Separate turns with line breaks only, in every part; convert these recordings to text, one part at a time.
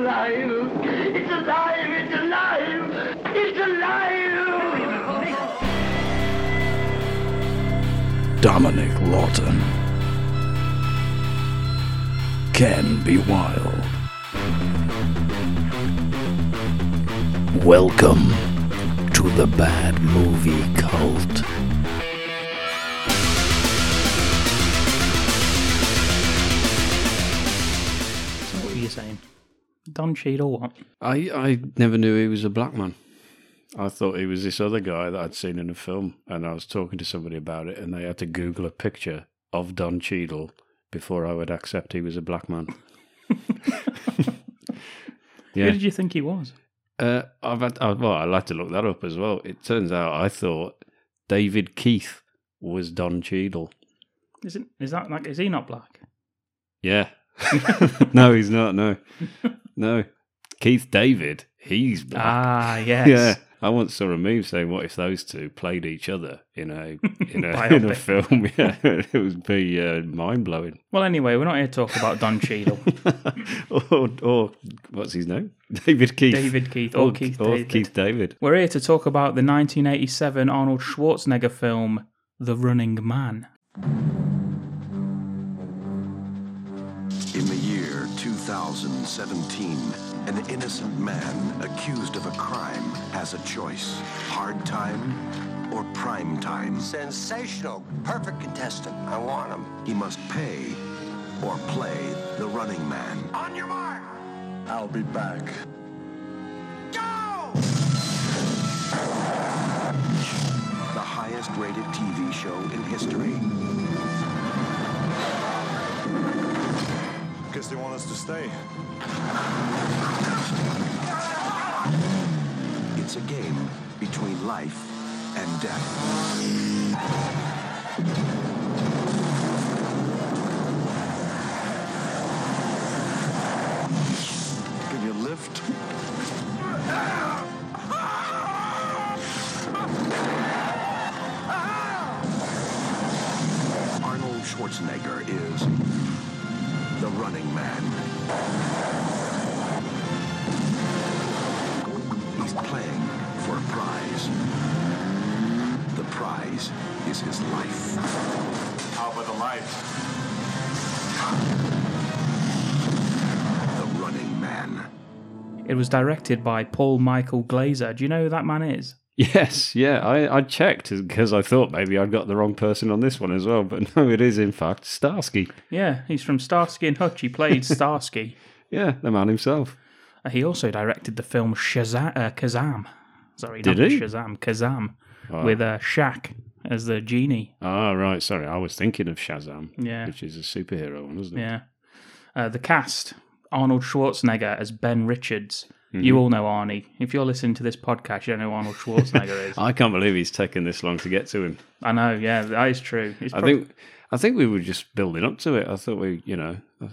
alive! It's alive! It's alive! It's alive!
Dominic Lawton. Can be wild. Welcome to the Bad Movie Cult.
So what were you saying? Don Cheadle, what?
I I never knew he was a black man. I thought he was this other guy that I'd seen in a film, and I was talking to somebody about it, and they had to Google a picture of Don Cheadle before I would accept he was a black man.
Who
yeah,
did you think he was?
uh, I've had. oh, well, I'd like to look that up as well. It turns out I thought David Keith was Don Cheadle.
Isn't is that like is he not black?
Yeah. no, he's not. No, no. Keith David, he's black.
Ah, yes.
Yeah, I once saw a meme saying, "What if those two played each other in a in a, in a
Biopic.
film?" Yeah, it would be uh, mind blowing.
Well, anyway, we're not here to talk about Don Cheadle,
or, or what's his name? David Keith.
David Keith, or, Keith
or
David.
Keith David.
We're here to talk about the 1987 Arnold Schwarzenegger film, The Running Man.
In the year 2017, an innocent man accused of a crime has a choice hard time or prime time.
Sensational. Perfect contestant. I want him.
He must pay or play the running man.
On your mark.
I'll be back.
Go!
The highest rated TV show in history.
Guess they want us to stay.
It's a game between life and death. Can you lift? Arnold Schwarzenegger is the running man. He's playing for a prize. The prize is his life.
How about the lights?
The running man.
It was directed by Paul Michael Glazer. Do you know who that man is?
Yes, yeah, I, I checked because I thought maybe I'd got the wrong person on this one as well, but no, it is in fact Starsky.
Yeah, he's from Starsky and Hutch. He played Starsky.
Yeah, the man himself.
Uh, He also directed the film Shazam. Uh, Kazam. Sorry,
Did
not
he?
Shazam. Kazam with uh, Shaq as the genie.
Ah, right. Sorry, I was thinking of Shazam.
Yeah.
which is a superhero one, isn't it?
Yeah. Uh, the cast Arnold Schwarzenegger as Ben Richards.
Mm-hmm.
You all know Arnie. If you're listening to this podcast, you don't know who Arnold Schwarzenegger is.
I can't believe he's taken this long to get to him.
I know, yeah, that is true. It's
I
prob-
think I think we were just building up to it. I thought we, you know, I,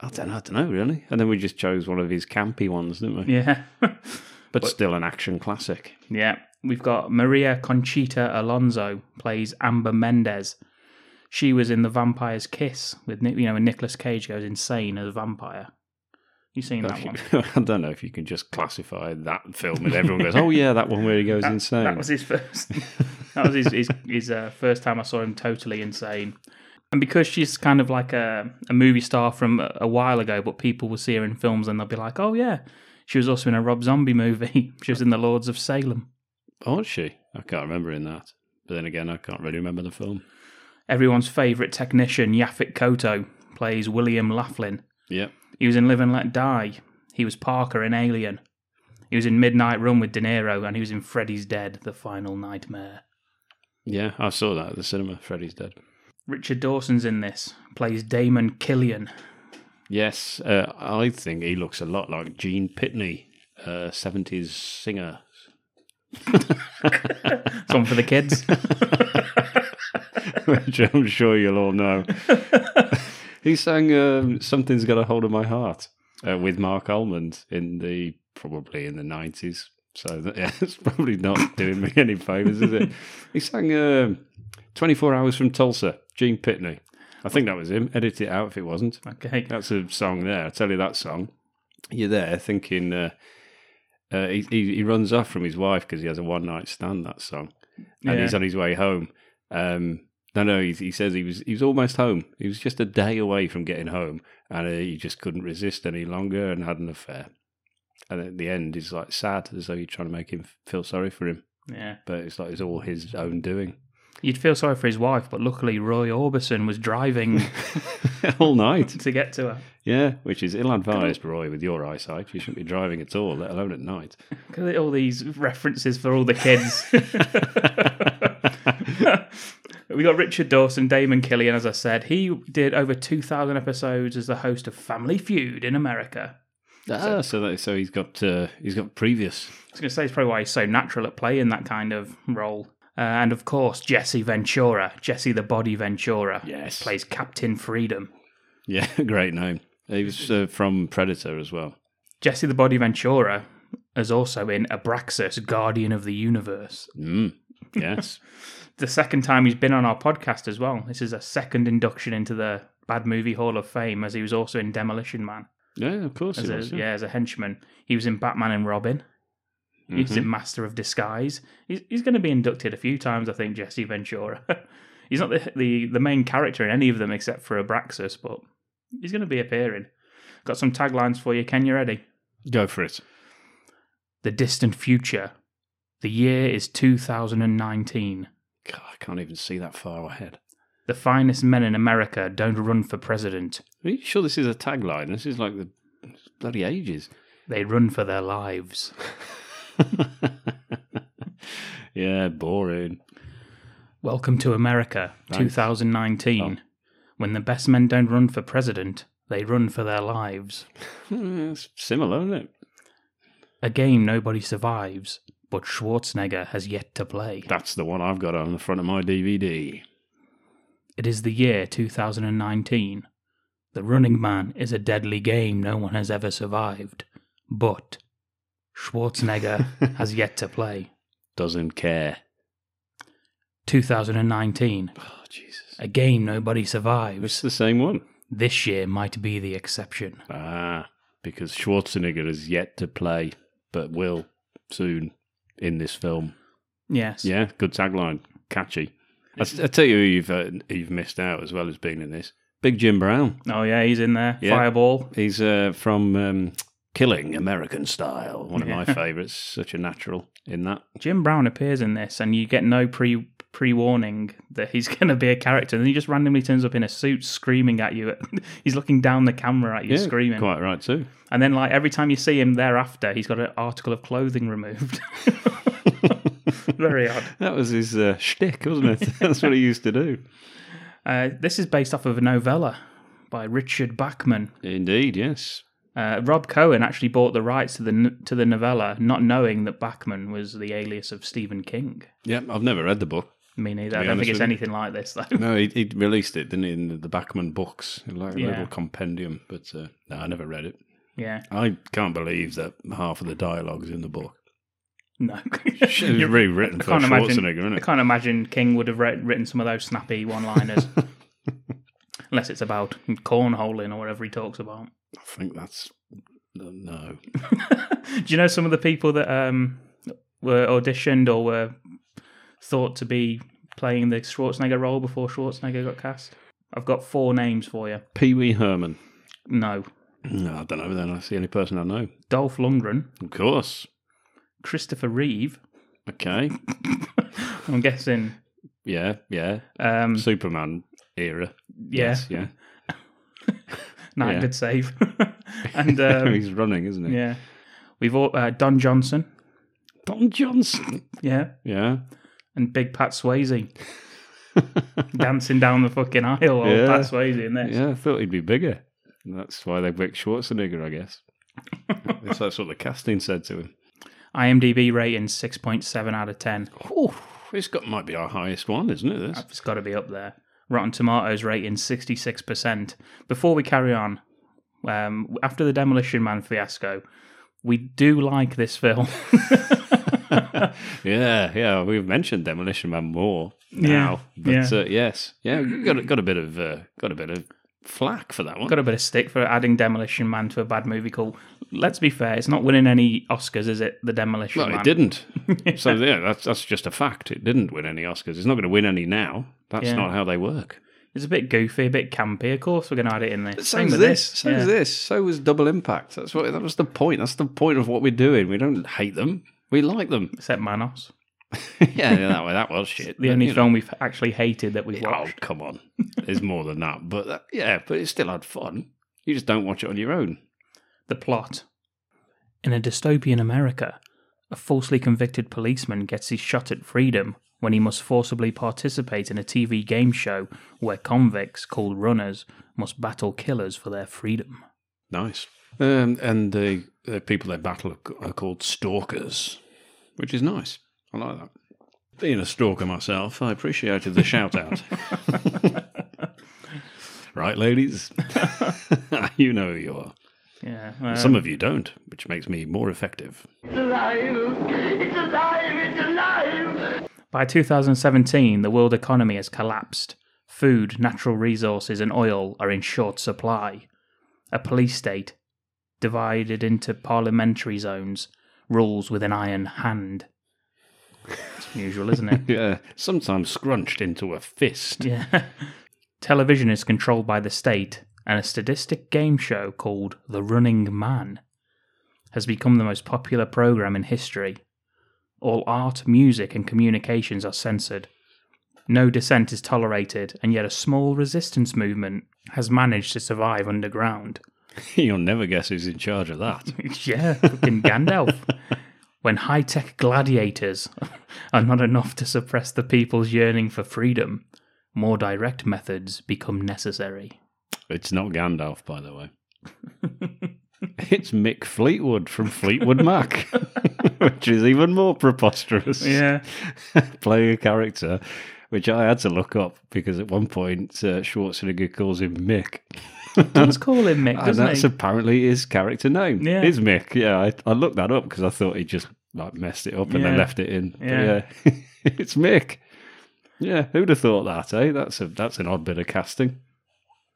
I don't know, I don't know really. And then we just chose one of his campy ones, didn't we?
Yeah.
but, still an action classic.
yeah. We've got Maria Conchita Alonso plays Amber Mendez. She was in The Vampire's Kiss with Ni- you know when Nicolas Cage goes insane as a vampire. You seen that one?
I don't know if you can just classify that film and everyone goes, "Oh yeah, that one where he goes insane."
That was his first. that was his his, his uh, first time I saw him totally insane. And because she's kind of like a, a movie star from a, a while ago, but people will see her in films and they'll be like, "Oh yeah, she was also in a Rob Zombie movie. she was in The Lords of Salem."
Oh, was she? I can't remember in that. But then again, I can't really remember the film.
Everyone's favorite technician Yaphet Koto plays William Laughlin.
Yep.
He was in Live and Let Die. He was Parker in Alien. He was in Midnight Run with De Niro, and he was in Freddy's Dead: The Final Nightmare.
Yeah, I saw that at the cinema. Freddy's dead.
Richard Dawson's in this. Plays Damon Killian.
Yes, uh, I think he looks a lot like Gene Pitney, uh, 70s singer.
It's on for the kids.
which I'm sure you'll all know. he sang um, "Something's Got a Hold of My Heart" uh, with Mark Almond in the probably in the nineties. So that, yeah, it's probably not doing me any favors, is it? He sang um, "24 Hours from Tulsa." Gene Pitney. I think that was him. Edit it out if it wasn't.
okay.
That's a song there. I tell you that song. you're there thinking uh, uh, he, he he runs off from his wife because he has a one night stand. That song, and
Yeah.
he's on his way home. Um, no, no, he, he says he was he was almost home. He was just a day away from getting home, and uh, he just couldn't resist any longer and had an affair. And at the end, he's like sad, as though you're trying to make him feel sorry for him,
Yeah.
but it's like it's all his own doing.
You'd feel sorry for his wife, but luckily Roy Orbison was driving
all night,
to get to her.
yeah, which is ill-advised, Roy, with your eyesight. You shouldn't be driving at all, let alone at night.
Look at all these references for all the kids. we got Richard Dawson, Damon Killian, as I said. He did over 2,000 episodes as the host of Family Feud in America.
Ah, so that, so he's got uh, he's got previous.
I was going to say, it's probably why he's so natural at playing that kind of role. Uh, and of course, Jesse Ventura, Jesse the Body Ventura.
Yes.
Plays Captain Freedom.
Yeah, great name. He was uh, from Predator as well.
Jesse the Body Ventura is also in Abraxas, Guardian of the Universe.
Mm. Yes,
the second time he's been on our podcast as well. This is a second induction into the Bad Movie Hall of Fame, as he was also in Demolition Man.
yeah, of course.
As
he
a,
was,
yeah, as a henchman. He was in Batman and Robin. He was
Mm-hmm.
in Master of Disguise. He's, he's going to be inducted a few times, I think, Jesse Ventura. he's not the, the, the main character in any of them except for Abraxas, but he's going to be appearing. Got some taglines for you. Ken, you ready?
Go for it.
The distant future. The year is 2019.
God, I can't even see that far ahead.
The finest men in America don't run for president.
Are you sure this is a tagline? This is like the bloody ages.
They run for their lives.
yeah, boring.
Welcome to America, 2019. When the best men don't run for president, they run for their lives.
Hmm, It's similar, isn't it?
A game nobody survives, but Schwarzenegger has yet to play.
That's the one I've got on the front of my DVD.
It is the year 2019. The running man is a deadly game no one has ever survived, but Schwarzenegger has yet to play.
Doesn't care.
2019.
Oh Jesus!
A game nobody
It's
survives.
the same one.
This year might be the exception.
Ah, because Schwarzenegger is yet to play, but will soon in this film.
Yes.
Yeah, good tagline, catchy. I, I tell you, who you've uh, who you've missed out as well as being in this. Big Jim Brown.
Oh yeah, he's in there.
Yeah.
Fireball.
He's uh, from um, Killing American Style, one of my favourites. Such a natural in that.
Jim Brown appears in this, and you get no pre pre warning that he's going to be a character, and he just randomly turns up in a suit, screaming at you. he's looking down the camera at you, screaming.
Quite right too.
And then, like every time you see him thereafter, he's got an article of clothing removed. Very odd.
That was his uh, shtick, wasn't it? That's what he used to do.
Uh, this is based off of a novella by Richard Bachman.
Indeed, yes.
Uh, Rob Cohen actually bought the rights to the n- to the novella, not knowing that Bachman was the alias of Stephen King.
Yeah, I've never read the book.
Me neither. I
be
don't
honest
think it's
with you.
anything like this though.
No, he, he released it, didn't he, in the, the Backman books, like a
Yeah.
little compendium. But uh, no, I never read it.
Yeah.
I can't believe that half of the dialogue's in the book.
No.
It was rewritten for
can't
Schwarzenegger,
imagine,
isn't
I
it?
can't imagine King would have writ- written some of those snappy one-liners, unless it's about cornholing or whatever he talks about.
I think that's no.
Do you know some of the people that um, were auditioned or were thought to be playing the Schwarzenegger role before Schwarzenegger got cast? I've got four names for you.
Pee Wee Herman.
No,
No, I don't know. Then that's the only person I know.
Dolph Lundgren,
Of course.
Christopher Reeve.
Okay.
I'm guessing.
Yeah. Yeah.
Um,
Superman era.
yeah,
Yes. Yeah.
no,
yeah.
good save. and um,
He's running, isn't he?
yeah, we've all uh, Don Johnson.
Don Johnson.
Yeah,
Yeah.
and Big Pat Swayze dancing down the fucking aisle. while
Yeah.
Pat Swayze in this.
Yeah. I thought he'd be bigger. That's why they picked Schwarzenegger, I guess. That's- that's what the casting said to him.
IMDb rating six point seven out of ten.
Oh, it's got might be our highest one, isn't it? This.
It's got to be up there. Rotten Tomatoes rating sixty six percent. Before we carry on, um, after the Demolition Man fiasco, we do like this film.
Yeah, yeah. We've mentioned Demolition Man more now,
Yeah,
but Uh, yes, yeah, we got a- got a bit of uh, got a bit of flack for that one.
Got a bit of stick for adding Demolition Man to a bad movie called. Let's be fair, it's not winning any Oscars, is it? The Demolition
Well,
Man.
it didn't. So yeah, that's that's just a fact. It didn't win any Oscars. It's not going to win any now. That's
Yeah.
not how they work.
It's a bit goofy, a bit campy. Of course, we're going to add it in there.
Same as
with
this. Same
Yeah.
as this. So was Double Impact. That's what that was the point. That's the point of what we're doing. We don't hate them. We like them.
Except Manos,
yeah, that, that was shit.
the
but,
only
you know.
film we've actually hated that we've
Oh,
watched.
come on. There's more than that. But that, yeah, but it still had fun. You just don't watch it on your own.
The plot. In a dystopian America, a falsely convicted policeman gets his shot at freedom when he must forcibly participate in a TV game show where convicts, called runners, must battle killers for their freedom.
Nice. Um, and the, the people they battle are, c- are called stalkers, which is nice. I like that. Being a stalker myself, I appreciated the shout out. right, ladies? you know who you are.
Yeah. uh,
Some of you don't, which makes me more effective.
It's alive! It's alive! It's alive!
By 2017, the world economy has collapsed. Food, natural resources, and oil are in short supply. A police state divided into parliamentary zones rules with an iron hand. It's unusual, isn't it?
Yeah, Uh, sometimes scrunched into a fist.
yeah. Television is controlled by the state, and a sadistic game show called The Running Man has become the most popular program in history. All art, music, and communications are censored. No dissent is tolerated, and yet a small resistance movement has managed to survive underground.
You'll never guess who's in charge of that.
yeah, fucking Gandalf. When high tech gladiators are not enough to suppress the people's yearning for freedom, more direct methods become necessary.
It's not Gandalf, by the way. it's Mick Fleetwood from Fleetwood Mac, which is even more preposterous. Playing a character, which I had to look up because at one point uh, Schwarzenegger calls him Mick.
Let's call him Mick,
And
doesn't
Ah, that's
he?
apparently his character name.
Yeah.
Is Mick. Yeah, I, I looked that up because I thought he just like messed it up and
Yeah.
then left it in. But
Yeah.
yeah. it's Mick. Yeah, who'd have thought that, eh? That's a that's an odd bit of casting.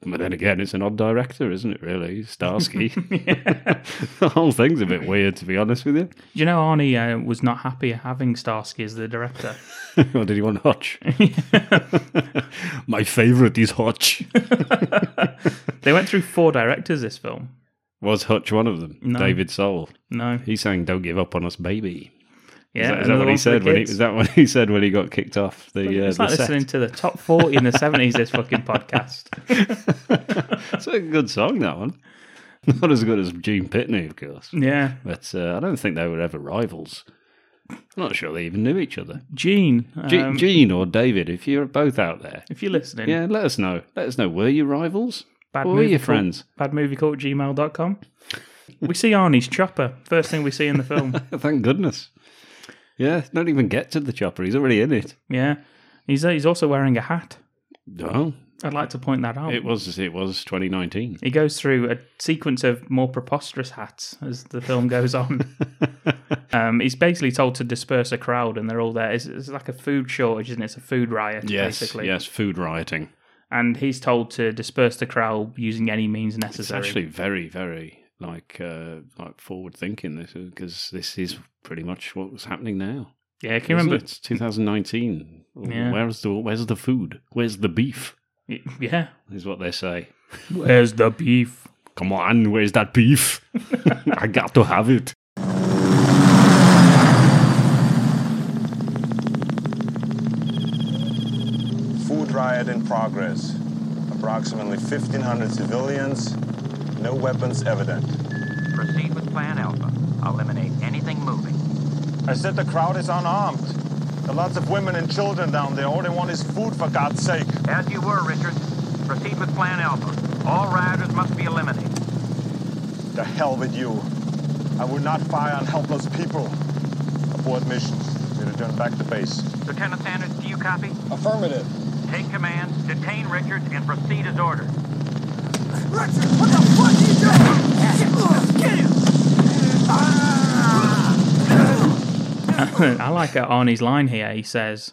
But then again, it's an odd director, isn't it, really? Starsky. the whole thing's a bit weird, to be honest with you.
Do you know Arnie uh, was not happy having Starsky as the director?
or did he want Hotch? My favourite is Hotch.
they went through four directors this film.
Was Hutch one of them?
No.
David Soul.
No,
He sang "Don't Give Up on Us, Baby."
yeah,
Is that- is that
another
what he
one for the
said when he
kids.
is that what he said when he got kicked off the, uh,
it's like
the
listening
set?
to the top forty in the seventies. This fucking podcast.
It's a good song that one. Not as good as Gene Pitney, of course,
Yeah,
but uh, I don't think they were ever rivals. I'm not sure they even knew each other.
Gene.
G-
um,
Gene or David, if you're both out there,
if you're listening,
yeah, let us know. Let us know. Were you rivals?
Bad
or were
movie
you
cult-
friends?
badmoviecult at gmail.com. We see Arnie's chopper, first thing we see in the film.
Thank goodness. Yeah, don't even get to the chopper. He's already in it.
Yeah. He's, he's also wearing a hat.
Well,
I'd like to point that out.
it was it was 2019.
he goes through a sequence of more preposterous hats as the film goes on. um, he's basically told to disperse a crowd, and they're all there. It's, it's like a food shortage, isn't it? It's a food riot,
Yes,
basically.
yes, food rioting.
And he's told to disperse the crowd using any means
It's
necessary.
actually very, very like uh, like forward thinking. This because this is pretty much what was happening now.
yeah, can you
isn't
remember?
it? it's 2019.
Yeah.
Where's the where's the food? Where's the beef?
Yeah.
Is what they say.
Where's the beef?
Come on, where's that beef? I got to have it.
Food riot in progress. Approximately 1,500 civilians. No weapons evident.
Proceed with Plan Alpha. Eliminate anything moving.
I said the crowd is unarmed. There are lots of women and children down there. All they want is food, for God's sake.
As you were, Richard. Proceed with Plan Alpha. All rioters must be eliminated.
The hell with you. I will not fire on helpless people. Abort mission. We return back to base.
Lieutenant Sanders, do you copy?
Affirmative.
Take command, detain Richard, and proceed as ordered.
Richard, what the fuck are you doing? Get him!
I like Arnie's line here. He says,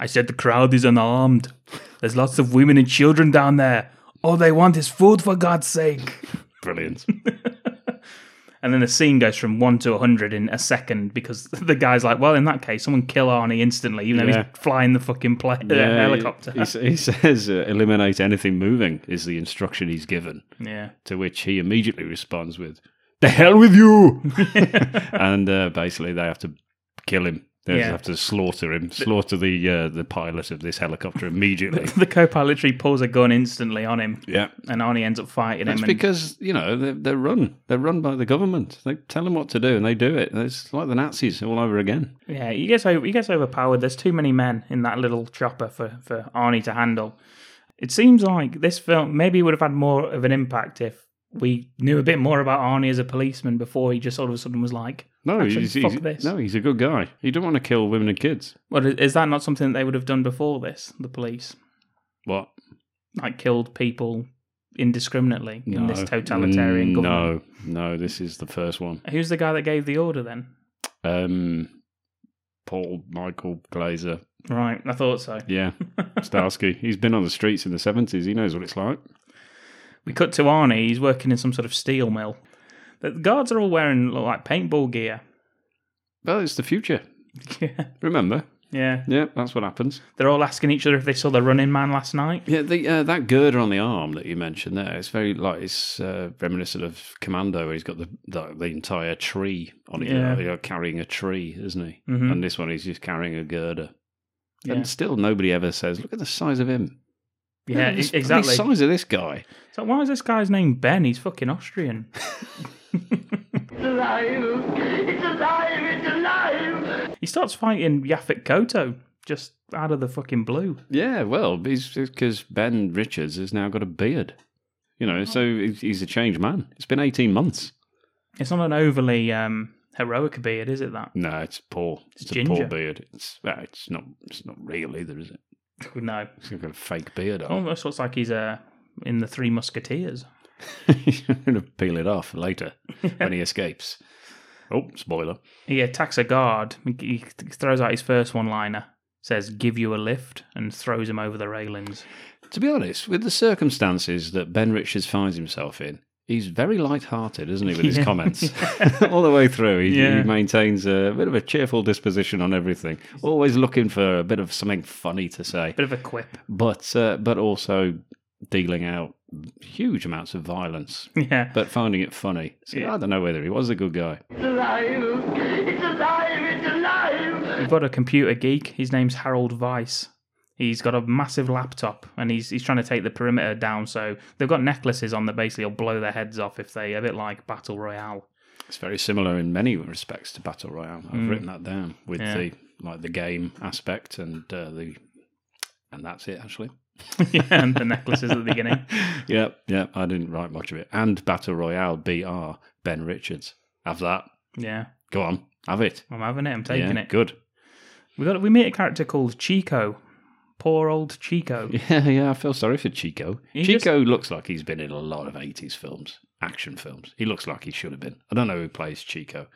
I said the crowd is unarmed. There's lots of women and children down there. All they want is food, for God's sake.
Brilliant.
And then the scene goes from one to a hundred in a second because the guy's like, "Well, in that case, someone kill Arnie instantly, even though
Yeah.
he's flying the fucking plane
Yeah,
helicopter."
He, he says, uh, eliminate anything moving is the instruction he's given,
yeah,
to which he immediately responds with, the hell with you! and uh, basically they have to kill him. They
Yeah.
have to slaughter him, slaughter the uh, the pilot of this helicopter immediately.
the co-pilot literally pulls a gun instantly on him,
yeah.
and Arnie ends up fighting
It's
him.
because, you know, they're, they're run. They're run by the government. They tell them what to do and they do it. It's like the Nazis all over again.
and, yeah, he gets over, he gets overpowered. There's too many men in that little chopper for for Arnie to handle. It seems like this film maybe would have had more of an impact if we knew a bit more about Arnie as a policeman before he just all of a sudden was like,
No,
Actually,
he's,
fuck
he's-
this.
no, he's a good guy. He don't want to kill women and kids.
"Well, is that not something that they would have done before this? The police."
What?
like killed people indiscriminately in this totalitarian
Mm,
government.
No, no, this is the first one.
Who's the guy that gave the order then?
Um, Paul Michael Glazer.
Right, I thought so.
Yeah, Starsky. He's been on the streets in the 70s. He knows what it's like.
We cut to Arnie. He's working in some sort of steel mill. The guards are all wearing look like paintball gear.
Well, it's the future.
yeah,
Remember?
yeah.
Yeah, that's what happens.
They're all asking each other if they saw the Running Man last night.
Yeah, the, uh, that girder on the arm that you mentioned there, it's very like it's uh, reminiscent of Commando, where he's got the the, the entire tree on it.
Yeah.
Yeah. You're carrying a tree, isn't he?
Mhm.
And this one, he's just carrying a girder.
Yeah.
And still, nobody ever says, "Look at the size of him." Look
Yeah,
at this-
e- exactly.
The size of this guy.
So why is this guy's name Ben? He's fucking Austrian.
It's alive! It's alive! It's alive!
he starts fighting Yaphet Koto just out of the fucking blue.
Yeah, well, he's because Ben Richards has now got a beard. You
Oh.
know, so he's he's a changed man. It's been eighteen months.
It's not an overly um, heroic beard, is it? That
No, it's poor. It's, a
ginger.
poor beard. It's well, it's not. It's not real either, is it?
no.
He's got a fake beard on.
Almost looks like he's uh, in the Three Musketeers.
He's going to peel it off later when he escapes. Oh, spoiler.
He attacks a guard. He throws out his first one-liner, says "Give you a lift," and throws him over the railings.
To be honest, with the circumstances that Ben Richards finds himself in, he's very light-hearted, isn't he, with
Yeah.
his comments? All the way through, he,
Yeah.
he maintains a bit of a cheerful disposition on everything, always looking for a bit of something funny to say,
Bit of a quip.
but uh, but also dealing out huge amounts of violence,
Yeah.
but finding it funny. So
Yeah.
I don't know whether he was a good guy.
It's alive! It's alive! It's alive!
We've got a computer geek. His name's Harold Weiss. He's got a massive laptop, and he's he's trying to take the perimeter down. So they've got necklaces on that basically will blow their heads off if they a bit like battle royale.
It's very similar in many respects to Battle Royale. I've written that down with
Mm. Yeah.
the like the game aspect and uh, the and that's it actually.
yeah, and the necklaces at the beginning.
Yep, yep. I didn't write much of it. And Battle Royale BR Ben Richards. Have that.
Yeah,
Go on, have it.
I'm having it. I'm taking
yeah,
it.
Good.
We got we meet a character called Chico. Poor old Chico.
Yeah, yeah. I feel sorry for Chico.
He
Chico looks like he's been in a lot of '80s films, action films. He looks like he should have been. I don't know who plays Chico,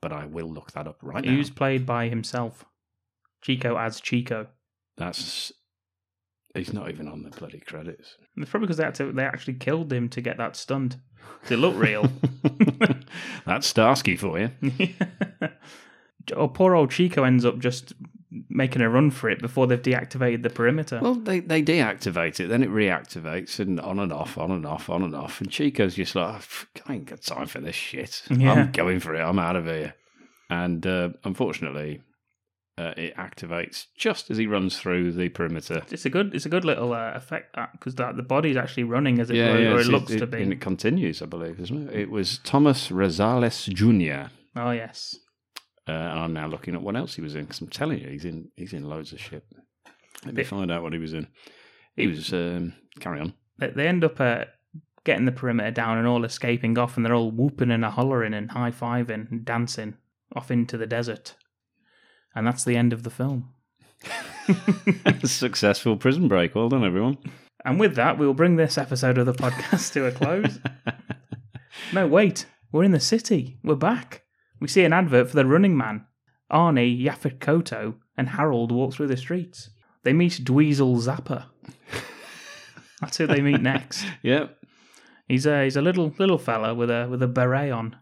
but I will look that up right
Who's
now.
played by himself? Chico as Chico.
That's. He's not even on the bloody credits.
It's probably because they had to, they actually killed him to get that stunt. They look real.
That's Starsky for you.
oh, poor old Chico ends up just making a run for it before they've deactivated the perimeter.
Well, they, they deactivate it, then it reactivates, and on and off, on and off, on and off. And Chico's just like, "Oh, pff, I ain't got time for this shit.
Yeah.
I'm going for it. I'm out of here. And uh, unfortunately, uh, it activates just as he runs through the perimeter.
it's a good it's a good little uh, effect because that the body's actually running as it were, or it
it's-
looks to
And
be.
it continues, I believe, isn't it? It was Thomas Rosales Jr.
oh yes.
Uh, and I'm now looking at what else he was in because I'm telling you, he's in he's in loads of shit. Let me
Bit-
find out what he was in. He was um, carry on.
They, they end up uh, getting the perimeter down and all escaping off, and they're all whooping and a hollering and high fiving and dancing off into the desert. And that's the end of the film.
Successful prison break. Well done, everyone.
And with that, we will bring this episode of the podcast to a close. no, wait. We're in the city. We're back. We see an advert for the running man. Arnie, Yaphet Koto, and Harold walk through the streets. They meet Dweezil Zappa. That's who they meet next.
Yep.
He's a he's a little little fella with a with a beret on.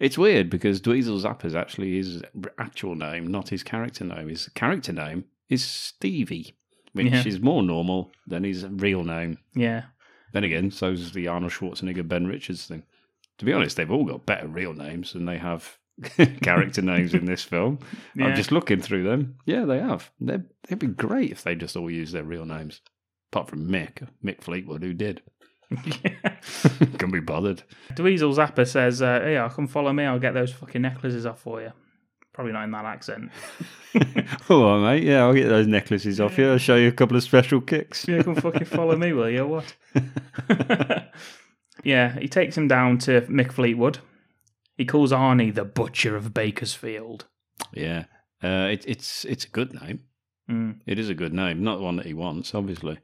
It's weird because Dweezil Zappers actually is actual name, not his character name. His character name is Stevie, which
Yeah.
is more normal than his real name.
Yeah,
Then again, so's the Arnold Schwarzenegger Ben Richards thing. To be honest, they've all got better real names than they have character names in this film.
Yeah.
I'm just looking through them. Yeah, they have. They'd, they'd be great if they just all used their real names. Apart from Mick, Mick Fleetwood, who did. Can be bothered.
Dweezil Zappa says, uh, "Hey, I'll come follow me. I'll get those fucking necklaces off for you." Probably not in that accent.
All right, mate. Yeah, I'll get those necklaces off you. I'll show you a couple of special kicks.
Yeah, come fucking follow me, will you? What? yeah, he takes him down to Mick Fleetwood. He calls Arnie the Butcher of Bakersfield.
Yeah. Uh, it, it's it's a good name.
Mm.
It is a good name, not one that he wants, obviously.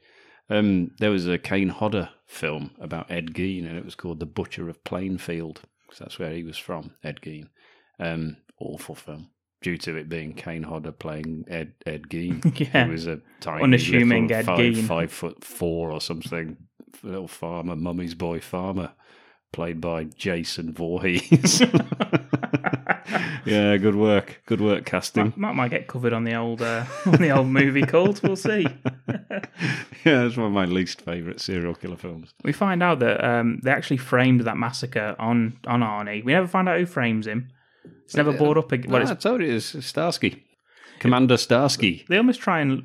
Um, there was a Kane Hodder film about Ed Gein, and it was called The Butcher of Plainfield, because that's where he was from, Ed Gein. Um, awful film, due to it being Kane Hodder playing Ed Ed Gein.
Yeah.
He was a tiny,
Unassuming
little
Ed
five,
Gein.
five foot four or something, little farmer, mummy's boy farmer, played by Jason Voorhees. yeah, good work, good work casting.
Matt might get covered on the old uh, on the old movie called. We'll see.
yeah, that's one of my least favourite serial killer films.
We find out that um, they actually framed that massacre on on Arnie. We never find out who frames him. It's never brought up again. Well,
I
it's,
told you, Ah, it's Starsky. Commander Starsky.
they almost try and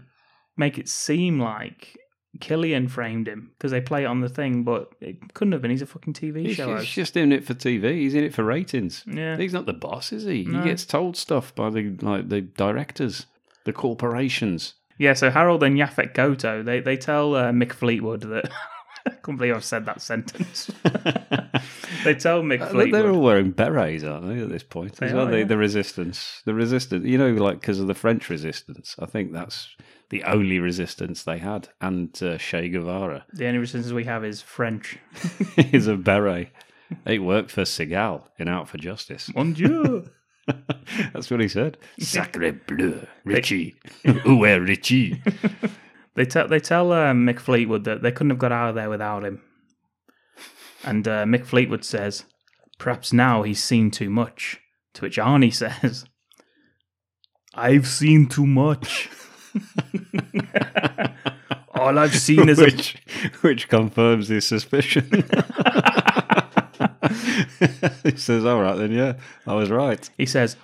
make it seem like Killian framed him because they play it on the thing, but it couldn't have been. He's a fucking TV
He's,
show
he's
host.
just in it for TV. He's in it for ratings.
Yeah.
He's not the boss, is he? He gets told stuff by the like the directors, the corporations.
Yeah, so Harold and Yafet Koto, they, they tell uh, Mick Fleetwood that. I can't believe I've said that sentence. they tell Mick
They- Uh, They're all
Fleetwood.
wearing berets, aren't they, at this point?
They
As well,
are,
they,
yeah.
The resistance. The resistance. You know, like, because of the French resistance. I think that's the only resistance they had. And uh, Che Guevara
The only resistance we have is French.
is a beret. It worked for Seagal in Out for Justice.
Mon Dieu!
That's what he said. Sacre bleu, Richie. Where Richie?
They tell they tell uh, Mick Fleetwood that they couldn't have got out of there without him. And uh, Mick Fleetwood says, "Perhaps now he's seen too much." To which Arnie says, "I've seen too much. All I've seen is a
which, which confirms his suspicion. he says, "All right, then, yeah, I was right."
He says,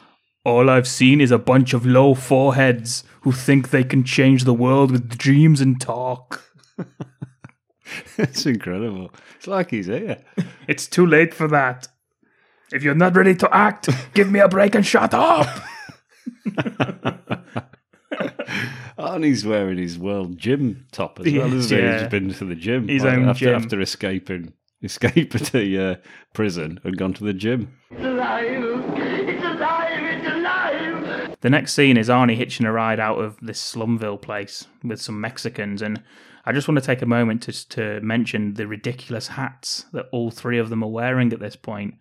All I've seen is a bunch of low foreheads who think they can change the world with dreams and talk.
it's incredible. It's like he's here.
It's too late for that. If you're not ready to act, give me a break and shut up.
Arnie's wearing his world gym top as
Yeah,
well, isn't he?
yeah.
He's just been to the gym.
His
like,
own
after,
gym.
After escaping, escaped the uh, prison and gone to the gym.
It's alive! It's alive! It's alive!
The next scene is Arnie hitching a ride out of this slumville place with some Mexicans. And I just want to take a moment to, to mention the ridiculous hats that all three of them are wearing at this point.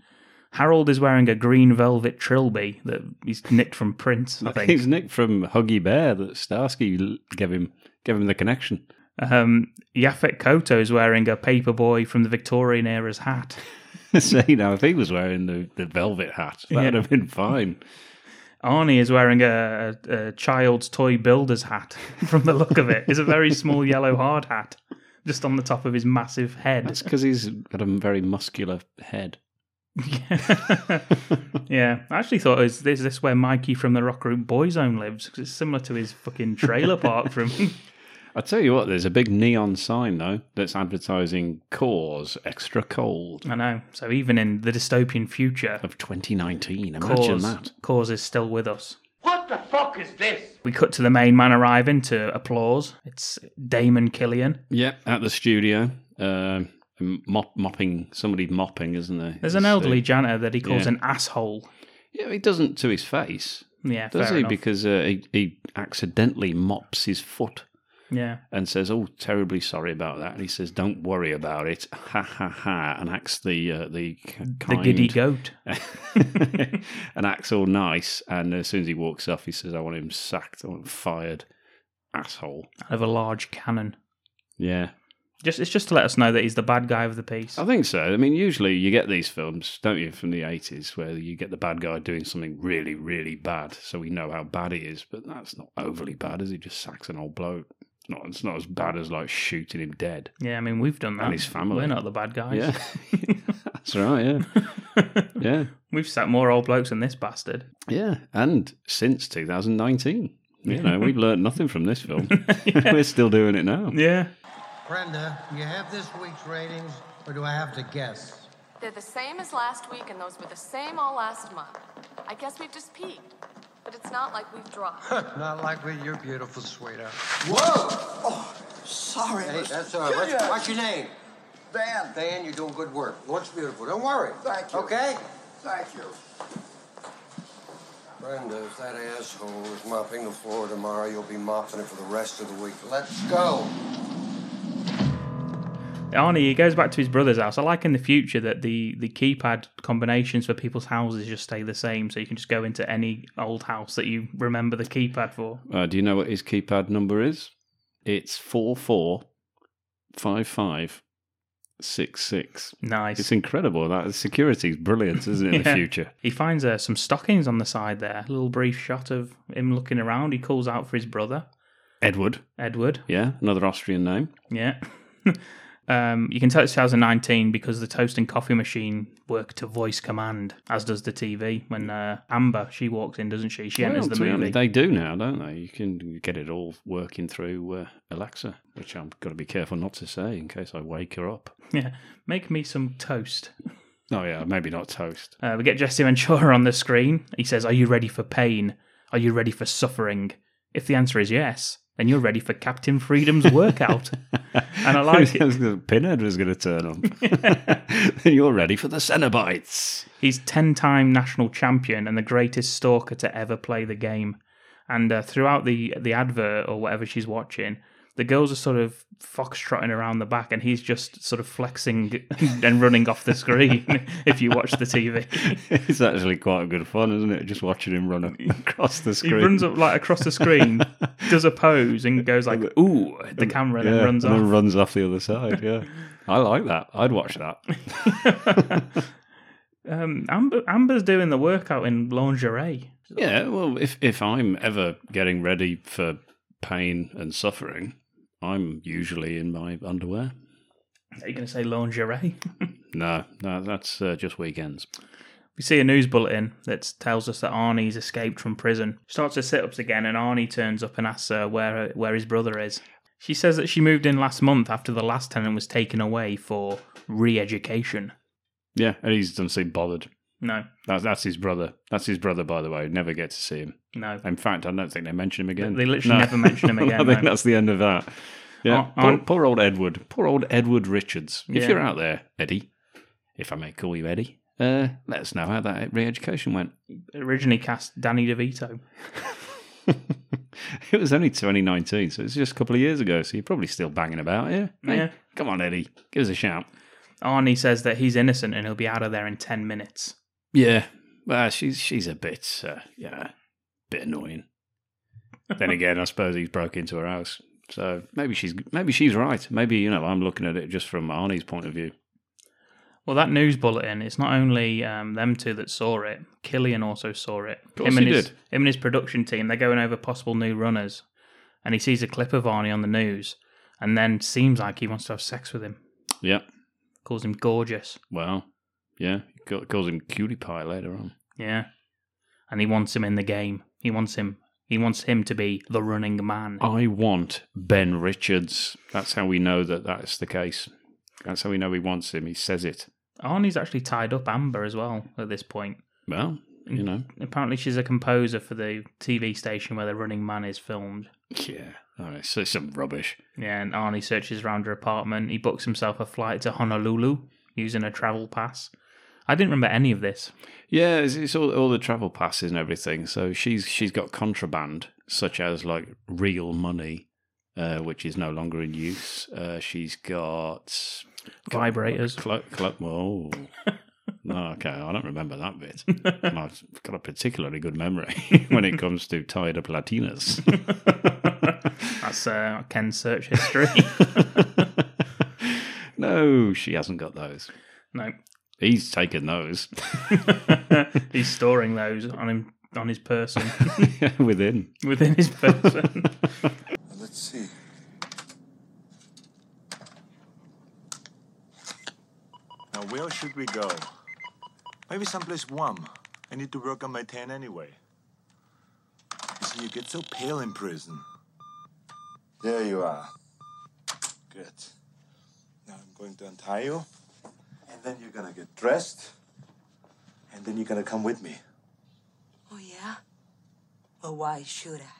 Harold is wearing a green velvet trilby that he's nicked from Prince, I think.
He's nicked from Huggy Bear that Starsky l- gave him gave him the connection.
Um, Yafet Koto is wearing a paperboy from the Victorian era's hat.
so you know, if he was wearing the, the velvet hat, that would
Yeah.
have been fine.
Arnie is wearing a, a, a child's toy builder's hat. From the look of it, it's a very small yellow hard hat, just on the top of his massive head.
That's because he's got a very muscular head.
yeah, I actually thought is this this where Mikey from the Rock Root Boy Zone lives? 'Cause it's similar to his fucking trailer park from.
I tell you what, there's a big neon sign though that's advertising Coors Extra Cold
I know. So even in the dystopian future,
of 2019. Imagine
cause
that.
cause is still with us.
What the fuck is this?
We cut to the main man arriving to applause. It's Damon Killian.
Yep, at the studio, um, mop, mopping somebody mopping, isn't there?
There's an
It's, uh,
elderly janitor that he calls
yeah.
an asshole.
Yeah, he doesn't to his face,
Yeah,
does
fair
he?
enough.
Because uh, he, he accidentally mops his foot.
yeah,
and says, "Oh, terribly sorry about that." And he says, "Don't worry about it." Ha ha ha! And acts the uh, the k-
the
kind,
giddy goat.
and acts all nice. And as soon as he walks off, he says, "I want him sacked. I want him fired, asshole."
Out of a large cannon.
Yeah,
Just it's just to let us know that he's the bad guy of the piece.
I think so. I mean, usually you get these films, don't you, from the 80s, where you get the bad guy doing something really, really bad, so we know how bad he is, but that's not overly bad, is he? Just sacks an old bloke. It's not, it's not as bad as, like, shooting him dead.
Yeah, I mean we've done that.
And his family.
We're not the bad guys.
Yeah. that's right, yeah. Yeah.
We've sat more old blokes than this bastard.
Yeah. And since 2019. You know, we've learned nothing from this film. We're still doing it now.
Yeah.
Brenda, do you have this week's ratings, or do I have to guess?
They're the same as last week, and those were the same all last month. I guess we've just peaked, but it's not like we've dropped.
Not likely. You're beautiful, sweetheart.
Whoa! Oh, sorry.
Hey, that's uh, all right. What's, what's your name? Dan. Dan, you're doing good work. Looks beautiful. Don't worry.
Thank you.
Okay?
Thank you.
Brenda, if that asshole is mopping the floor tomorrow, you'll be mopping it for the rest of the week. Let's go.
Arnie, he goes back to his brother's house. I like in the future that the, the keypad combinations for people's houses just stay the same, so you can just go into any old house that you remember the keypad for.
Uh, do you know what his keypad number is? It's four four five five six six.
Nice.
It's incredible. That security is brilliant, isn't it? In the
Yeah.
future,
He finds uh, some stockings on the side there. A little brief shot of him looking around. He calls out for his brother,
Edward.
Edward.
Yeah, another Austrian name.
Yeah. um, you can tell it's 2019 because the toast and coffee machine work to voice command, as does the TV. When uh, Amber, she walks in, doesn't she? She enters
Well,
the
to be
movie.
honest, They do now, don't they? You can get it all working through uh, Alexa, which i am got to be careful not to say in case I wake her up.
Yeah. Make me some toast.
Oh yeah, maybe not toast.
Uh, we get Jesse Ventura on the screen. He says, Are you ready for pain? Are you ready for suffering? If the answer is yes, then you're ready for Captain Freedom's workout. and I like it.
Pinhead was going to turn up. and you're ready for the Cenobites.
He's 10 time national champion and the greatest stalker to ever play the game. And uh, throughout the, the advert or whatever she's watching, the girls are sort of foxtrotting around the back and he's just sort of flexing and running off the screen if you watch the TV.
It's actually quite good fun, isn't it? Just watching him run across the
He
screen.
runs up like across the screen, does a pose, and goes like "ooh" at the camera, and
yeah,
then runs
and
off.
then runs off the other side. Yeah, I like that. I'd watch that.
um, Amber, Amber's doing the workout in lingerie.
Yeah, well, if if I'm ever getting ready for pain and suffering, I'm usually in my underwear.
Are you going to say lingerie?
No, no, that's uh, just weekends.
We see a news bulletin that tells us that Arnie's escaped from prison. Starts her sit-ups again, and Arnie turns up and asks her where where his brother is. She says that she moved in last month after the last tenant was taken away for re-education.
Yeah, and he's doesn't seem bothered.
No,
That's that's his brother. That's his brother, by the way. Never get to see him.
no.
In fact, I don't think they mention him again.
They literally never mention him
I
again,
think
no.
that's the end of that. Yeah,
On- on-
poor, poor old Edward. Poor old Edward Richards. If
Yeah.
you're out there, Eddie, if I may call you Eddie, uh, let us know how that re-education went.
Originally cast Danny DeVito.
it was only 2019, so it's just a couple of years ago. So you're probably still banging about, yeah. Hey,
Yeah.
Come on, Eddie, give us a shout.
Arnie says that he's innocent and he'll be out of there in ten minutes.
Yeah. Well, she's she's a bit uh, yeah, bit annoying. then again, I suppose he's broke into her house, so maybe she's maybe she's right. Maybe you know I'm looking at it just from Arnie's point of view.
Well, that news bulletin, it's not only um, them two that saw it, Killian also saw it.
course
him and
he
his,
did.
Him and his production team, they're going over possible new runners, and he sees a clip of Arnie on the news, and then seems like he wants to have sex with him.
Yeah.
Calls him gorgeous.
Well, yeah. Ca- Calls him cutie pie later on.
Yeah. And he wants him in the game. He wants him. He wants him to be the running man.
I want Ben Richards. That's how we know that that's the case. That's how we know he wants him. He says it.
Arnie's actually tied up Amber as well at this point.
Well, you know.
Apparently, she's a composer for the TV station where the running man is filmed.
Yeah. All right. So it's some rubbish.
Yeah, and Arnie searches around her apartment. He books himself a flight to Honolulu using a travel pass. I didn't remember any of this.
Yeah, it's, it's all, all the travel passes and everything. So she's she's got contraband, such as like real money, uh, which is no longer in use. Uh, she's got
Vibrators.
Cl- cl- oh. No, okay, I don't remember that bit. And I've got a particularly good memory when it comes to tied up Latinas.
That's uh, Ken's search history.
No, she hasn't got those.
No,
He's taken those
he's storing those on him on his person
within.
within his person.
Let's see.
Now, where should we go? Maybe someplace warm. I need to work on my tan anyway. You see, you get so pale in prison. There you are. Good. Now I'm going to untie you, and then you're gonna get dressed, and then you're gonna come with me.
Oh, yeah? Well, why should I?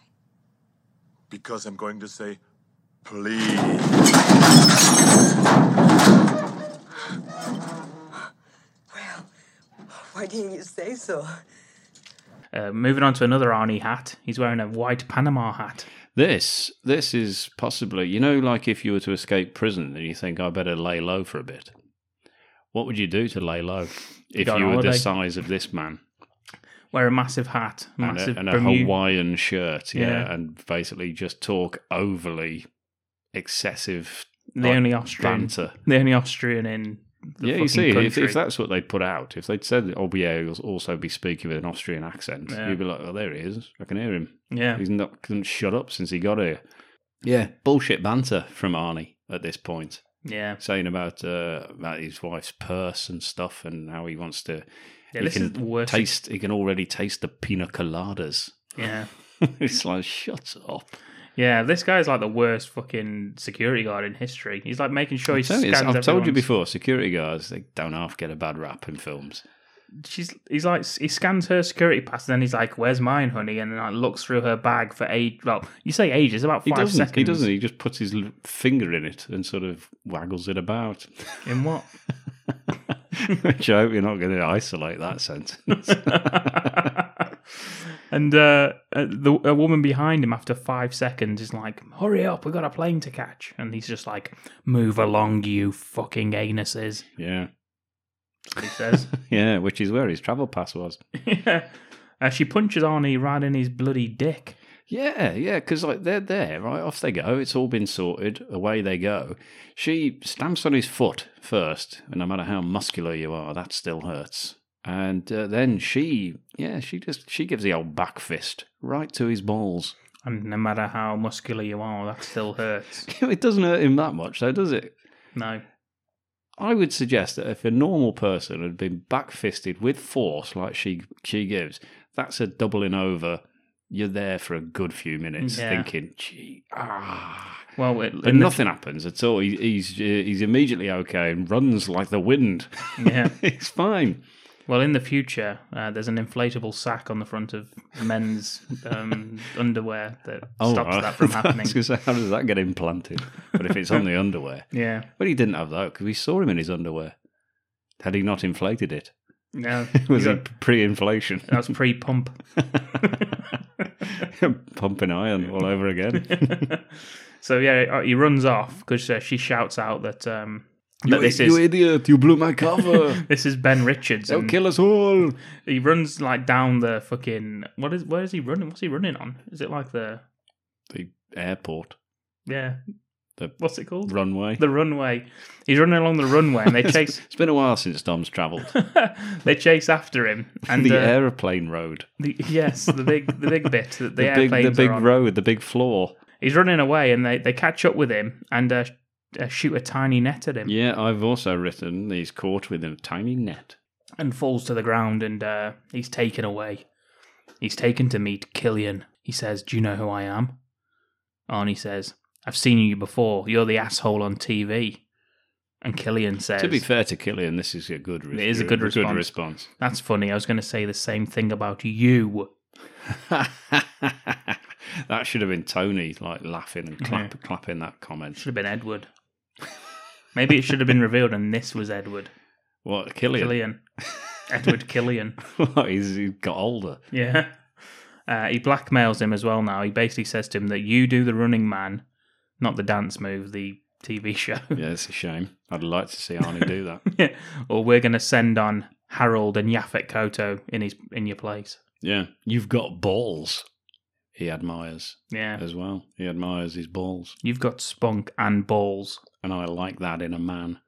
Because I'm going to say, please.
Why didn't you say so?
Uh, moving on to another Arnie hat. He's wearing a white Panama hat.
This, this is possibly, you know, like if you were to escape prison and you think, I better lay low for a bit. What would you do to lay low if
Go on
you were the
holiday.
size of this man?
Wear a massive hat,
And
massive
a, and a
Bermuda.
Hawaiian shirt, yeah,
Yeah.
and basically just talk overly excessive
the
like,
only Austrian,
banter.
the only Austrian in the
yeah,
fucking
you see,
country.
if, if that's what they'd put out, if they'd said, "Oh, yeah, he'll also be speaking with an Austrian accent,"
Yeah.
you'd be like, "Oh, there he is. I can hear him.
yeah,
He's not couldn't shut up since he got here." Yeah, bullshit banter from Arnie at this point,
yeah.
saying about uh, about his wife's purse and stuff, and how he wants to.
Yeah,
he
this
can
is the worst.
Taste. He can already taste the pina coladas.
Yeah,
it's like, shut up.
yeah. This guy's like the worst fucking security guard in history. He's like making sure he
Tell
scans.
you, I've told you
everyone's-
before, security guards they don't half get a bad rap in films.
She's he's like he scans her security pass, and then he's like, "Where's mine, honey?" And then like looks through her bag for eight. Well, you say ages, about
He
five
doesn't.
seconds.
He doesn't. He just puts his l- finger in it and sort of waggles it about.
In what?
Which I hope you're not going to isolate that sentence.
and uh, uh, the a woman behind him after five seconds is like, "Hurry up, we got a plane to catch!" And he's just like, "Move along, you fucking anuses,"
yeah,
he says.
yeah. Which is where his travel pass was.
uh, she punches Arnie right in his bloody dick.
Yeah, yeah. Because like they're there, right off they go. It's all been sorted. Away they go. She stamps on his foot first, and no matter how muscular you are, that still hurts. And uh, then she, yeah, she just she gives the old back fist right to his balls.
And no matter how muscular you are, that still hurts.
it doesn't hurt him that much, though, does it?
No.
I would suggest that if a normal person had been backfisted with force like she she gives, that's a doubling over. You're there for a good few minutes
Yeah.
thinking, gee, ah.
Well, it,
But
in the-
nothing happens at all. He, he's uh, he's immediately okay and runs like the wind.
yeah.
it's fine.
Well, in the future, uh, there's an inflatable sack on the front of men's um, underwear that stops
I-
that from
Oh, uh, I
happening.
was gonna say, how does that get implanted? But if it's on the underwear,
Yeah.
but he didn't have that because we saw him in his underwear. Had he not inflated it?
No.
Was
you
it
got-
pre-inflation?
That was pre-pump.
Pumping iron all over again.
So yeah, uh, he runs off because uh, she shouts out that um, that this
you
is
idiot! You blew my cover.
this is Ben Richards.
They'll
and
kill us all.
He runs like down the fucking what is where is he running? What's he running on? Is it like the
The airport
yeah?
The-
What's it called?
runway.
the runway. He's running along the runway, and they chase.
It's been a while since Dom's travelled.
they chase after him, and
the
uh,
aeroplane road,
the- yes, the big the big bit that the,
the big,
airplanes
the big
are on.
road, the big floor.
He's running away, and they, they catch up with him and uh, sh- uh, shoot a tiny net at him,
Yeah, I've also written he's caught with a tiny net.
and falls to the ground, and uh, he's taken away. He's taken to meet Killian. He says, "Do you know who I am?" Arnie says, "I've seen you before. You're the asshole on TV." And Killian says,
To be fair to Killian, this is a good. Re-
It is a good response.
response.
"That's funny. I was going to say the same thing about you."
that should have been Tony like laughing and clap, clapping that comment.
Should have been Edward. Maybe it should have been revealed, and this was Edward
What Killian?
Killian. Edward Killian.
he's, he got older.
Yeah. Uh, he blackmails him as well now. He basically says to him that you do the running man, not the dance move, the TV show,
Yeah, it's a shame. I'd like to see Arnie do that.
or we're going to send on Harold and Yaphet Koto in his in your place.
Yeah, you've got balls. he admires
Yeah.
as well. He admires his balls.
You've got spunk and balls.
and I like that in a man.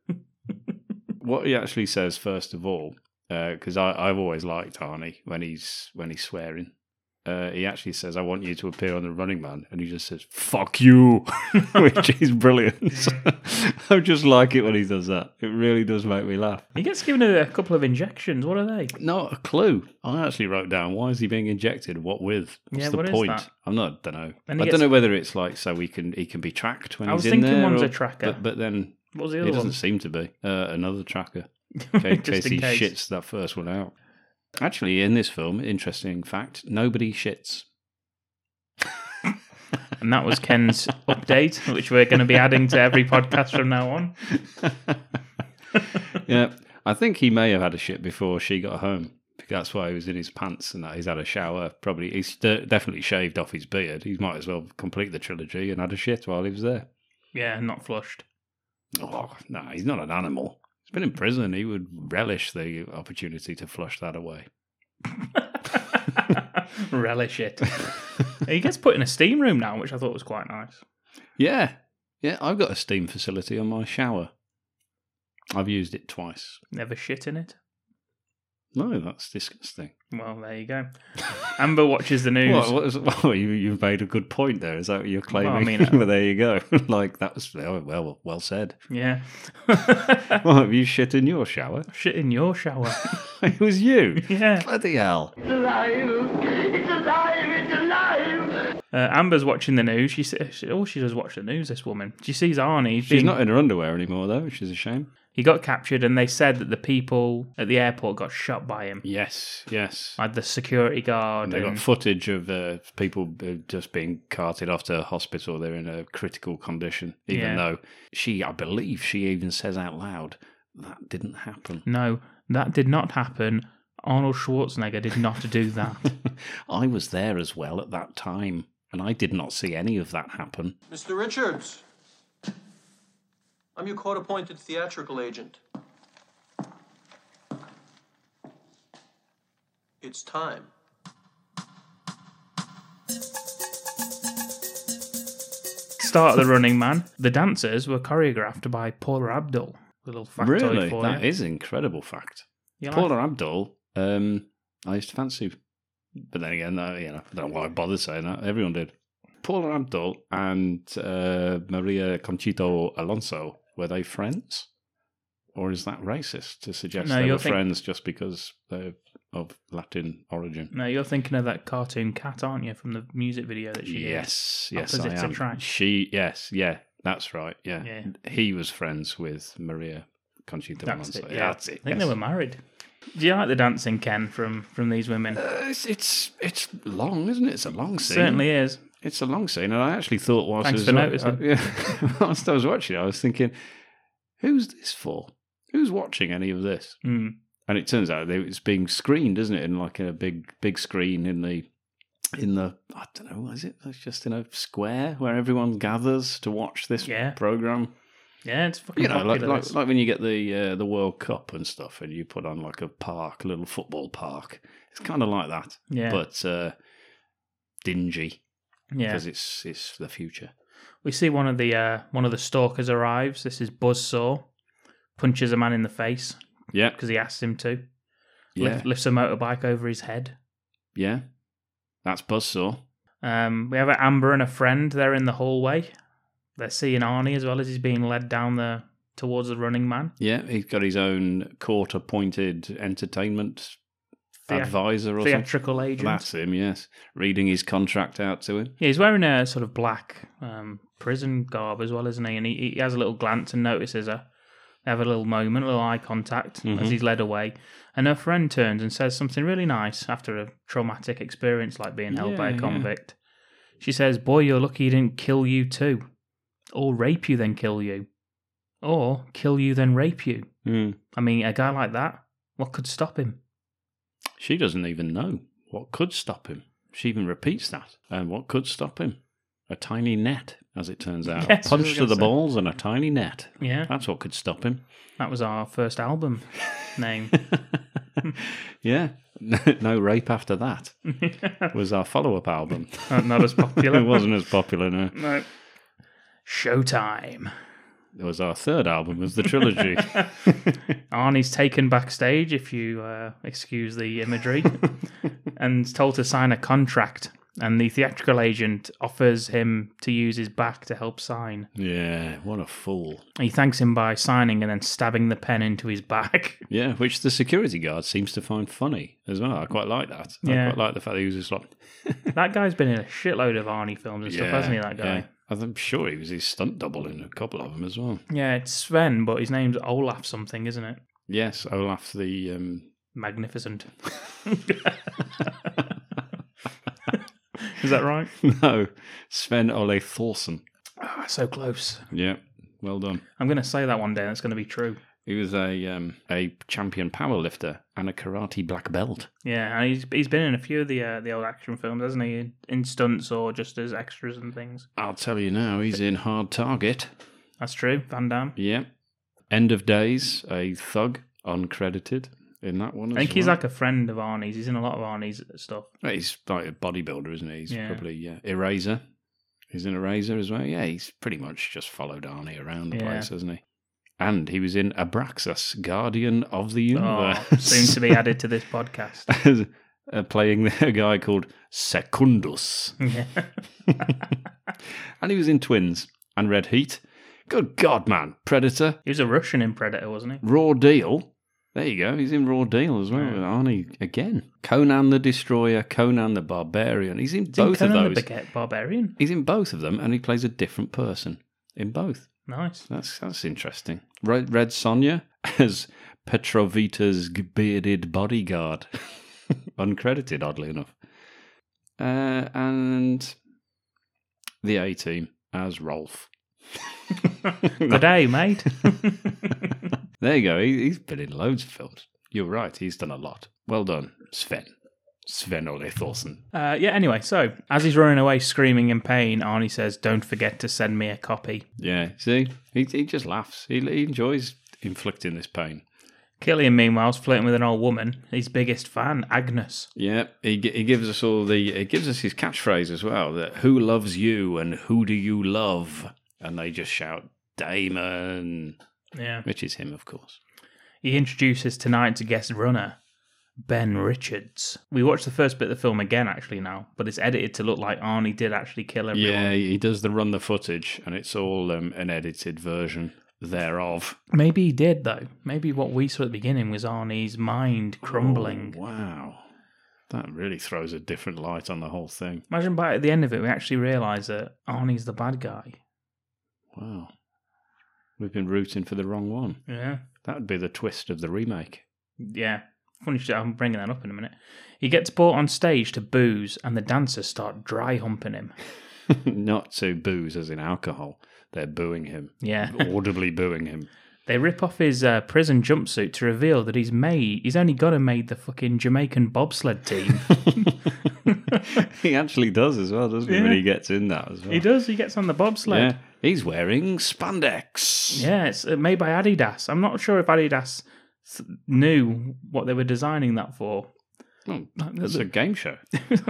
what he actually says first of all, because I I've always liked Arnie when he's when he's swearing. Uh, he actually says, "I want you to appear on the Running Man," and he just says, "Fuck you," which is brilliant. I just like it when he does that. It really does make me laugh.
He gets given a, a couple of injections. What are they?
Not a clue. I actually wrote down why is he being injected? What with? What's
Yeah,
the
what is
point?
that?
I'm not. Don't know. I
And he
don't
gets-
know whether it's like so he can he can be tracked when
I
he's
was
in
thinking
there.
one's a
or-
tracker.
but, but then
What was the
it
other
doesn't
one?
seem to be uh, another tracker. Okay, in case
Just in
he
case.
shits that first one out. Actually, in this film, interesting fact: nobody shits.
And that was Ken's update, which we're going to be adding to every podcast from now on.
Yeah, I think he may have had a shit before she got home. That's why he was in his pants and that he's had a shower. Probably he's de- definitely shaved off his beard. He might as well complete the trilogy and had a shit while he was there.
Yeah, not flushed.
Oh no, he's not an animal. He's been in prison. He would relish the opportunity to flush that away.
Relish it. he gets put in a steam room now, which I thought was quite nice.
Yeah. Yeah, I've got a steam facility on my shower. I've used it twice.
Never shit in it.
No, that's disgusting.
Well, there you go. Amber watches the news.
What, what is, well, you, you've made a good point there. Is that what you're claiming?
I mean, uh,
well, there you go. like, that was oh, well well said.
Yeah.
Well, have you shit in your shower?
shit in your shower.
it was you.
yeah.
Bloody hell.
It's alive. It's alive. It's alive.
Uh, Amber's watching the news. She, se- she all she does is watch the news. This woman. She sees Arnie.
She's
being-
not in her underwear anymore, though, which is a shame.
He got captured, and they said that the people at the airport got shot by him.
Yes, yes.
Like the security guard.
And they got
and-
footage of uh, people uh, just being carted off to a hospital. They're in a critical condition, even
Yeah.
though she, I believe, she even says out loud that didn't happen.
no, that did not happen. Arnold Schwarzenegger did not do that.
I was there as well at that time, and I did not see any of that happen.
Mr. Richards. I'm your court appointed theatrical agent. It's time.
Start of the Running Man. The dancers were choreographed by Paula Abdul. A little factoid for
that
you.
is an incredible fact.
You like-
Paula Abdul, um, I used to fancy, but then again, uh, you know, I don't know why I bothered saying that. Everyone did. Paula Abdul and uh, Maria Conchito Alonso were they friends, or is that racist to suggest
No,
they
you're
were
think-
friends just because they're of Latin origin?
No, you're thinking of that cartoon cat, aren't you, from the music video that she did?
Yes, yes, I
Opposites
am.
attract.
She, yes, yeah, that's right. Yeah.
Yeah.
he was friends with Maria Conchita
That's
Alonso.
it. Yeah,
that's it.
I think
yes.
they were married. Do you like the dancing, Ken, from from these women?
Uh, it's, it's it's long, isn't it? It's a long scene.
Certainly is.
It's a long scene, and I actually thought whilst
Thanks
I
for
was,
noticing.
I- yeah, whilst I was watching, it, I was thinking, who's this for? Who's watching any of this?
Mm.
And it turns out that it's being screened, isn't it? In like a big big screen in the in the I don't know, what is it? It's just in a square where everyone gathers to watch this
Yeah.
program.
Yeah, it's fucking
You know, like,
popular.
like
this.
like when you get the uh, the World Cup and stuff, and you put on like a park, a little football park. It's kind of like that,
Yeah.
but uh, dingy
yeah.
because it's it's the future.
We see one of the uh, one of the stalkers arrives. This is Buzzsaw. Punches a man in the face
Yeah,
because he asks him to.
yeah,
Lif- lifts a motorbike over his head.
yeah. That's Buzzsaw.
Um, we have a Amber and a friend. They're in the hallway. They're seeing Arnie as well as he's being led down the towards the running man.
Yeah, he's got his own court-appointed entertainment
Thea-
advisor or something.
Theatrical agent.
That's him. Yes, reading his contract out to him.
Yeah, he's wearing a sort of black um, prison garb as well, isn't he? And he, he has a little glance and notices her. They have a little moment, a little eye contact
Mm-hmm.
as he's led away. And her friend turns and says something really nice after a traumatic experience like being held by
Yeah,
a
yeah.
convict. She says, Boy, you're lucky he didn't kill you too. Or rape you, then kill you. Or kill you, then rape you.
Hmm.
I mean, a guy like that, what could stop him?
She doesn't even know what could stop him. She even repeats that. And what could stop him? A tiny net, as it turns out.
Yes, I was
Punch to
gonna
the
say.
balls and a tiny net.
Yeah.
That's what could stop him.
That was our first album name.
yeah, no rape after that was our follow-up album.
Uh, not as popular.
it wasn't as popular. No.
No. Showtime.
It was our third album of the trilogy.
Arnie's taken backstage, if you uh, excuse the imagery, and told to sign a contract. And the theatrical agent offers him to use his back to help sign.
yeah, what a fool.
He thanks him by signing and then stabbing the pen into his back.
Yeah, which the security guard seems to find funny as well. I quite like that.
Yeah.
I quite like the fact that he was just like,
that guy's been in a shitload of Arnie films and stuff, hasn't he? That guy.
yeah. I'm sure he was his stunt double in a couple of them as well.
Yeah. it's Sven, but his name's Olaf something, isn't it?
Yes, Olaf the um,
Magnificent. Is that right?
no Sven Ole Thorson.
Ah, so close.
Yeah, well done.
I'm going to say that one day. and It's going to be true.
He was a um, a champion powerlifter and a karate black belt.
Yeah, and he's he's been in a few of the uh, the old action films, hasn't he? In- In stunts or just as extras and things.
I'll tell you now, he's in Hard Target.
That's true. Van Damme.
Yeah, End of Days, a thug, uncredited in that one.
I
as
think he's
well.
like a friend of Arnie's. He's in a lot of Arnie's stuff.
Well, He's like a bodybuilder, isn't he? He's
Yeah.
probably yeah. Eraser. He's in Eraser as well. Yeah, he's pretty much just followed Arnie around the
Yeah.
place, hasn't he? And he was in Abraxas, Guardian of the
Oh,
Universe.
soon to be added to this podcast.
uh, playing a guy called Secundus.
Yeah.
and he was in Twins and Red Heat. Good God, man. Predator.
He was a Russian in Predator, wasn't he?
Raw Deal. There you go. He's in Raw Deal as well. with Arnie again. Conan the Destroyer, Conan the Barbarian. He's in
Is he
both
Conan
of
the
those.
Baguette Barbarian.
He's in both of them, and he plays a different person in both.
Nice.
That's that's interesting. Red, Red Sonia as Petrovita's g- bearded bodyguard, uncredited, oddly enough, uh, and the A Team as Rolf.
Good day, mate.
There you go. He, he's been in loads of films. You're right. He's done a lot. Well done, Sven. Sven Ole Thorsen.
Uh, yeah, anyway, so as he's running away screaming in pain, Arnie says, Don't forget to send me a copy.
Yeah. See, he he just laughs. He, he enjoys inflicting this pain.
Killian, meanwhile's flirting with an old woman, his biggest fan, Agnes.
Yeah, he, gi- he gives us all the he gives us his catchphrase as well that who loves you and who do you love and they just shout Damon,
Yeah.
which is him of course.
He introduces tonight to guest runner, Ben Richards. We watched the first bit of the film again, actually, now, but it's edited to look like Arnie did actually kill everyone.
Yeah, he does the run the footage and it's all um, an edited version thereof.
Maybe he did, though. Maybe what we saw at the beginning was Arnie's mind crumbling.
Oh, wow, that really throws a different light on the whole thing.
Imagine by at the end of it, we actually realise that Arnie's the bad guy.
Wow, we've been rooting for the wrong one.
Yeah.
That would be the twist of the remake.
Yeah. Funny shit, I'm bringing that up in a minute. He gets brought on stage to booze, and the dancers start dry humping him.
Not to booze as in alcohol. They're booing him.
Yeah.
audibly booing him.
They rip off his uh, prison jumpsuit to reveal that he's made. He's only got to made the fucking Jamaican bobsled team.
He actually does as well, doesn't he? When
Yeah.
he gets in that as well.
he does. He gets on the
Yeah.
bobsled.
He's wearing spandex.
Yeah, it's uh, made by Adidas. I'm not sure if Adidas th- knew what they were designing that for.
Oh, that's a game show.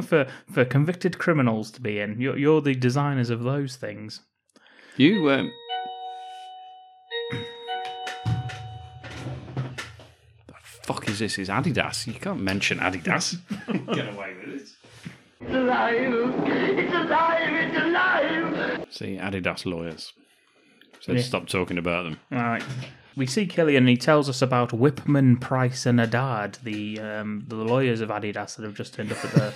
for for convicted criminals to be in. You're you're the designers of those things.
You um The fuck is this? Is Adidas. You can't mention Adidas. Get away with it.
It's alive! It's alive! It's alive!
See, Adidas lawyers. So stop talking about them.
All right. We see Killian and he tells us about Whipman, Price, and Adad, the um, the lawyers of Adidas that have just turned up at the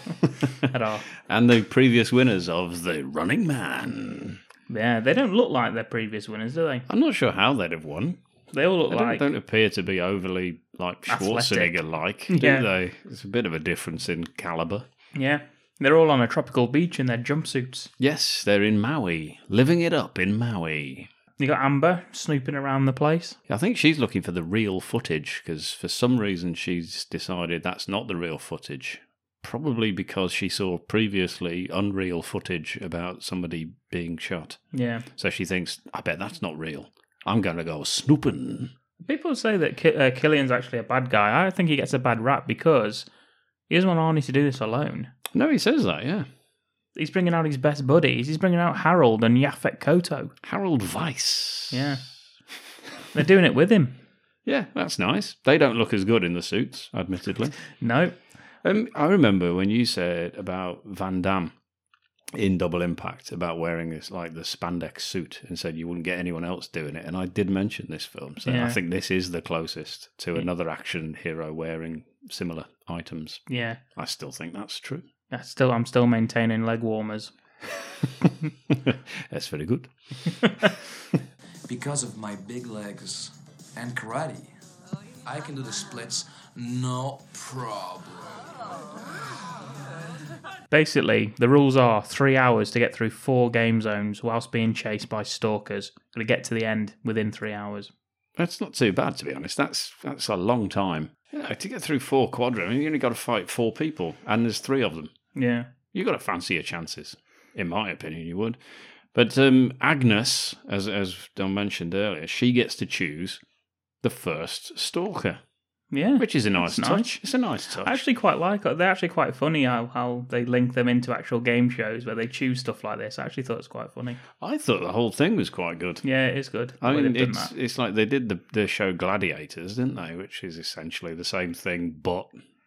at our.
And the previous winners of the Running Man.
Yeah, they don't look like their previous winners, do they?
I'm not sure how they'd have won.
They all look
They don't,
like
don't appear to be overly like
Athletic.
Schwarzenegger like,
Yeah.
do they? It's a bit of a difference in caliber.
yeah. They're all on a tropical beach in their jumpsuits.
Yes, they're in Maui, living it up in Maui.
You got Amber snooping around the place.
I think she's looking for the real footage because for some reason she's decided that's not the real footage. Probably because she saw previously unreal footage about somebody being shot.
Yeah.
So she thinks, I bet that's not real. I'm going to go snooping.
People say that Ki- uh, Killian's actually a bad guy. I think he gets a bad rap because he doesn't want Arnie to do this alone.
No, he says that, yeah.
He's bringing out his best buddies. He's bringing out Harold and Yafet Koto.
Harold Weiss.
Yeah. They're doing it with him.
Yeah, that's nice. They don't look as good in the suits, admittedly.
no.
Um, I remember when you said about Van Damme in Double Impact about wearing this like the spandex suit and said you wouldn't get anyone else doing it. And I did mention this film, so
Yeah.
I think this is the closest to another action hero wearing similar items.
Yeah.
I still think that's true.
I still, I'm still maintaining leg warmers.
That's very good.
Because of my big legs and karate, I can do the splits no problem.
Basically, the rules are three hours to get through four game zones whilst being chased by stalkers. Got to get to the end within three hours.
That's not too bad, to be honest. That's that's a long time. You know, to get through four quadra, I mean, you only got to fight four people, and there's three of them.
Yeah.
you got to fancy your chances, in my opinion. You would, but um, Agnes, as as Don mentioned earlier, she gets to choose the first stalker.
Yeah,
which is a nice
It's nice.
touch. It's a nice touch.
I actually quite like it. They're actually quite funny how, how they link them into actual game shows where they choose stuff like this. I actually thought it's quite funny.
I thought the whole thing was quite good.
Yeah, it is good. the
I
way
mean,
they've done
it's it's like they did the the show Gladiators, didn't they? Which is essentially the same thing, but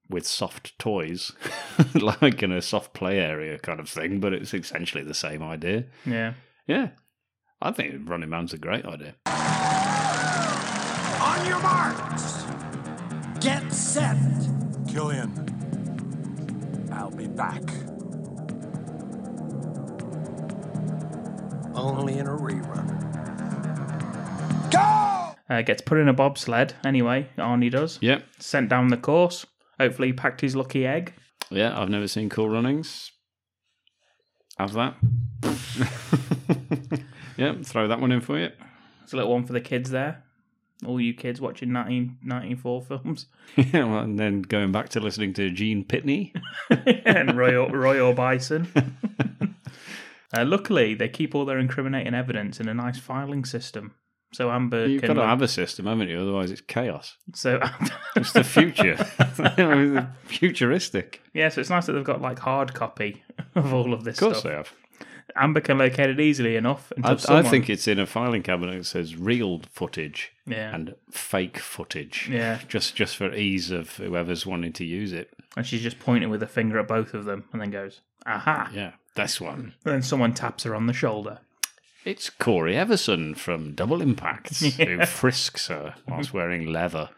with soft toys, like in a soft play area kind of thing. But it's essentially the same idea.
that. Yeah.
Yeah, I think Running Man's a great idea.
On your marks. Get set.
Killian,
I'll be back.
Only in a rerun.
Uh, gets put in a bobsled anyway, Arnie does.
Yep.
Sent down the course. Hopefully, he packed his lucky egg.
Yeah, I've never seen Cool Runnings. Have that. yep, throw that one in for you.
It's a little one for the kids there. All you kids watching 1994 films.
yeah, well, and then going back to listening to Gene Pitney.
and Roy, Roy Orbison. uh, luckily, they keep all their incriminating evidence in a nice filing system. So Amber
You've
can.
got to have a system, haven't you? Otherwise, it's chaos.
so
It's the future. Futuristic.
Yeah, so it's nice that they've got like hard copy of all of this
Of course
stuff.
they have.
Amber can locate it easily enough. Until
I, I
someone-
think it's in a filing cabinet that says real footage
Yeah.
and fake footage.
Yeah.
Just just for ease of whoever's wanting to use it.
And she's just pointing with her finger at both of them and then goes, aha.
Yeah, this one.
And then someone taps her on the shoulder.
It's Corey Everson from Double Impact who frisks her whilst wearing leather.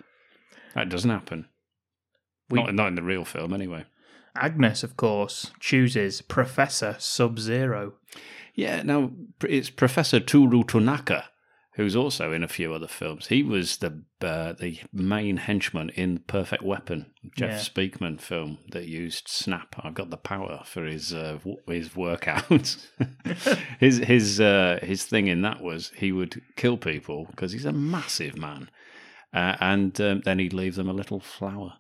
That doesn't happen.
We-
not, not in the real film, anyway.
Agnes, of course, chooses Professor Sub Zero.
Yeah, now pr- it's Professor Toru Tanaka, who's also in a few other films. He was the uh, the main henchman in Perfect Weapon, Jeff
Yeah.
Speakman film that used Snap. I've got the power for his uh, w- his workout. his his uh, his thing in that was he would kill people because he's a massive man, uh, and um, then he'd leave them a little flower.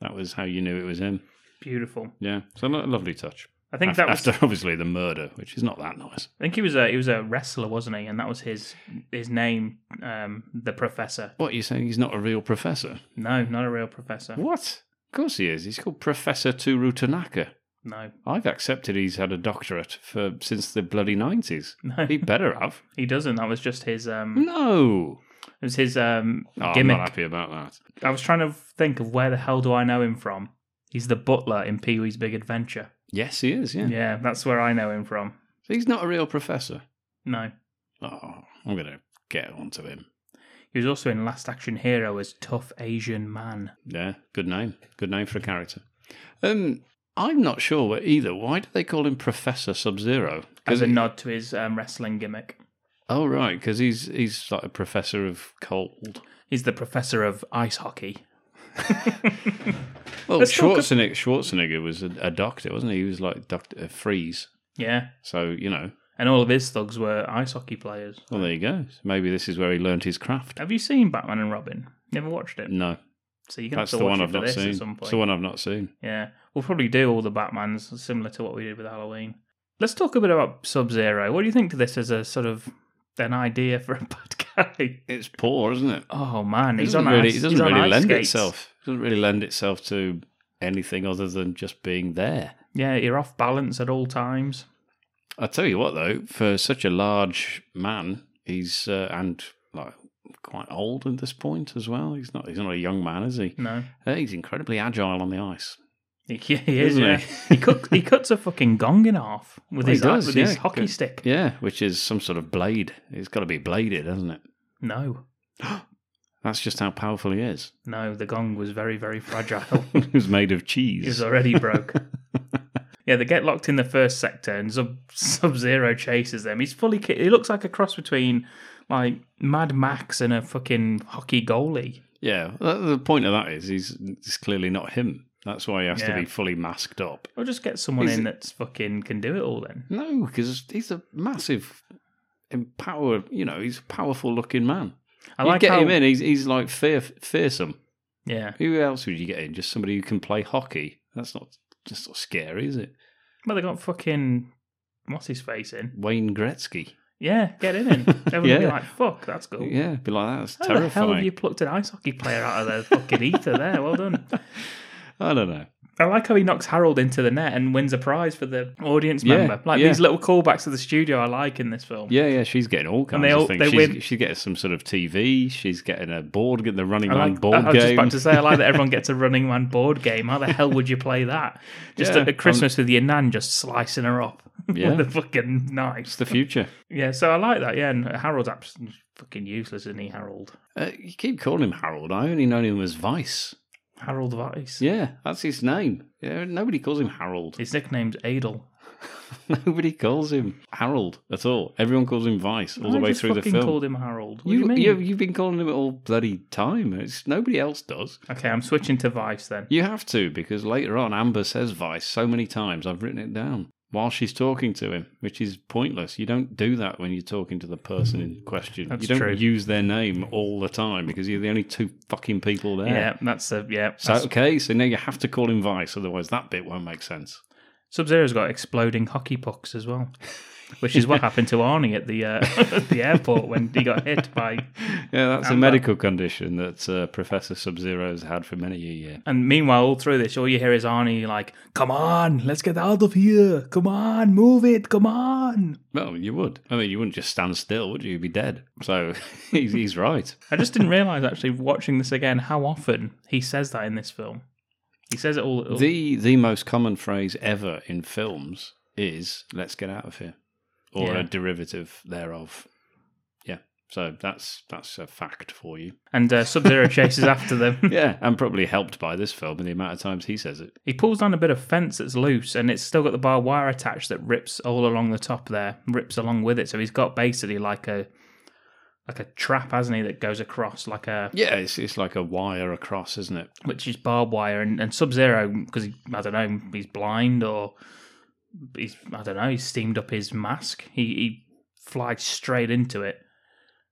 That was how you knew it was him.
Beautiful.
Yeah, so lo- lovely touch.
I think
Af-
that was-
after obviously the murder, which is not that nice.
I think he was a he was a wrestler, wasn't he? And that was his his name, um, the Professor.
What, you're saying he's not a real professor?
No, not a real professor.
What? Of course he is. He's called Professor Toru Tanaka.
No,
I've accepted he's had a doctorate for since the bloody 90s.
No.
He better have.
he doesn't. That was just his
Hmm?
um,
No.
it was his um
Oh, I'm
gimmick.
not happy about that.
I was trying to think of where the hell do I know him from. He's the butler in Pee Wee's Big Adventure.
Yes, he is, yeah.
Yeah, that's where I know him from.
So he's not a real professor.
No.
Oh, I'm going to get onto him.
He was also in Last Action Hero as Tough Asian Man.
Yeah, good name. Good name for a character. Um, I'm not sure what either. Why do they call him Professor Sub Zero?
As a nod to his um, wrestling gimmick.
Oh, right, because he's, he's like a professor of cold.
He's the professor of ice hockey.
Well,
Let's talk ab-
Schwarzenegger, Schwarzenegger was a, a doctor, wasn't he? He was like Doctor uh, Freeze.
Yeah.
So you know,
And all of his thugs were ice hockey players.
well, there you go. So maybe this is where he learnt his craft.
Have you seen Batman and Robin? Never watched it.
No,
So you can have
Mm. that's
to
the
watch
one
it
I've
for
not
this
seen.
at some
It's
point.
the one I've not seen.
Yeah. We'll probably do all the Batmans similar to what we did with Halloween. Let's talk a bit about Sub Zero. What do you think to this as a sort of an idea for a podcast? guy.
It's poor, isn't it?
Oh man,
It
he's
doesn't
on
really,
ice.
It doesn't
he's on
really
ice
lend
skates.
itself. It doesn't really lend itself to anything other than just being there.
Yeah, you're off balance at all times.
I tell you what, though, for such a large man, he's uh, and like quite old at this point as well. He's not. He's not a young man, is he?
No.
Uh, he's incredibly agile on the ice.
Yeah, he is.
Isn't
Yeah.
he?
He, cut, he cuts a fucking gong in half with
Well,
his uh,
he does,
with
yeah.
his hockey
Good.
stick.
Yeah, which is some sort of blade. It's got to be bladed, hasn't it?
No,
That's just how powerful he is.
no, the gong was very, very fragile.
it was made of cheese.
It was already broke. yeah, they get locked in the first sector, and Sub Sub Zero chases them. He's fully. ki- He looks like a cross between like Mad Max and a fucking hockey goalie.
Yeah, th- the point of that is he's it's clearly not him. That's why he has
Yeah.
to be fully masked up.
Or just get someone
He's-
in that's fucking can do it all. Then
No, because he's a massive, empowered. You know, he's a powerful looking man.
I
I
like
like you get
how-
him in. He's he's like fear, fearsome.
Yeah.
Who else would you get in? Just somebody who can play hockey. That's not just not scary, is it?
Well, they got fucking what's his face in.
Wayne Gretzky.
Yeah, get him in. Everyone would be
Yeah.
like, "Fuck, that's cool."
Yeah, be like that. That's
How
terrifying.
the hell have you plucked an ice hockey player out of the fucking ether there? Well done.
I don't know.
I like how he knocks Harold into the net and wins a prize for the audience
Yeah,
member. Like
yeah.
these little callbacks to the studio, I like in this film.
Yeah, yeah, she's getting all kinds
they all-
of things.
they
she's,
win-
she's getting some sort of TV. She's getting a board, getting the running
I,
man
like,
board
I was
game.
just about to say, I like that everyone gets a Running Man board game. How the hell would you play that? Just
Yeah, um,
at Christmas with your nan just slicing her up
Yeah.
with a fucking knife.
it's the future.
Yeah, so I like that. Yeah, and Harold's absolutely fucking useless, isn't he, Harold?
Uh, you keep calling him Harold. I only known him as Vice.
Harold Weiss.
Yeah, that's his name. Yeah, nobody calls him Harold.
His nickname's Adel.
Nobody calls him Harold at all. Everyone calls him Vice all the
I
way
just
through the
fucking
film.
called him Harold. What
you,
do you mean?
you you've been calling him it all bloody time. It's nobody else does.
Okay, I'm switching to Vice then.
You have to because later on Amber says Vice so many times. I've written it down while she's talking to him, which is pointless. You don't do that when you're talking to the person in question.
That's
you don't
true.
use their name all the time because you're the only two fucking people there.
Yeah, that's a yeah.
So okay, so now you have to call him Vice, otherwise that bit won't make sense.
Sub Zero's got exploding hockey pucks as well, which is what happened to Arnie at the uh, at the airport when he got hit by.
Yeah, that's
Amber.
a medical condition that uh, Professor Sub Zero's had for many a year.
And meanwhile, all through this, all you hear is Arnie like, "Come on, let's get out of here! Come on, move it! Come on!"
Well, you would. I mean, you wouldn't just stand still, would you? You'd be dead. So he's, he's right.
I just didn't realize actually watching this again how often he says that in this film. He says it all. all-
The the most common phrase ever in films is "Let's get out of here," or
Yeah.
a derivative thereof. Yeah. So that's that's a fact for you.
and uh, Sub Zero chases after them.
Yeah, and probably helped by this film and the amount of times he says it.
He pulls down a bit of fence that's loose, and it's still got the barbed wire attached that rips all along the top there, rips along with it. So he's got basically like a like a trap, hasn't he, that goes across like a
Yeah, it's it's like a wire across, isn't it?
which is barbed wire, and, and Sub Zero because he, I don't know he's blind or he's I don't know he's steamed up his mask. He he flies straight into it,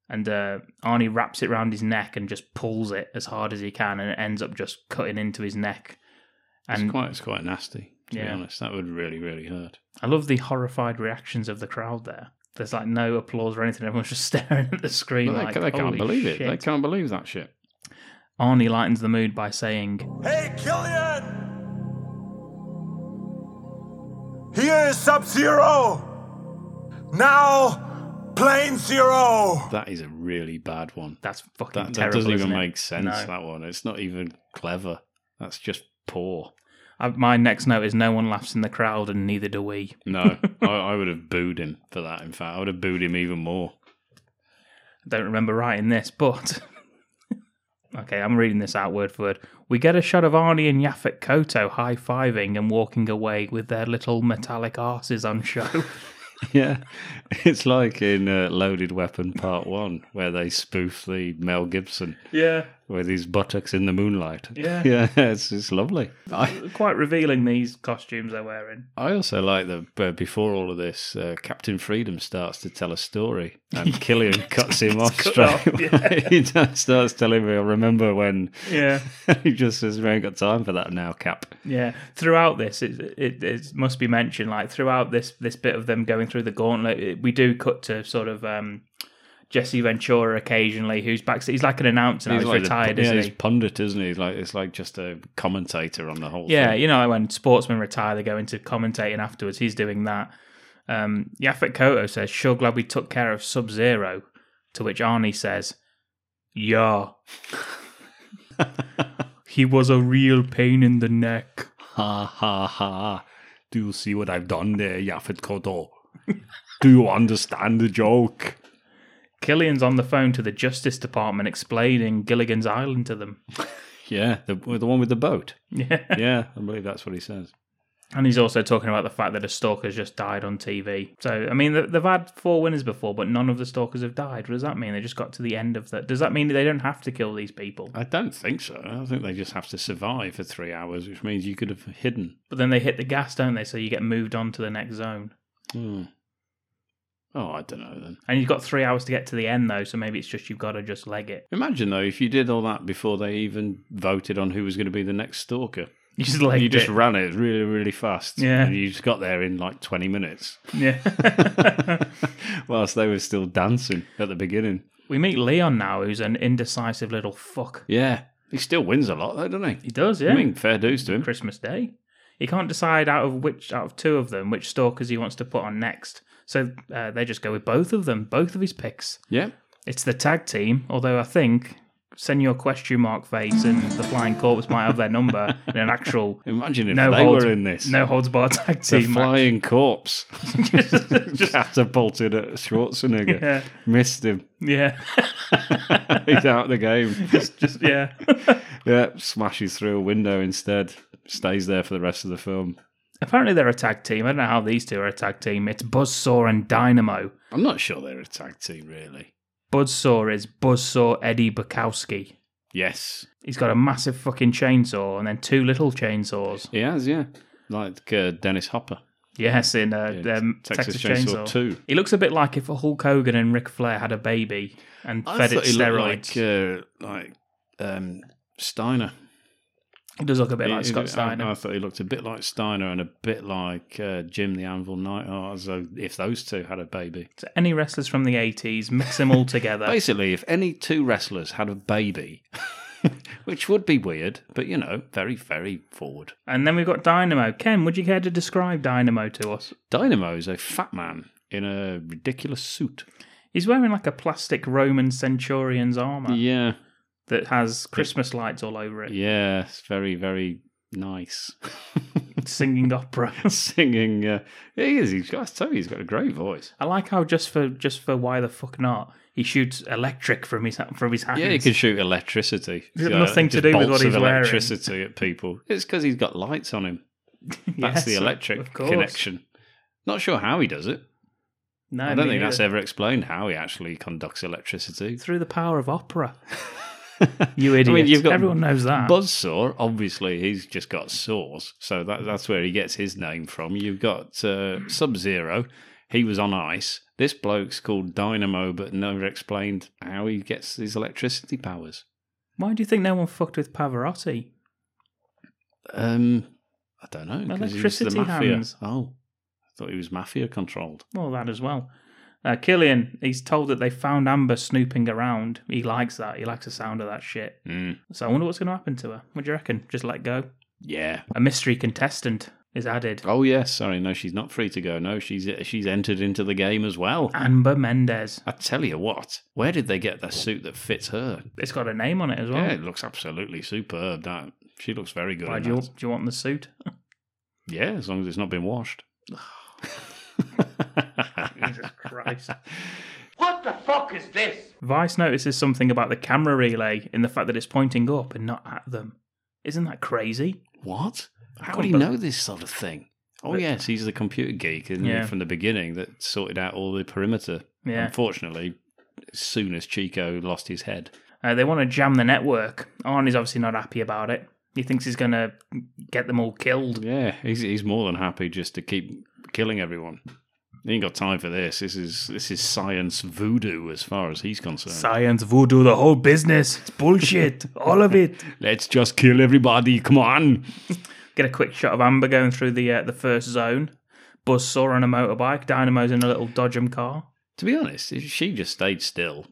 and uh, Arnie wraps it around his neck and just pulls it as hard as he can, and it ends up just cutting into his neck.
it's quite it's quite nasty. To be
Yeah.
honest, that would really really hurt.
I love the horrified reactions of the crowd there. There's like no applause or anything. Everyone's just staring at the screen.
Well, they,
like,
they can't
"Holy
believe it.
shit."
They can't believe that shit.
Arnie lightens the mood by saying,
Hey, Killian! Here is Sub Zero! Now, Plane Zero!
That is a really bad one.
"That's fucking terrible."
That, that doesn't even
isn't it?"
make sense.
No.
That one. It's not even clever. That's just poor.
I, my next note is, "No one laughs in the crowd, and neither do we."
No, I, I would have booed him for that. In fact, I would have booed him even more.
I don't remember writing this, but okay, I'm reading this out word for word. We get a shot of Arnie and Yaphet Koto high fiving and walking away with their little metallic asses on show.
Yeah, it's like in uh, Loaded Weapon Part One, where they spoof the Mel Gibson
yeah,
with his buttocks in the moonlight.
Yeah.
yeah, it's it's lovely. I,
quite revealing these costumes they're wearing.
I also like that uh, before all of this, uh, Captain Freedom starts to tell a story and Killian cuts him off
Cut
straight
off,
away. he t- starts telling me, I remember when
Yeah.
he just says, We ain't got time for that now, Cap.
Yeah, throughout this, it, it it must be mentioned. Like throughout this this bit of them going through the gauntlet, it, we do cut to sort of um, Jesse Ventura occasionally, who's back. He's like an announcer. Now. He's,
like the-
retired,
yeah,
isn't
he's
he?
pundit, isn't he? He's like it's like just a commentator on the whole.
Yeah,
thing.
you know when sportsmen retire, they go into commentating afterwards. He's doing that. Um, Yaphet Koto says, "Sure, glad we took care of Sub Zero." To which Arnie says, "Yeah, he was a real pain in the neck."
Ha ha ha! Do you see what I've done there, Yaphet Koto? Do you understand the joke?
Killian's on the phone to the Justice Department explaining Gilligan's Island to them.
Yeah, the the one with the boat.
Yeah,
yeah, I believe that's what he says.
And he's also talking about the fact that a stalker's just died on TV. So, I mean, th- they've had four winners before, but none of the stalkers have died. What does that mean? They just got to the end of that. Does that mean they don't have to kill these people?
I don't think so. I think they just have to survive for three hours, which means you could have hidden.
But then they hit the gas, don't they? So you get moved on to the next zone.
Hmm. Oh, I don't know then.
And you've got three hours to get to the end, though, so maybe it's just you've got to just leg it.
Imagine though, if you did all that before they even voted on who was going to be the next stalker,
You just legged
you just
it.
ran it really, really fast.
Yeah.
and you just got there in like twenty minutes.
Yeah.
whilst they were still dancing at the beginning.
We meet Leon now, who's an indecisive little fuck.
Yeah, he still wins a lot though, doesn't he?
He does, yeah.
I mean, fair dues to him.
Christmas Day. He can't decide out of which out of two of them which stalkers he wants to put on next. So uh, they just go with both of them, both of his picks.
Yeah.
It's the tag team, although I think Senor Question Mark Face and the Flying Corpse might have their number in an actual
Imagine if
no
they
holds,
were in this.
no holds bar tag
The
team. match.
flying corpse just catapulted at Schwarzenegger.
Yeah.
Missed him.
Yeah.
He's out the game.
Just- just- yeah.
yeah. Smashes through a window instead. Stays there for the rest of the film.
Apparently they're a tag team. I don't know how these two are a tag team. It's Buzzsaw and Dynamo.
I'm not sure they're a tag team, really.
Buzzsaw is Buzzsaw Eddie Bukowski.
Yes,
He's got a massive fucking chainsaw and then two little chainsaws.
he has. Yeah, like uh, Dennis Hopper.
Yes, in uh,
Yeah,
um,
Texas
Texas,
Chainsaw
Chainsaw.
2.
He looks a bit like if Hulk Hogan and Ric Flair had a baby and fed it
he
steroids. He,
looked like uh, like um, Steiner.
does look a bit
He- uh,
like
he
Scott
looked- I-
Steiner.
I, thought he looked a bit like Steiner and a bit like uh, Jim the Anvil Knight. Oh, as though if those two had a baby.
So any wrestlers from the 80s, mix them all together.
Basically, if any two wrestlers had a baby, which would be weird, but you know, very, very forward.
and then we've got Dynamo. Ken, would you care to describe Dynamo to us?
Dynamo is a fat man in a ridiculous suit.
He's wearing like a plastic Roman centurion's armour
Yeah.
that has Christmas lights all over it,
Yeah, it's very, very nice.
singing opera.
Singing, uh, he is. He's got, I tell you, he's got a great voice.
I like how just for just for why the fuck not, he shoots electric from his from his hands.
Yeah, he can shoot electricity.
It's got
Yeah,
nothing to
just
do with
bolts
what
of
he's wearing.
electricity at people. It's because he's got lights on him. That's
Yes,
the
of-
electric
of course.
connection. Not sure how he does it.
No,
I don't
me
think that's
neither.
ever explained how he actually conducts electricity.
through the power of opera. you idiot! Everyone knows that.
Buzzsaw, obviously, he's just got saws, so that, that's where he gets his name from. You've got uh, Sub Zero, he was on ice. This bloke's called Dynamo, but never explained how he gets his electricity powers.
Why do you think no one fucked with Pavarotti?
Um, I don't know. 'cause he was the
Electricity
mafia.
hands.
Oh, I thought he was mafia controlled.
Well, that as well. Uh, Killian, he's told that they found Amber snooping around. He likes that. He likes the sound of that shit.
Mm.
So I wonder what's going to happen to her. What do you reckon? Just let go.
Yeah.
A mystery contestant is added.
Oh yes. Sorry. No, she's not free to go. No, she's she's entered into the game as well.
Amber Mendez.
I tell you what. Where did they get the suit that fits her?
It's got a name on it as well.
Yeah, it looks absolutely superb. That she looks very good.
Why
in
do you,
that.
do you want the suit?
Yeah, as long as it's not been washed.
Jesus Christ.
What the fuck is this?
Vice notices something about the camera relay in the fact that it's pointing up and not at them. Isn't that crazy?
What? How
can't
would he
believe-
know this sort of thing? Oh
But-
yes, he's the computer geek isn't he,
Yeah.
from the beginning that sorted out all the perimeter.
Yeah.
Unfortunately, as soon as Chico lost his head.
Uh, they want to jam the network. Arnie's obviously not happy about it. He thinks he's going to get them all killed.
Yeah, he's he's more than happy just to keep killing everyone. He ain't got time for this. This is this is science voodoo as far as he's concerned.
Science, voodoo, the whole business. It's bullshit. all of it.
Let's just kill everybody. Come on.
Get a quick shot of Amber going through the uh, the first zone. Buzzsaw on a motorbike. Dynamo's in a little Dodgem car.
To be honest, if she just stayed still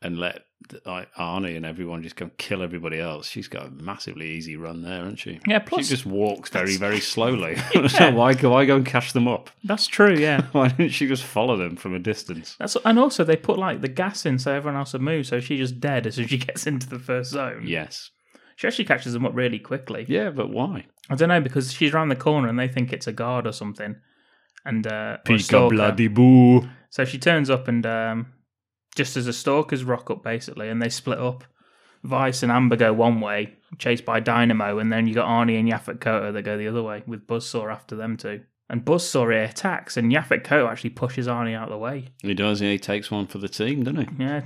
and let like, Arnie and everyone just go kill everybody else, she's got a massively easy run there, hasn't she?
Yeah, plus-
she just walks very, very slowly. so why go? Why go and cash them up?
That's true, yeah.
why didn't she just follow them from a distance?
That's and also they put like the gas in so everyone else would move, so she's just dead as soon as she gets into the first zone.
Yes.
She actually catches them up really quickly.
Yeah, but why?
I don't know because she's around the corner and they think it's a guard or something, and uh, or a
Pika
stalker.
bloody boo.
So she turns up and um, just as the stalkers rock up basically, and they split up. Vice and Amber go one way, chased by Dynamo, and then you got Arnie and Yaphet Kota that go the other way with Buzzsaw after them two. And Buzzsaw here attacks, and Yaphet Kota actually pushes Arnie out of the way.
He does. He takes one for the team, doesn't he?
Yeah,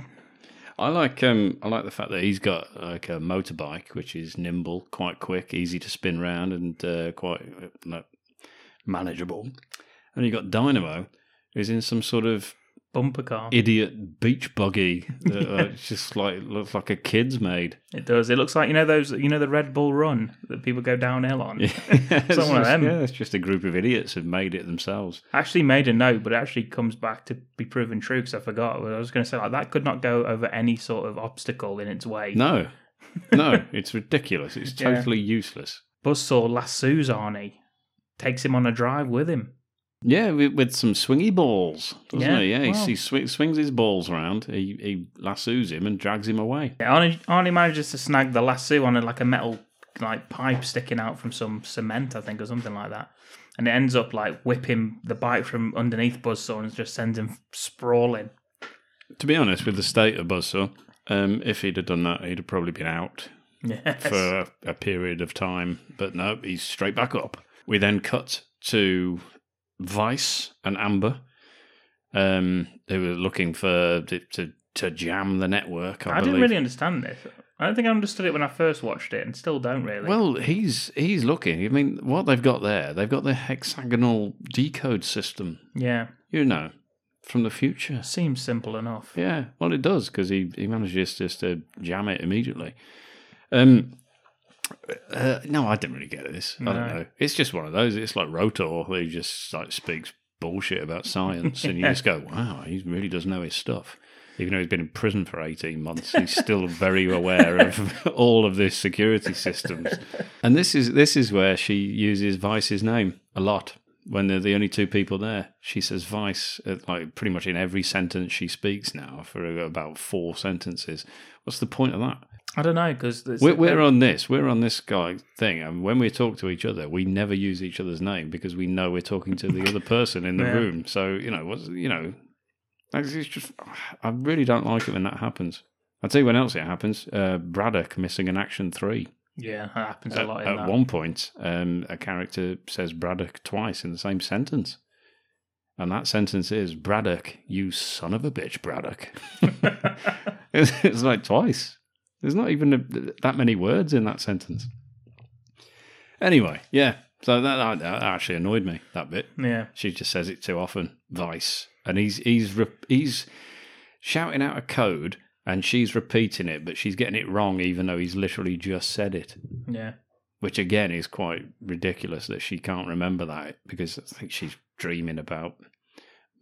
I like um I like the fact that he's got like a motorbike which is nimble, quite quick, easy to spin round, and uh, quite uh, no, manageable. And you got Dynamo, who's in some sort of
bumper car.
idiot beach buggy that uh, just like looks like a kid's made.
It does. It looks like you know those you know the Red Bull Run that people go downhill on.
Yeah, it's
Some of
just-
them.
Yeah, it's just a group of idiots who've made it themselves.
I actually made a note, but it actually comes back to be proven true because I forgot. I was going to say like that could not go over any sort of obstacle in its way.
No, no, it's ridiculous. It's
Yeah.
totally useless.
Buzzsaw lassoes Arnie, takes him on a drive with him.
Yeah, with, with some swingy balls, doesn't
Yeah,
he? Yeah, he-
well-
he swi- swings his balls around. He, he lassoes him and drags him away.
Yeah, Arnie, Arnie manages to snag the lasso on a, like a metal like pipe sticking out from some cement, I think, or something like that. And it ends up like whipping the bike from underneath Buzzsaw and just sends him sprawling.
To be honest, with the state of Buzzsaw, um, if he'd have done that, he'd have probably been out
Yes.
for a, a period of time. But no, he's straight back up. We then cut to Vice and Amber, um, who were looking for to, to, to jam the network. I,
I, didn't
believe.
really understand this. I don't think I understood it when I first watched it, and still don't really.
Well, he's he's looking. I mean, what they've got there, they've got the hexagonal decode system.
yeah,
You know, from the future.
seems simple enough.
Yeah, well, it does because he he manages just to jam it immediately. Um, uh, no, I didn't really get this. I
No.
don't know. It's just one of those. It's like Rotor, where he just like speaks bullshit about science, and you
Yeah.
just go, "Wow, he really does know his stuff." Even though he's been in prison for eighteen months, he's still very aware of all of this security systems. And this is this is where she uses Vice's name a lot when they're the only two people there. She says Vice uh, like pretty much in every sentence she speaks now for about four sentences. What's the point of that?
I don't know because
We're, we're on this. We're on this guy thing, and when we talk to each other, we never use each other's name because we know we're talking to the other person in the
Yeah.
room. So you know what's you know, that's- it's just I really don't like it when that happens. I'll tell you when else it happens. Uh, Braddock missing an action three.
yeah, that happens a
At,
lot in
at
that.
one point, um, a character says Braddock twice in the same sentence. And that sentence is Braddock, you son of a bitch, Braddock. it's, it's like twice. There's not even a, that many words in that sentence. Anyway, yeah. So that, that, that actually annoyed me that bit.
Yeah.
She just says it too often. Vice, and he's he's re- he's shouting out a code, and she's repeating it, but she's getting it wrong, even though he's literally just said it
Yeah,
which again is quite ridiculous that she can't remember that because I think she's dreaming about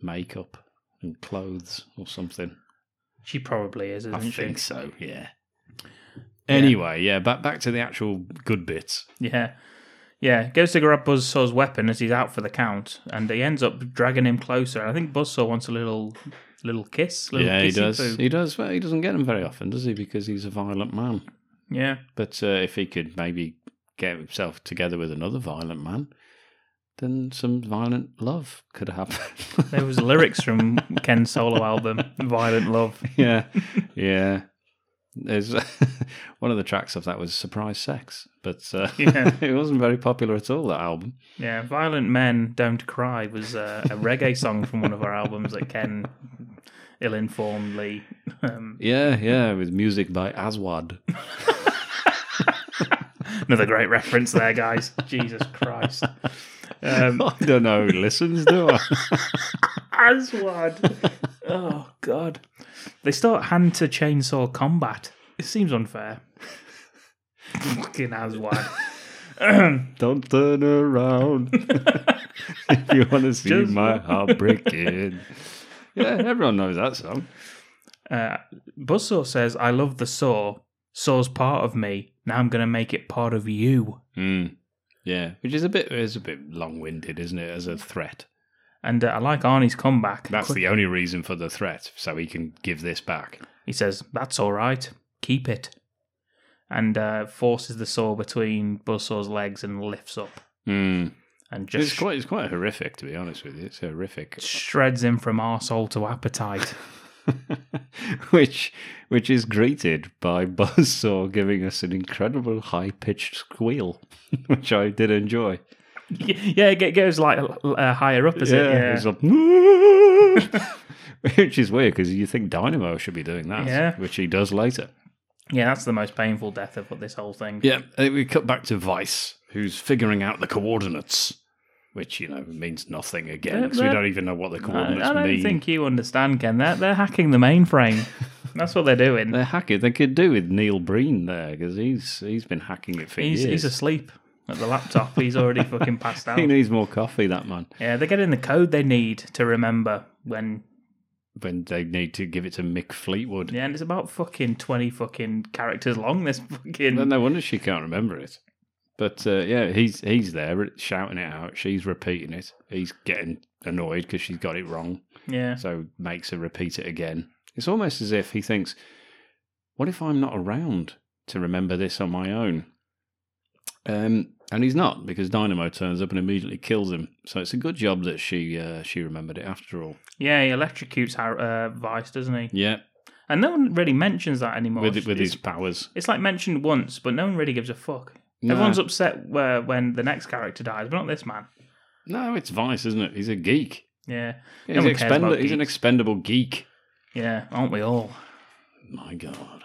makeup and clothes or something.
she probably is, isn't
I
she?
think so. Yeah. Anyway, yeah, back back to the actual good bits.
Yeah. Yeah, goes to grab Buzzsaw's weapon as he's out for the count, and he ends up dragging him closer. I think Buzzsaw wants a little, little kiss. Little
yeah, he
kissy
does.
poo.
He does. Well, he doesn't get them very often, does he? Because he's a violent man.
Yeah,
But uh, if he could maybe get himself together with another violent man, then some violent love could happen.
there was lyrics from Ken's solo album, "Violent Love."
yeah, yeah. There's one of the tracks of that was "Surprise Sex," but uh,
Yeah.
it wasn't very popular at all. That album.
Yeah, "Violent Men Don't Cry" was uh, a reggae song from one of our albums that Ken ill-informedly. Um,
Yeah, yeah, with music by Aswad.
another great reference there, guys. Jesus Christ. Um,
I don't know who listens, do I?
Aswad. Oh God. They start hand to chainsaw combat. It seems unfair. Fucking Aswad.
don't turn around if you want to see
Just-
my heart breaking. yeah, everyone knows that song.
Uh, Buzzsaw says, I love the saw. Saw's part of me. Now I'm going to make it part of you.
Mm. Yeah, which is a bit is a bit long winded, isn't it, as a threat?
And uh, I like Arnie's comeback.
That's the only reason for the threat, so he can give this back.
He says, That's all right. Keep it. And uh, forces the saw between Buzzsaw's legs and lifts up.
Mm.
And just
it's quite it's quite horrific, to be honest with you. It's horrific.
shreds him from arsehole to appetite.
which which is greeted by Buzzsaw giving us an incredible high pitched squeal, which I did enjoy.
yeah, it goes like uh, higher up, is it? Yeah.
it's like, which is weird because you think Dynamo should be doing that,
Yeah.
which he does later.
Yeah, that's the most painful death of this whole thing.
Yeah, uh, we cut back to Vice, who's figuring out the coordinates, which you know means nothing again
They're-
because we
they're-
don't even know what the
I,
coordinates
I don't
mean.
think you understand, Ken. They're, they're hacking the mainframe. that's what they're doing.
They're hacking. They could do with Neil Breen there because he's he's been hacking it for
He's,
years.
he's asleep at the laptop. He's already fucking passed out.
he needs more coffee, that man.
Yeah, they're getting the code they need to remember when.
When they need to give it to Mick Fleetwood.
Yeah, and it's about fucking 20 fucking characters long, this fucking.
Then no wonder she can't remember it. But uh, yeah, he's he's there shouting it out. She's repeating it. He's getting annoyed because she's got it wrong.
Yeah.
So makes her repeat it again. It's almost as if he thinks, "What if I'm not around to remember this on my own?" Um, and he's not because Dynamo turns up and immediately kills him. So it's a good job that she uh, she remembered it after all.
Yeah, he electrocutes Har- uh, Vice, doesn't he?
Yeah,
And no one really mentions that anymore.
with with
It's-
his powers.
It's like mentioned once, but no one really gives a fuck.
No.
Everyone's upset where, when the next character dies, but not this man.
No, it's Vice, isn't it? He's a geek.
Yeah.
He's,
No one cares
expend-
about
he's an
geeks.
expendable geek.
Yeah, aren't we all?
My God.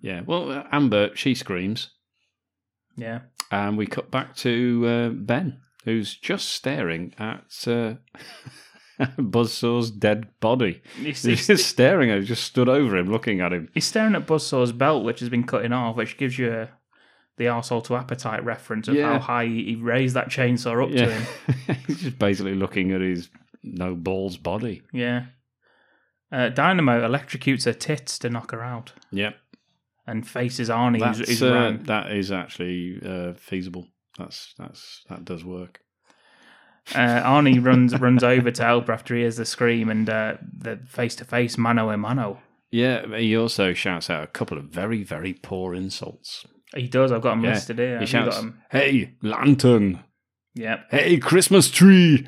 Yeah. Well, uh, Amber, she screams,
Yeah.
and we cut back to uh, Ben, who's just staring at uh, Buzzsaw's dead body.
He's-
He's, just staring at him, just stood over him, looking at him.
He's staring at Buzzsaw's belt, which has been cut in half, which gives you a, the arsehole to appetite reference of
Yeah.
how high he he raised that chainsaw up to
Yeah.
him.
He's just basically looking at his no balls body.
Yeah. Uh, Dynamo electrocutes her tits to knock her out
Yep.
and faces Arnie,
That's,
who's, who's
uh,
around.
that is actually uh, feasible. That's that's that does work.
Uh, Arnie runs runs over to help her after he hears the scream and uh, the face to face mano a mano.
Yeah, he also shouts out a couple of very, very poor insults.
He does. I've got him
Yeah,
listed here.
He
Have you got
shouts,
him?
"Hey, lantern!
Yep.
Hey, Christmas tree!"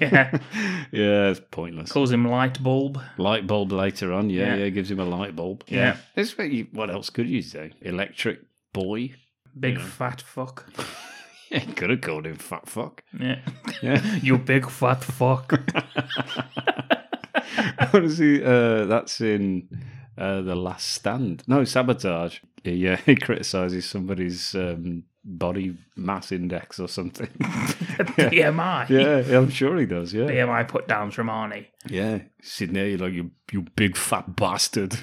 yeah.
yeah, it's pointless.
Calls him light bulb.
Light bulb later on. Yeah,
Yeah.
yeah, gives him a light bulb.
Yeah.
It's what you- what else could you say? Electric boy.
Big
Yeah.
fat fuck.
Yeah, could have called him fat fuck.
Yeah.
Yeah.
you big fat fuck.
what is he? Uh, that's in uh, the Last Stand. No, sabotage. He, uh, he criticizes somebody's um, body mass index or something.
BMI.
yeah, I'm sure he does. Yeah,
BMI put downs from Arnie.
yeah. Sitting there, you're like you, you big fat bastard.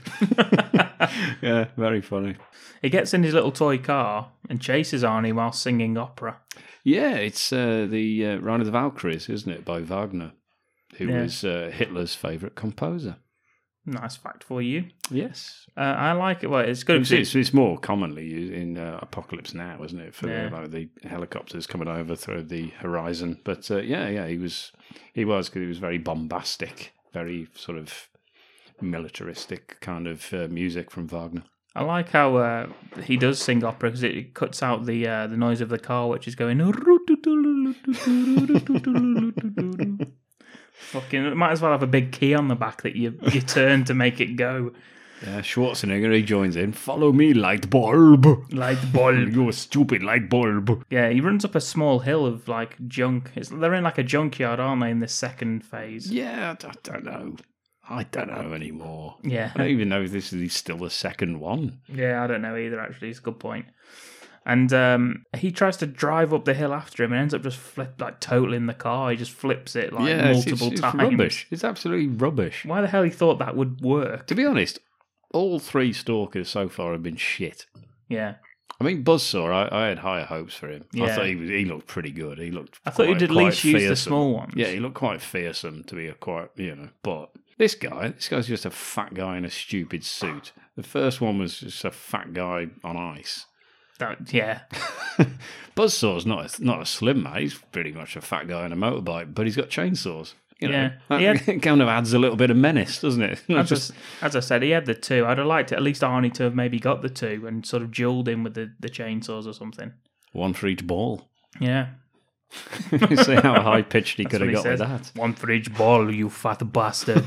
yeah, very funny.
He gets in his little toy car and chases Arnie while singing opera.
Yeah, it's uh, the uh, Ride of the Valkyries, isn't it, by Wagner, who
Yeah.
was uh, Hitler's favorite composer.
Nice fact for you.
Yes.
Uh, I like it. Well, it's good.
It's, it's, it's more commonly used in uh, Apocalypse Now, isn't it? For
Yeah.
like the helicopters coming over through the horizon. But uh, yeah, yeah, he was he was because he was very bombastic, very sort of militaristic kind of uh, music from Wagner.
I like how uh, he does sing opera because it cuts out the uh, the noise of the car, which is going. Fucking might as well have a big key on the back that you you turn to make it go
Uh, Schwarzenegger he joins in. Follow me, light bulb.
like the ball.
You stupid light bulb.
Yeah, he runs up a small hill of like junk. It's, they're in like a junkyard, aren't they? In this second phase.
Yeah, I, I don't know. I don't know anymore.
Yeah.
I don't even know if this is still the second one.
Yeah, I don't know either. Actually, it's a good point. And um, he tries to drive up the hill after him and ends up just flip like totaling the car. He just flips it like
yeah, it's-
multiple
it's, it's
times.
rubbish. It's absolutely rubbish.
Why the hell he thought that would work?
To be honest, all three stalkers so far have been shit.
Yeah,
I mean, Buzzsaw, I, I had higher hopes for him. I
Yeah.
thought he was, he looked pretty good. He looked.
I thought he'd
quite-
at least
quite
use the
fearsome.
small ones.
Yeah, he looked quite fearsome to be a quite you know. But this guy, this guy's just a fat guy in a stupid suit. The first one was just a fat guy on ice.
That, yeah.
Buzzsaw's not a, not a slim man. He's pretty much a fat guy on a motorbike, but he's got chainsaws. You know,
Yeah.
that
He had-
kind of adds a little bit of menace, doesn't it? Not
As, I, as I said, he had the two. I'd have liked at least Arnie to have maybe got the two and sort of duelled him with the, the chainsaws or something.
one for each ball.
Yeah.
See how high pitched he
That's
could
what
have got with
says.
that.
One for each ball, you fat bastard.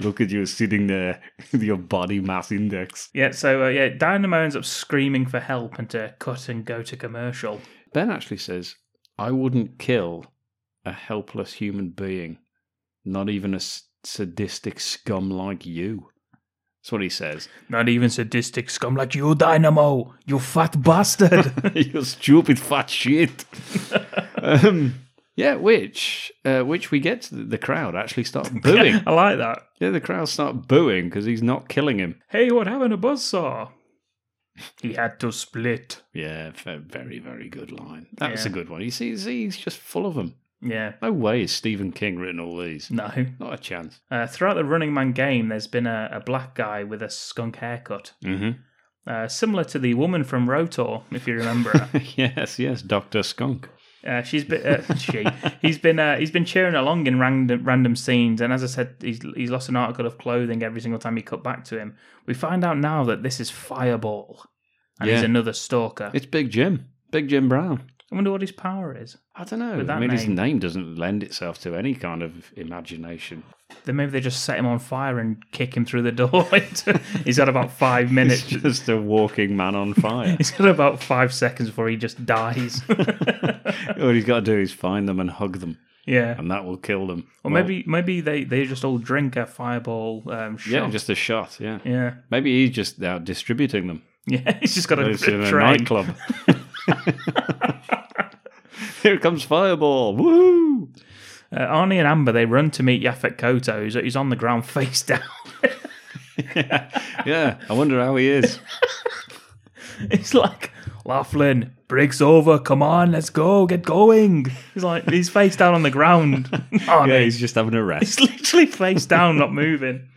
Look at you sitting there with your body mass index.
yeah, so uh, yeah, Dynamo ends up screaming for help and to cut and go to commercial.
Ben actually says, I wouldn't kill a helpless human being, not even a s- sadistic scum like you. That's what he says.
Not even sadistic scum like you, Dynamo, you fat bastard.
you stupid fat shit. um, yeah, which uh, which we get to the- the crowd actually start booing.
I like that.
Yeah, the crowd start booing because he's not killing him.
Hey, what happened to Buzzsaw? He had to split.
Yeah, ve- very very good line. That's
Yeah.
a good one. You see, see, he's just full of them.
Yeah.
No way is Stephen King written all these.
No.
Not a chance.
Uh, throughout the Running Man game, there's been a, a black guy with a skunk haircut,
Mm-hmm.
uh, similar to the woman from Rotor, if you remember her.
yes, yes, Doctor Skunk.
Uh, she's been uh, she. He's been uh, he's been cheering along in random random scenes, and as I said, he's he's lost an article of clothing every single time he cut back to him. We find out now that this is Fireball, and he's
Yeah.
another stalker.
It's Big Jim. Big Jim Brown.
I wonder what his power is.
I don't know.
With that
I mean, his
name.
name doesn't lend itself to any kind of imagination.
Then maybe they just set him on fire and kick him through the door. he's had about five minutes.
It's just a walking man on fire.
He's got about five seconds before he just dies.
All he's got to do is find them and hug them.
Yeah.
And that will kill them.
Or maybe maybe they, they just all drink a fireball um, shot.
Yeah, just a shot. Yeah.
Yeah.
Maybe he's just out distributing them.
Yeah, he's just got a-
Lives
a
in a
train.
nightclub. Here comes Fireball. Woohoo!
Uh, Arnie and Amber, they run to meet Yaphet Koto, who's, who's on the ground face down.
Yeah, I wonder how he is.
It's like, Laughlin, break's over, come on, let's go, get going. He's like, he's face down on the ground. Arnie,
yeah, he's just having a
he's
rest.
literally face down, not moving.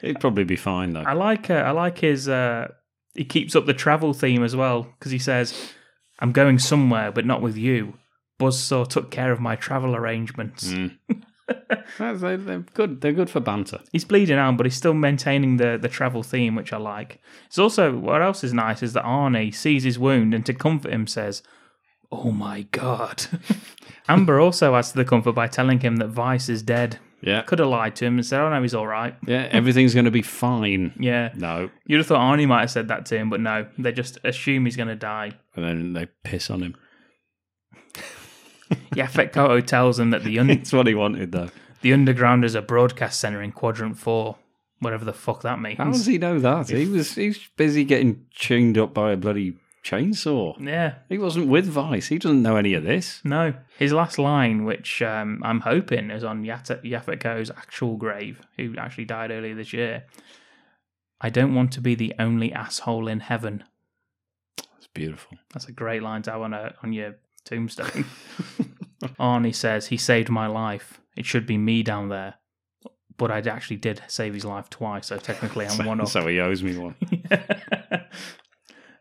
He'd probably be fine though.
I like uh, I like his, uh, he keeps up the travel theme as well, because he says, I'm going somewhere, but not with you. Buzzsaw took care of my travel arrangements.
Mm. That's- they- they're good. They're good for banter.
He's bleeding out, but he's still maintaining the, the travel theme, which I like. It's also what else is nice is that Arnie sees his wound and to comfort him says, "Oh my god." Amber also adds to the comfort by telling him that Vice is dead.
Yeah.
could have lied to him and said, "Oh no, he's all right."
Yeah, everything's going to be fine.
Yeah,
No,
you'd have thought Arnie might have said that to him, but no, they just assume he's going to die.
and then they piss on him.
Yeah, Koto tells him that the un-
It's what he wanted though.
the underground is a broadcast center in Quadrant Four, whatever the fuck that means.
How does he know that? He was he's busy getting chinged up by a bloody chainsaw.
Yeah,
He wasn't with Vice. He doesn't know any of this.
No, his last line, which um, I'm hoping is on Yata- Yaphet Ko's actual grave, who actually died earlier this year. I don't want to be the only asshole in heaven.
It's beautiful.
That's a great line to have on a, on your tombstone. Arnie says he saved my life. It should be me down there, but I actually did save his life twice. So technically, I'm one up.
So he owes me one.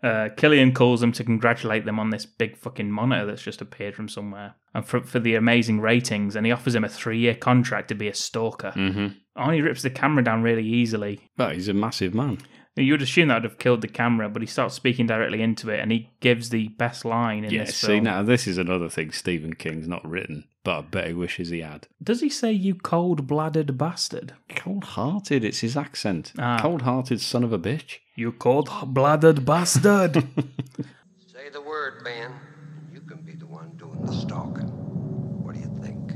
Uh, Killian calls them to congratulate them on this big fucking monitor that's just appeared from somewhere and for, for the amazing ratings. And he offers him a three year contract to be a stalker.
Mhm.
Arnie rips the camera down really easily.
But he's a massive man.
You would assume that would have killed the camera, but he starts speaking directly into it and he gives the best line in
Yeah.
this
See,
film.
now this is another thing Stephen King's not written, but I bet he wishes he had.
Does he say, you cold blooded bastard?
Cold hearted. It's his accent.
Ah.
Cold hearted son of a bitch.
You cold blooded bastard.
Say the word, man. You can be the one doing the stalking. What do you think?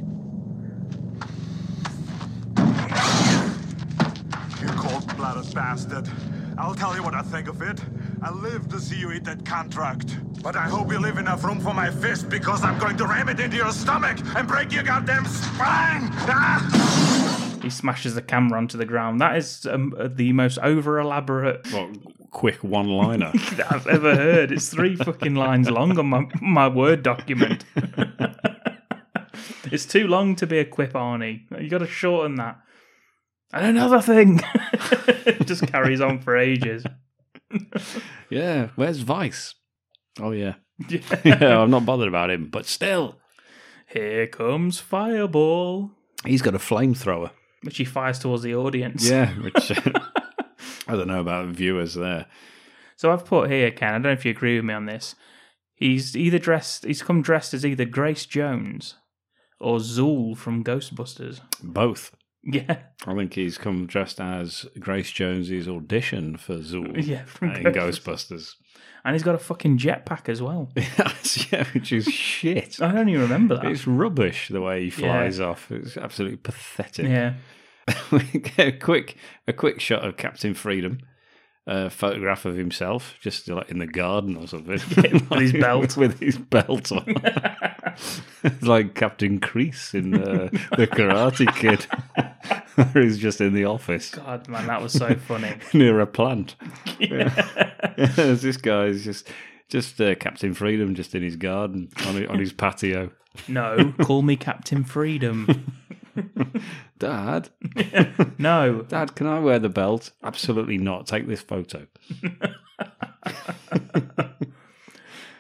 You cold-blooded bastard. I'll tell you what I think of it. I live to see you eat that contract. But I hope you leave enough room for my fist because I'm going to ram it into your stomach and break your goddamn spine! Ah!
he smashes the camera onto the ground. That is um, the most over elaborate
Well, quick one liner
that I've ever heard. It's three fucking lines long on my, my Word document. it's too long to be a quip, Arnie. you got to shorten that. And another thing. it just carries on for ages.
yeah, where's Vice? Oh, yeah. yeah, I'm not bothered about him, but still.
Here comes Fireball.
He's got a flamethrower.
Which he fires towards the audience.
Yeah, which uh, I don't know about viewers there.
So I've put here, Ken. I don't know if you agree with me on this. He's either dressed. He's come dressed as either Grace Jones or Zool from Ghostbusters.
Both.
Yeah.
I think he's come dressed as Grace Jones's audition for Zool.
Yeah, from
in
Ghostbusters.
Ghostbusters.
And he's got a fucking jetpack as well.
yeah, which is shit.
I don't even remember that.
It's rubbish the way he flies off. It's absolutely pathetic.
yeah.
we get a quick a quick shot of Captain Freedom, a photograph of himself just like in the garden or something,
with his belt.
with his belt on. it's like Captain Crease in uh, the Karate Kid, where he's just in the office
God, Oh, man, that was so funny.
near a plant. Yeah. There's this guy is just just uh, Captain Freedom just in his garden on his, on his patio.
No, call me Captain Freedom.
Dad,
No.
Dad, can I wear the belt? Absolutely not. Take this photo.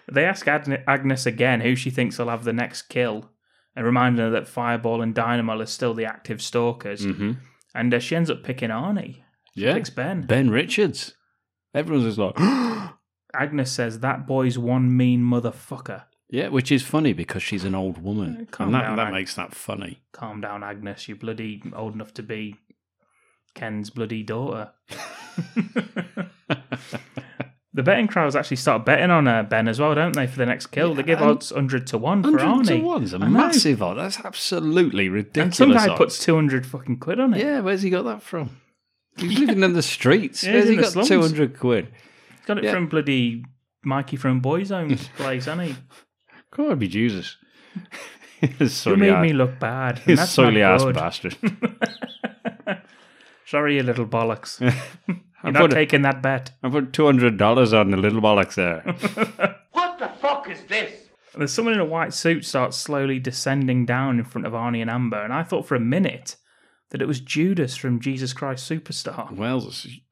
They ask Agn- Agnes again who she thinks will have the next kill, and reminding her that Fireball and Dynamo are still the active stalkers.
Mhm.
And uh, she ends up picking Arnie. She
Yeah.
picks Ben.
Ben Richards. Everyone's just like,
Agnes says that boy's one mean motherfucker.
yeah, which is funny because she's an old woman,
calm
and that,
down,
that
Ag-
makes that funny.
Calm down, Agnes. You're bloody old enough to be Ken's bloody daughter. the betting crowds actually start betting on uh, Ben as well, don't they, for the next kill? they give
and-
odds 100 to 1 for
Hundred
Arnie.
to one's a
I know.
massive odd. That's absolutely
And
ridiculous.
some guy
odds.
puts 200 fucking quid on it.
yeah, where's he got that from? He's living in the streets.
Yeah, he's
Where's he
in the
got
slums.
two hundred quid?
He's got it
Yeah.
from bloody Mikey from Boyzone's place, hasn't he?
God, be Jesus.
You
Sorry,
made me look bad. and
He's
that's not
sorely ass
good.
bastard.
Sorry, you little bollocks. You're
I'm
not
gonna-
taking that bet.
I put two hundred dollars on the little bollocks there.
What the fuck is this?
There's someone in a white suit starts slowly descending down in front of Arnie and Amber, and I thought for a minute that it was Judas from Jesus Christ Superstar.
Well,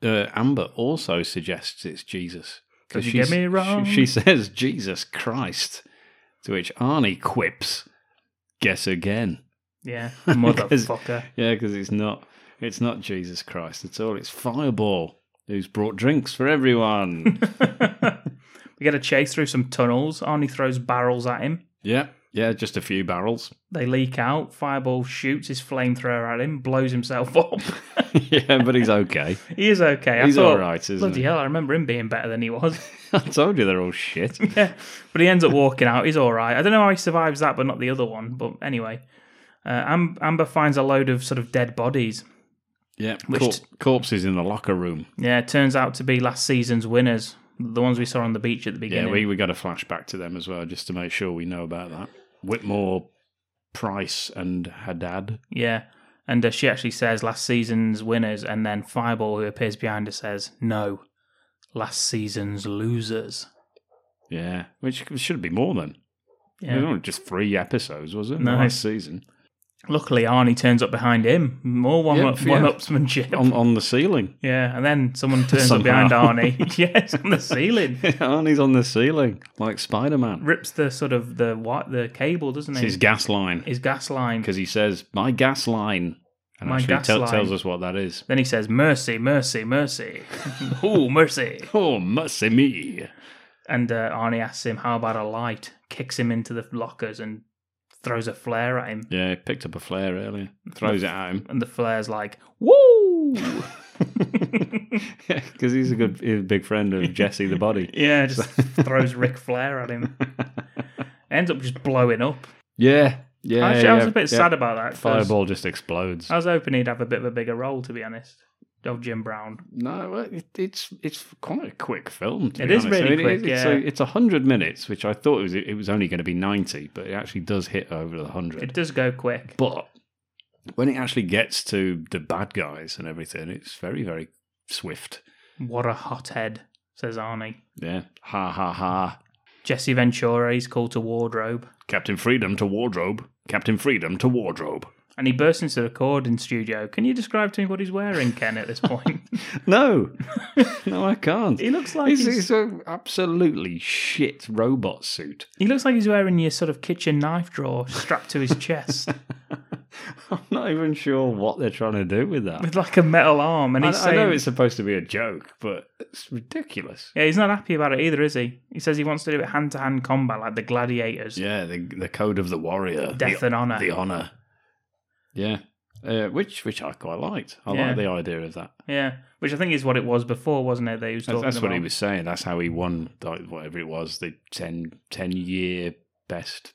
uh, Amber also suggests it's Jesus. 'Cause
Don't you get
she's-
me wrong.
She, she says Jesus Christ, to which Arnie quips, "Guess again."
Yeah,
'Cause-
motherfucker.
yeah, because it's not it's not Jesus Christ at all. It's Fireball who's brought drinks for everyone.
We get a chase through some tunnels. Arnie throws barrels at him.
yeah, yeah, just a few barrels.
They leak out. Fireball shoots his flamethrower at him, blows himself up.
yeah, but he's okay.
He is okay. I
He's
thought,
all right, isn't
bloody
he?
hell, I remember him being better than he was.
I told you they're all shit.
yeah, but he ends up walking out. He's all right. I don't know how he survives that, but not the other one. But anyway, uh, Am- Amber finds a load of sort of dead bodies.
Yeah,
Which
cor-
t-
corpses in the locker room.
Yeah, it turns out to be last season's winners, the ones we saw on the beach at the beginning.
Yeah, we, we got a flashback to them as well, just to make sure we know about that. Whitmore, Price, and Haddad.
Yeah. And uh, she actually says last season's winners, and then Fireball, who appears behind her, says, No, last season's losers.
Yeah, which should be more than.
Yeah.
There were just three episodes, was it?
No.
Last season.
Luckily, Arnie turns up behind him. More one,
Yeah,
one
yeah.
upsmanship.
On, on the ceiling.
Yeah, and then someone turns up behind
Somehow.
Arnie. yes, on the ceiling.
Arnie's on the ceiling, like Spider Man.
Rips the sort of the what the cable, doesn't
It's
he?
his gas line,
His gas line.
because he says, My gas line. And
My
actually
gas
tell-
line.
tells us what that is.
Then he says, "Mercy, mercy, mercy! oh, mercy!"
Oh, mercy me.
And uh, Arnie asks him, "How about a light?" Kicks him into the lockers and throws a flare at him.
Yeah, he picked up a flare earlier. Throws it at him.
And the flare's like, "Woo!"
Because he's a good, he's a big friend of Jesse the Body.
yeah, just throws Ric Flair at him. Ends up just blowing up.
Yeah, yeah.
Actually,
yeah,
I was a bit
yeah.
sad about Uh, that. 'cause
Fireball just explodes.
I was hoping he'd have a bit of a bigger role, to be honest, of Jim Brown.
No, well, it, it's it's quite a quick film. To
It
be
is
honest. I
really
mean,
quick,
It, it's
yeah.
a, it's hundred minutes, which I thought it was it was only going to be ninety, but it actually does hit over the hundred.
It does go quick.
But when it actually gets to the bad guys and everything, it's very very swift.
What a hothead, says Arnie.
Yeah. Ha ha ha.
Jesse Ventura is called to wardrobe.
Captain Freedom to wardrobe. Captain Freedom to wardrobe.
And he bursts into the recording studio. Can you describe to me what he's wearing, Ken, at this point?
No, no, I can't.
He looks like
he's,
he's-
he's an absolutely shit robot suit.
he looks like he's wearing your sort of kitchen knife drawer strapped to his chest
I'm not even sure what they're trying to do with that.
with like a metal arm. And
I,
he's
I
saying,
know it's supposed to be a joke, but it's ridiculous.
Yeah, he's not happy about it either, is he? He says he wants to do it hand to hand combat like the gladiators.
Yeah, the the code of the warrior,
Death
The-
and honour.
the honor. Yeah, uh, which which I quite liked. I
Yeah.
like the idea of that.
Yeah, which I think is what it was before, wasn't it? That he was
That's,
talking
that's what he
about?
was saying. That's how he won, like, whatever it was, the 10, 10 year best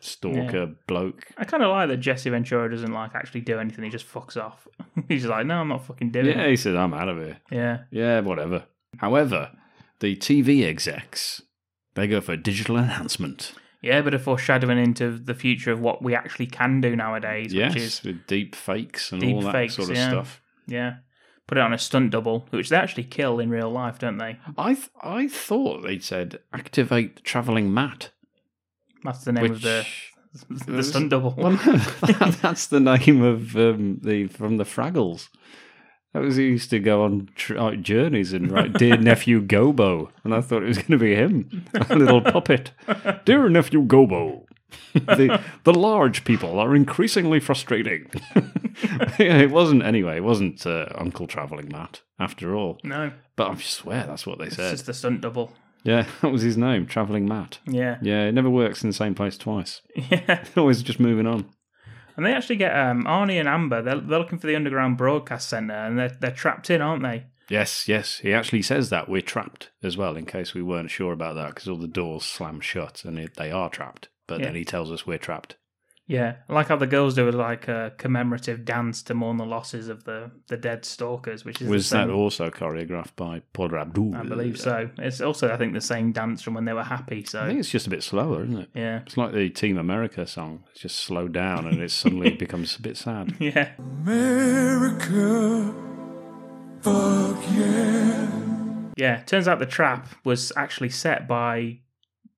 stalker bloke.
I kind of like that Jesse Ventura doesn't like actually do anything. He just fucks off. he's just like, no, I'm not fucking doing
Yeah,
it.
he said, "I'm out of here."
Yeah.
yeah, whatever. However, the TV execs they go for digital enhancement.
Yeah, but a foreshadowing into the future of what we actually can do nowadays,
yes,
which is
with deep fakes and
deep
all that
fakes,
sort of
yeah.
stuff.
Yeah. Put it on a stunt double, which they actually kill in real life, don't they?
I th- I thought they said activate the traveling mat.
That's the name of the the
was-
stunt double.
Well, no, that- that's the name of um, the from the Fraggles. That was he used to go on tr- like, journeys and write "Dear nephew Gobo," and I thought it was going to be him, a little puppet. Dear nephew Gobo, the the large people are increasingly frustrating. yeah, it wasn't anyway. It wasn't uh, Uncle Traveling Matt after all.
No.
but I swear that's what they
it's
said.
just the stunt double.
Yeah, that was his name, Traveling Matt.
Yeah.
yeah. It never works in the same place twice.
Yeah.
always just moving on.
And they actually get um, Arnie and Amber. They're, they're looking for the underground broadcast center, and they're they're trapped in, aren't they?
Yes, yes. He actually says that we're trapped as well, in case we weren't sure about that, because all the doors slam shut and it, they are trapped. But then
Yeah.
he tells us we're trapped.
Yeah, I like how the girls do like a commemorative dance to mourn the losses of the, the dead stalkers, which is the
Was that
same-
also choreographed by Paul Abdul?
I believe so. It's also I think the same dance from when they were happy. So
I think it's just a bit slower, isn't it?
Yeah.
It's like the Team America song. It's just slowed down and it suddenly becomes a bit sad.
yeah,
America, fuck yeah.
yeah. Turns out the trap was actually set by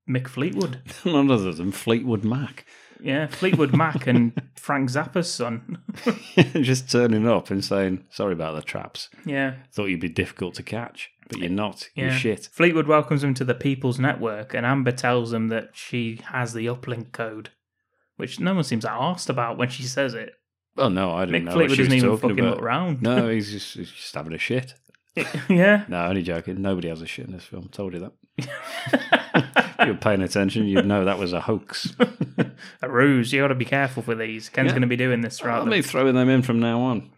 Mick Fleetwood.
None other than Fleetwood Mac.
Yeah, Fleetwood Mac and Frank Zappa's son.
just turning up and saying, sorry about the traps.
Yeah.
Thought you'd be difficult to catch, but you're not.
Yeah.
You're shit.
Fleetwood welcomes them to the People's Network, and Amber tells them that she has the uplink code, which no one seems asked about when she says it.
Oh no, I didn't
Mick
know.
Fleetwood
what she
doesn't
was
even
talking
fucking
about.
look round.
No, he's just, he's just having a shit.
yeah.
No, only joking. Nobody has a shit in this film. Told you that. if you were paying attention, you'd know that was a hoax.
A ruse. You got to be careful with these. Ken's
Yeah.
going to be doing this throughout
I'll
the
be throwing them in from now on.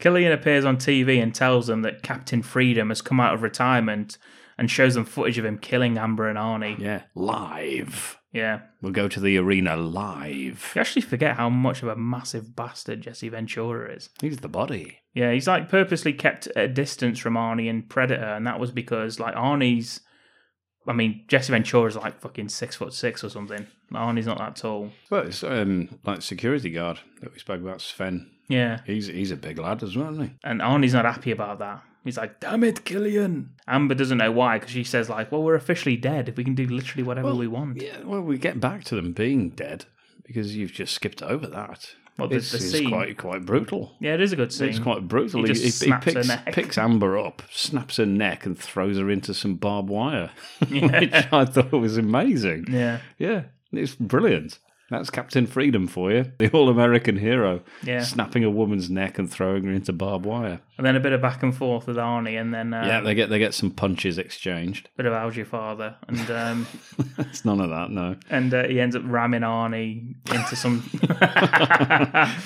Killian appears on TV and tells them that Captain Freedom has come out of retirement and shows them footage of him killing Amber and Arnie.
Yeah, live.
Yeah.
We'll go to the arena live.
You actually forget how much of a massive bastard Jesse Ventura is.
He's the body.
Yeah, he's like purposely kept at a distance from Arnie and Predator, and that was because like Arnie's I mean, Jesse Ventura's like fucking six foot six or something. Arnie's not that tall.
Well, it's um, like security guard that we spoke about, Sven.
Yeah.
He's he's a big lad as well, isn't he?
And Arnie's not happy about that. He's like, damn it, Killian. Amber doesn't know why because she says, like, well, we're officially dead. We can do literally whatever we want.
Yeah, well, we get back to them being dead because you've just skipped over that.
Well, the-
it's,
the
it's
scene-
quite quite brutal.
Yeah, it is a good scene.
It's quite brutal.
He
He,
just
he- he
snaps
picks,
her neck.
picks Amber up, snaps her neck, and throws her into some barbed wire, which I thought was amazing.
Yeah.
Yeah, it's brilliant. That's Captain Freedom for you, the all American hero,
Yeah.
snapping a woman's neck and throwing her into barbed wire.
And then a bit of back and forth with Arnie, and then uh,
yeah, they get they get some punches exchanged.
a bit of how's your father, and um,
It's none of that, no.
and uh, he ends up ramming Arnie into some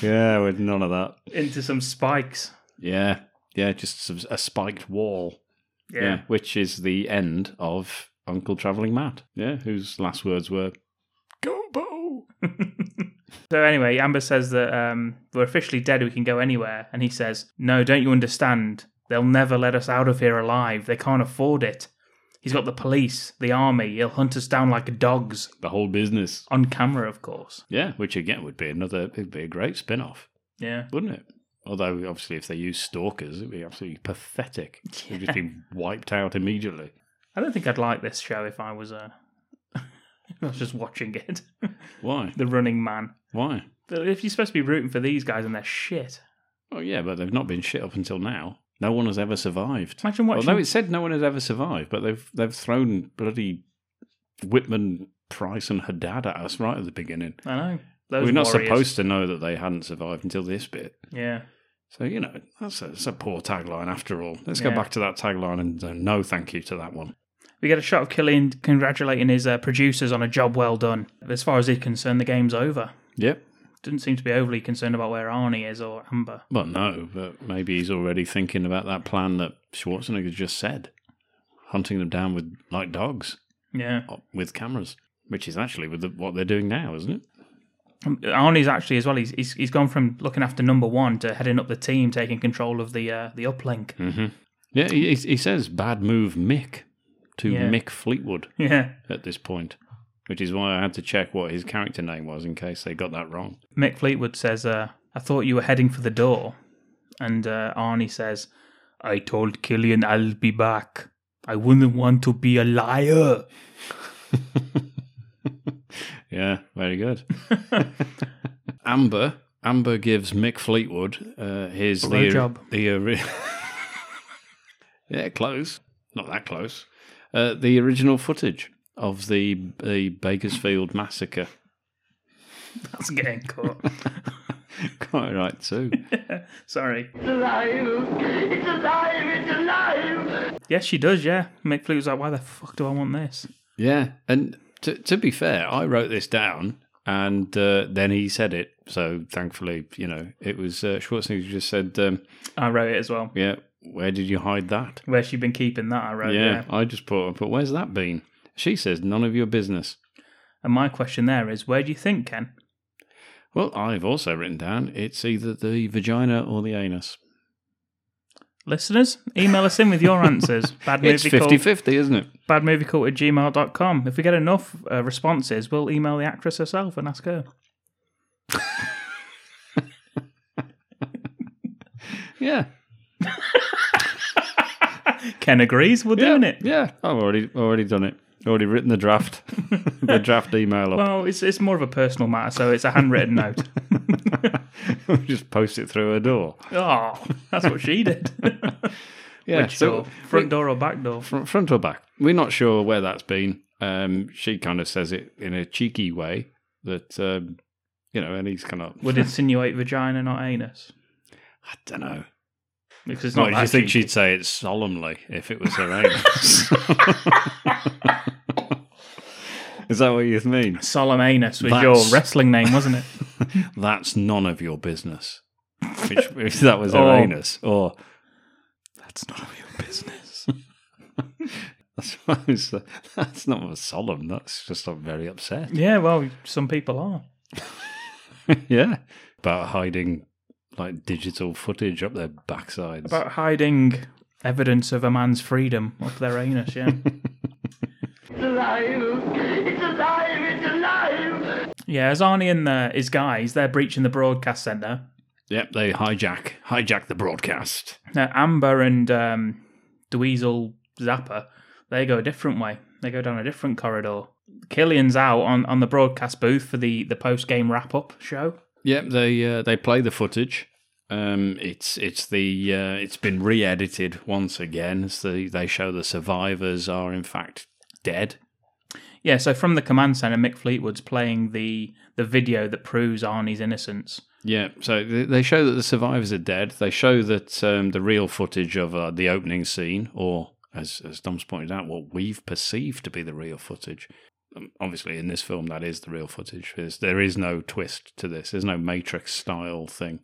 Yeah, with none of that.
into some spikes.
Yeah, yeah, just some- a spiked wall.
Yeah.
which is the end of Uncle Traveling Matt. Yeah, whose last words were Gumbo.
So anyway, Amber says that um, we're officially dead. We can go anywhere, and he says, "No, don't you understand? They'll never let us out of here alive. They can't afford it. He's got the police, the army. He'll hunt us down like dogs
the whole business
on camera, of course.
Yeah, which again would be another. It'd be a great spin-off,
Yeah,
wouldn't it? Although, obviously, if they used stalkers, it'd be absolutely pathetic. They'd just be wiped out immediately.
I don't think I'd like this show if I was uh, if I was just watching it.
Why?
the Running Man.
Why?
But if you're supposed to be rooting for these guys and they're shit,
Oh, yeah, but they've not been shit up until now. No one has ever survived.
Imagine watching-
Although it said no one has ever survived, but they've they've thrown bloody Whitman, Price, and Haddad at us right at the beginning.
I know. Those
We're not
warriors.
supposed to know that they hadn't survived until this bit.
yeah.
So you know that's a, that's a poor tagline after all. Let's
Yeah.
go back to that tagline and uh, no thank you to that one.
We get a shot of Killian congratulating his uh, producers on a job well done. As far as he's concerned, the game's over.
Yep.
Doesn't seem to be overly concerned about where Arnie is or Amber.
Well, no, but maybe he's already thinking about that plan that Schwarzenegger just said, hunting them down with like dogs. uh,
Yeah.
with cameras, which is actually with the, what they're doing now, isn't it?
Um, Arnie's actually as well. He's, he's he's gone from looking after number one to heading up the team, taking control of the uh, the uplink.
Mm-hmm. Yeah, he, he says bad move, Mick, to
Yeah.
Mick Fleetwood.
Yeah.
At this point, which is why I had to check what his character name was in case they got that wrong.
Mick Fleetwood says, uh, "I thought you were heading for the door," and uh, Arnie says, "I told Killian I'll be back. I wouldn't want to be a liar."
Yeah, very good. Amber, Amber gives Mick Fleetwood uh, his
Blowjob.
the the ori- yeah close, not that close. Uh, the original footage of the the Bakersfield massacre.
That's getting caught.
Quite right too.
Sorry.
It's alive. It's alive. It's alive.
Yes, she does. Yeah, Mick Fleetwood's like, "Why the fuck do I want this?"
Yeah, and to to be fair, I wrote this down, and uh, then he said it. So thankfully, you know, it was uh, Schwarzenegger who just said, um,
I wrote it as well.
"Yeah, where did you hide that?"
Where's she been keeping that? I wrote.
Oh, yeah,
Yeah.
I just put, I put, "Where's that been?" She says, "None of your business."
And my question there is, where do you think, Ken?
Well, I've also written down it's either the vagina or the anus.
Listeners, email us in with your answers. Bad
It's
movie cult-
50-50, isn't it?
Badmoviecult at gmail.com. If we get enough uh, responses, we'll email the actress herself and ask her.
Yeah.
Ken agrees. We're doing it.
Yeah, I've already already done it. Already written the draft, the draft email up.
Well, it's it's more of a personal matter, so it's a handwritten note.
just post it through her door.
Oh, that's what she did.
Yeah,
Which
so
door? front door or back door?
front, front or back. We're not sure where that's been. Um, she kind of says it in a cheeky way that um, you know, and he's kind of.
Would insinuate vagina, not anus.
I don't know.
Because it's
Well,
not.
do
that
you think
cheap.
she'd say it solemnly if it was her anus? Is that what you mean?
Solemn anus was your wrestling name, wasn't it?
That's none of your business. Which, if that was her
Oh.
anus, or that's none of your business. that's, what I was- that's not solemn. That's just I'm very upset.
Yeah, well, some people are.
yeah, about hiding like digital footage up their backsides.
About hiding evidence of a man's freedom up their anus, yeah.
It's alive. It's alive. It's alive.
yeah, as Arnie and uh, his guys, they're breaching the broadcast centre.
Yep, they hijack hijack the broadcast.
Now, Amber and um, Dweezil Zapper, they go a different way. They go down a different corridor. Killian's out on, on the broadcast booth for the, the post game wrap up show.
Yep, they uh, they play the footage. Um, it's it's the uh, it's been re-edited once again. It's the, they show the survivors are in fact dead.
Yeah, so from the command centre, Mick Fleetwood's playing the, the video that proves Arnie's innocence.
Yeah, so th- they show that the survivors are dead. They show that um, the real footage of uh, the opening scene, or as as Dom's pointed out, what we've perceived to be the real footage. Um, obviously, in this film, that is the real footage. There's, there is no twist to this. There's no Matrix style thing.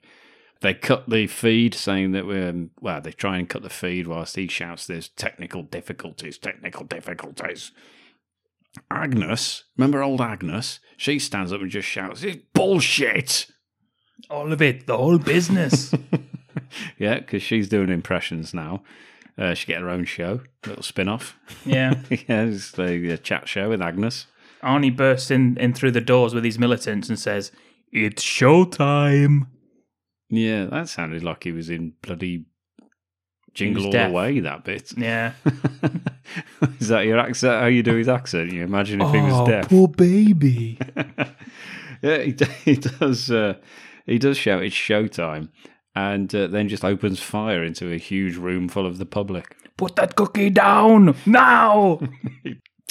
They cut the feed, saying that we're um, well. They try and cut the feed whilst he shouts, "There's technical difficulties, technical difficulties." Agnes, remember old Agnes? She stands up and just shouts, "It's bullshit."
All of it, the whole business.
Yeah, because she's doing impressions now. Uh, she get her own show, little spin off.
Yeah.
yeah, it's the uh, chat show with Agnes.
Arnie bursts in, in through the doors with his militants and says, It's showtime.
Yeah, that sounded like he was in bloody
was
Jingle All
deaf.
the Way. That bit.
Yeah.
Is that your accent? How you do his accent? You imagine if he was deaf.
Oh, poor baby.
Yeah, he, d- he does. Uh, he does shout it's showtime, and uh, then just opens fire into a huge room full of the public.
Put that cookie down now.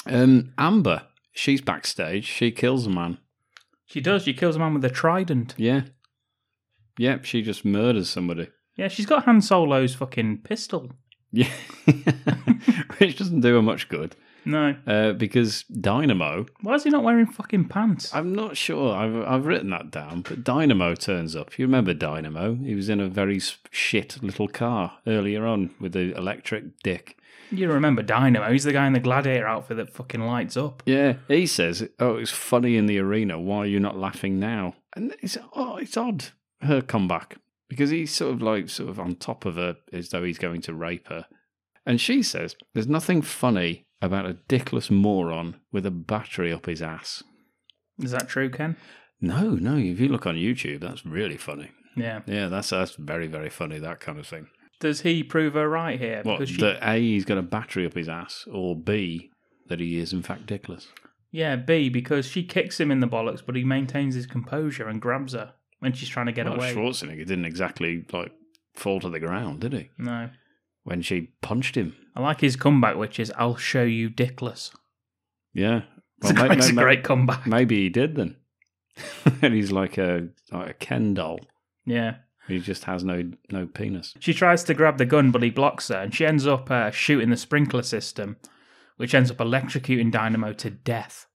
Um, Amber, she's backstage. She kills a man.
she does. She kills a man with a trident.
Yeah. Yep, she just murders somebody.
Yeah, she's got Han Solo's fucking pistol.
Yeah, which doesn't do her much good
No.
uh, because Dynamo.
Why is he not wearing fucking pants?
I'm not sure. I've I've written that down, but Dynamo turns up. You remember Dynamo? He was in a very s- shit little car earlier on with the electric dick.
You remember Dynamo? He's the guy in the gladiator outfit that fucking lights up.
Yeah, he says, "Oh, it's funny in the arena. Why are you not laughing now?" And it's oh, it's odd her comeback because he's sort of like sort of on top of her as though he's going to rape her, and she says, "There's nothing funny about a dickless moron with a battery up his ass."
Is that true, Ken?
No, no. If you look on YouTube, that's really funny.
Yeah.
Yeah, that's that's very very funny. That kind of thing.
Does he prove her right here?
What that A he's got a battery up his ass, or B that he is in fact dickless.
Yeah, B, because she kicks him in the bollocks, but he maintains his composure and grabs her when she's trying to get
well,
away.
Schwarzenegger didn't exactly like fall to the ground, did he?
No.
When she punched him.
I like his comeback, which is "I'll show you, dickless."
Yeah.
It's a- it's a great comeback.
Maybe he did then. and he's like a like a Ken doll.
Yeah.
He just has no no penis.
She tries to grab the gun, but he blocks her, and she ends up uh, shooting the sprinkler system, which ends up electrocuting Dynamo to death.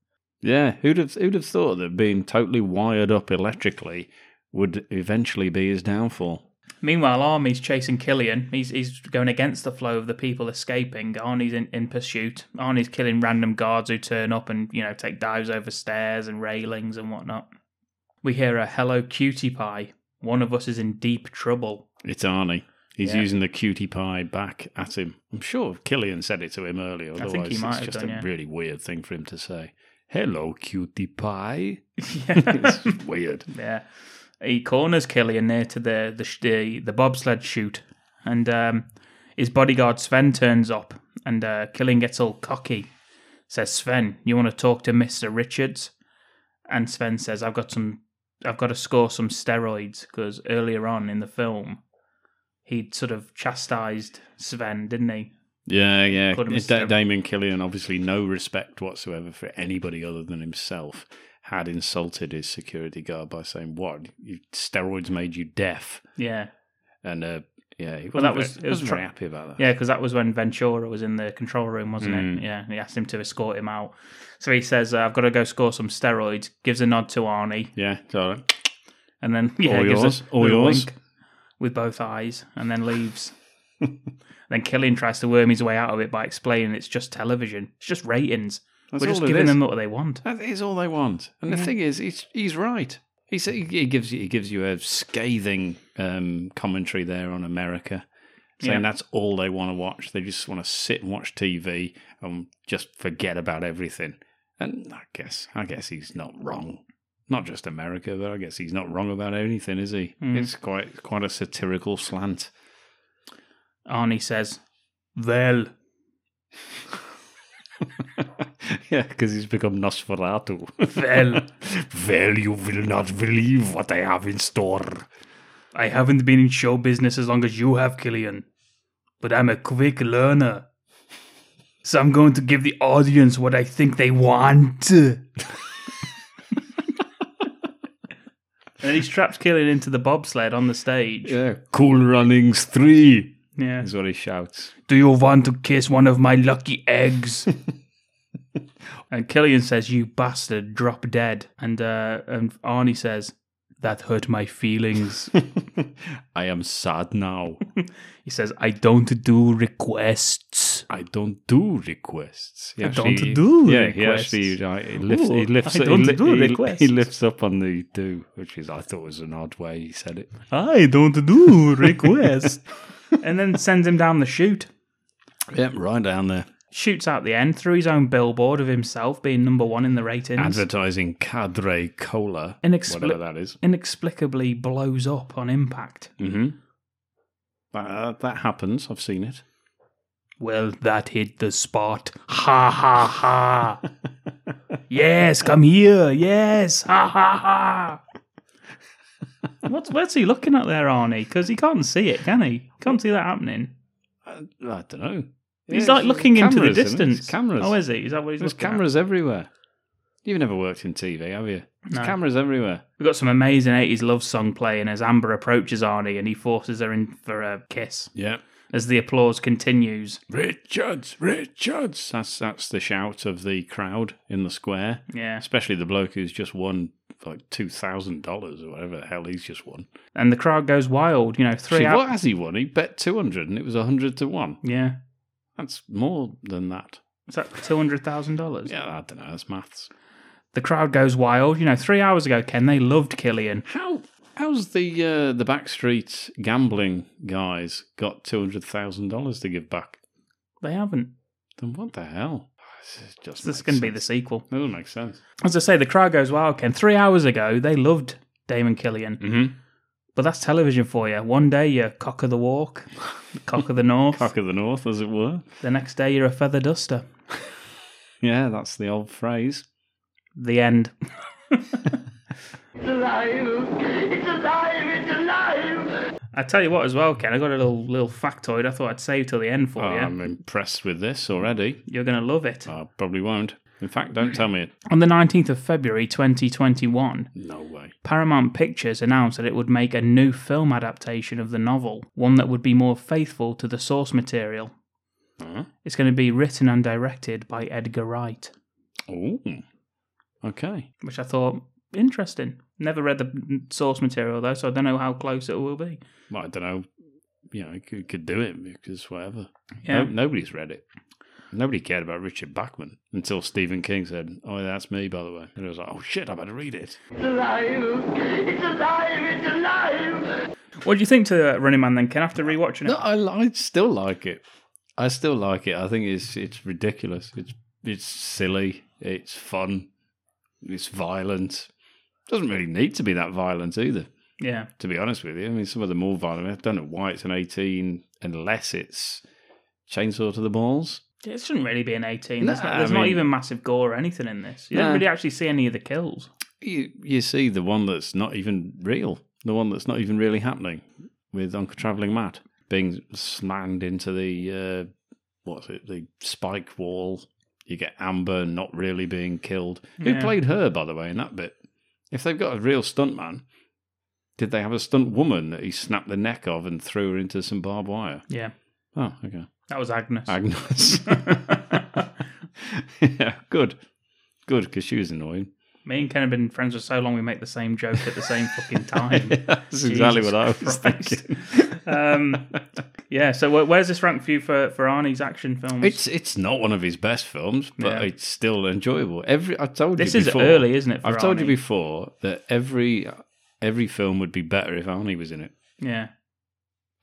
Yeah, who'd have who'd have thought that being totally wired up electrically would eventually be his downfall?
Meanwhile, Army's chasing Killian. He's he's going against the flow of the people escaping. Arnie's in, in pursuit. Arnie's killing random guards who turn up and you know take dives over stairs and railings and whatnot. We hear a "Hello, cutie pie." One of us is in deep trouble.
It's Arnie. He's
Yeah.
using the cutie pie back at him. I'm sure Killian said it to him earlier.
think
Otherwise,
he might
it's
have
just
done,
a
yeah.
really weird thing for him to say. Hello, cutie pie.
Yeah.
it's weird.
Yeah, he corners Killian near to the the sh- the, the bobsled chute, and um, his bodyguard Sven turns up, and uh, Killian gets all cocky. Says Sven, "You want to talk to Mister Richards?" And Sven says, "I've got some, I've got to score some steroids because earlier on in the film, he'd sort of chastised Sven, didn't he?
Yeah, yeah.
Could've missed
Da-
him.
Damon Killian, obviously, no respect whatsoever for anybody other than himself, had insulted his security guard by saying, What? You, steroids made you deaf.
Yeah,
And, uh, yeah, he wasn't,
Well, that
very-
was it was
wasn't
tr-
very happy about that.
Yeah, because that was when Ventura was in the control room, wasn't
Mm.
it? Yeah, and he asked him to escort him out. So he says, uh, "I've got to go score some steroids." Gives a nod to Arnie,
Yeah, it's all right.
and then yeah,
All
gives
yours,
a
all
little
yours.
wink with both eyes, and then leaves. then Killian tries to worm his way out of it by explaining it's just television, it's just ratings.
That's
We're just
all it
giving
is.
them what they want.
That is all they want. And the
Yeah.
thing is, he's he's right. He sa- he gives you he gives you a scathing um, commentary there on America,
Yeah.
saying that's all they want to watch. They just want to sit and watch TV and just forget about everything. And I guess I guess he's not wrong. Not just America, but I guess he's not wrong about anything, is he?
Mm.
It's quite quite a satirical slant.
Arnie says, "Well,
yeah, because he's become Nosferatu.
well,
well, you will not believe what I have in store.
I haven't been in show business as long as you have, Killian, but I'm a quick learner." So I'm going to give the audience what I think they want. and then he straps Killian into the bobsled on the stage.
Yeah, Cool Runnings 3
Yeah.
is what he shouts.
Do you want to kiss one of my lucky eggs? and Killian says, You bastard, drop dead. And uh, and Arnie says, That hurt my feelings.
I am sad now.
he says, I don't do requests.
I don't do requests. He
I don't do
yeah,
requests.
he actually like, he lifts, he
Ooh,
lifts,
I
he
don't
li-
do
he-
requests.
He lifts up on the do, which is I thought was an odd way he said it.
I don't do requests. and then sends him down the chute.
Yep, right down there.
Shoots out the end through his own billboard of himself being number one in the ratings.
Advertising Cadre Cola,
Inexpli-
whatever that is.
Inexplicably blows up on impact.
Mm-hmm. That, that happens. I've seen it.
Well, that hit the spot. Ha ha ha. yes, come here. Yes. Ha ha ha. What's, what's he looking at there, Arnie? Because he can't see it, can he? Can't see that happening.
Uh, I don't know.
He's like looking into the distance.
Cameras.
Oh, is he? Is that what he's
There's
looking at?
cameras everywhere. You've never worked in TV, have you? There's
No.
cameras everywhere.
We've got some amazing 80s love song playing as Amber approaches Arnie and he forces her in for a kiss.
Yeah.
As the applause continues.
Richards, Richards. That's that's the shout of the crowd in the square.
Yeah.
Especially the bloke who's just won like two thousand dollars or whatever the hell he's just won.
And the crowd goes wild, you know, three
Actually,
out.
what has he won? He bet two hundred and it was hundred to one.
Yeah.
That's more than that.
Is that $200,000?
Yeah, I don't know. That's maths.
The crowd goes wild. You know, three hours ago, Ken, they loved Killian.
How how's the uh, the backstreet gambling guys got two hundred thousand dollars to give back?
They haven't.
Then what the hell? This is just
This is going to be the sequel.
doesn't make sense.
As I say, the crowd goes wild, Ken. Three hours ago, they loved Damon Killian.
Mm-hmm.
But that's television for you. One day, you're cock of the walk, cock of the north.
Cock of the North, as it were.
The next day, you're a feather duster.
Yeah, that's the old phrase.
The end.
It's alive. It's alive. It's alive.
I tell you what, as well, Ken, I got a little little factoid I thought I'd save till the end for you.
I'm impressed with this already.
You're going to love it.
I probably won't. In fact, don't tell me it.
On the 19th of February 2021,
No way.
Paramount Pictures announced that it would make a new film adaptation of the novel, one that would be more faithful to the source material.
Huh?
It's going to be written and directed by Edgar Wright,
Oh, okay.
which I thought interesting. Never read the source material though, so I don't know how close it will be.
Well, I don't know. You know, you could, could do it because whatever.
Yeah.
No, nobody's read it. Nobody cared about Richard Bachman until Stephen King said, "Oh, that's me." By the way, and it was like, "Oh shit, I better read it."
It's alive. It's alive. It's alive.
What do you think to uh, Running Man then, Ken, after rewatching it?
No, I, li- I still like it. I still like it. I think it's it's ridiculous. It's it's silly. It's fun. It's violent. Doesn't really need to be that violent either.
Yeah.
To be honest with you, I mean, some of the more violent. I don't know why it's an eighteen unless it's chainsaw to the balls.
It shouldn't really be an 18. there's
No,
not, there's
I
not
mean-
even massive gore or anything in this. You
No.
don't really actually see any of the kills.
You you see the one that's not even real, the one that's not even really happening, with Uncle Traveling Matt being slammed into the uh, what's it, the spike wall. You get Amber not really being killed. Who
Yeah.
played her, by the way, in that bit? If they've got a real stuntman, did they have a stunt woman that he snapped the neck of and threw her into some barbed wire?
Yeah.
Oh, okay.
That was Agnes.
Agnes. yeah, good. Good, because she was annoying.
Me and Ken have been friends for so long we make the same joke at the same fucking time.
That's exactly
Jesus
what I was
Christ.
thinking.
um, yeah, so where- where's this rank for you for, for Arnie's action films?
It's it's not one of his best films, but
Yeah.
it's still enjoyable. Every I told
This
you
is
before,
early, isn't it, for
I've told you
Arnie?
before that every every film would be better if Arnie was in it,
yeah.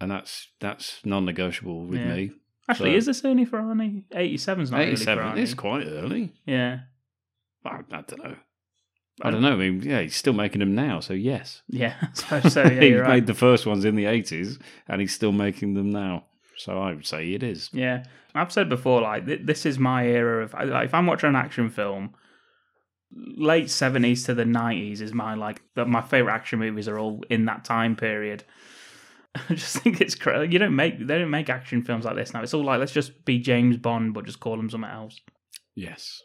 and that's that's non-negotiable with
Yeah.
me.
Actually,
So-
is this early for Arnie? 87's not early for
Eighty-seven
Arnie.
is quite early.
Yeah.
I, I don't know. I don't know. I mean, yeah, he's still making them now, so yes.
Yeah, I suppose so. Yeah,
he
you're right.
made the first ones in the eighties, and he's still making them now. So I would say it is.
Yeah, I've said before, like th- this is my era of. I- Like, if I'm watching an action film, late seventies to the nineties is my like. But my favorite action movies are all in that time period. I just think it's crazy. You don't make they don't make action films like this now. It's all like let's just be James Bond, but just call him something else.
Yes.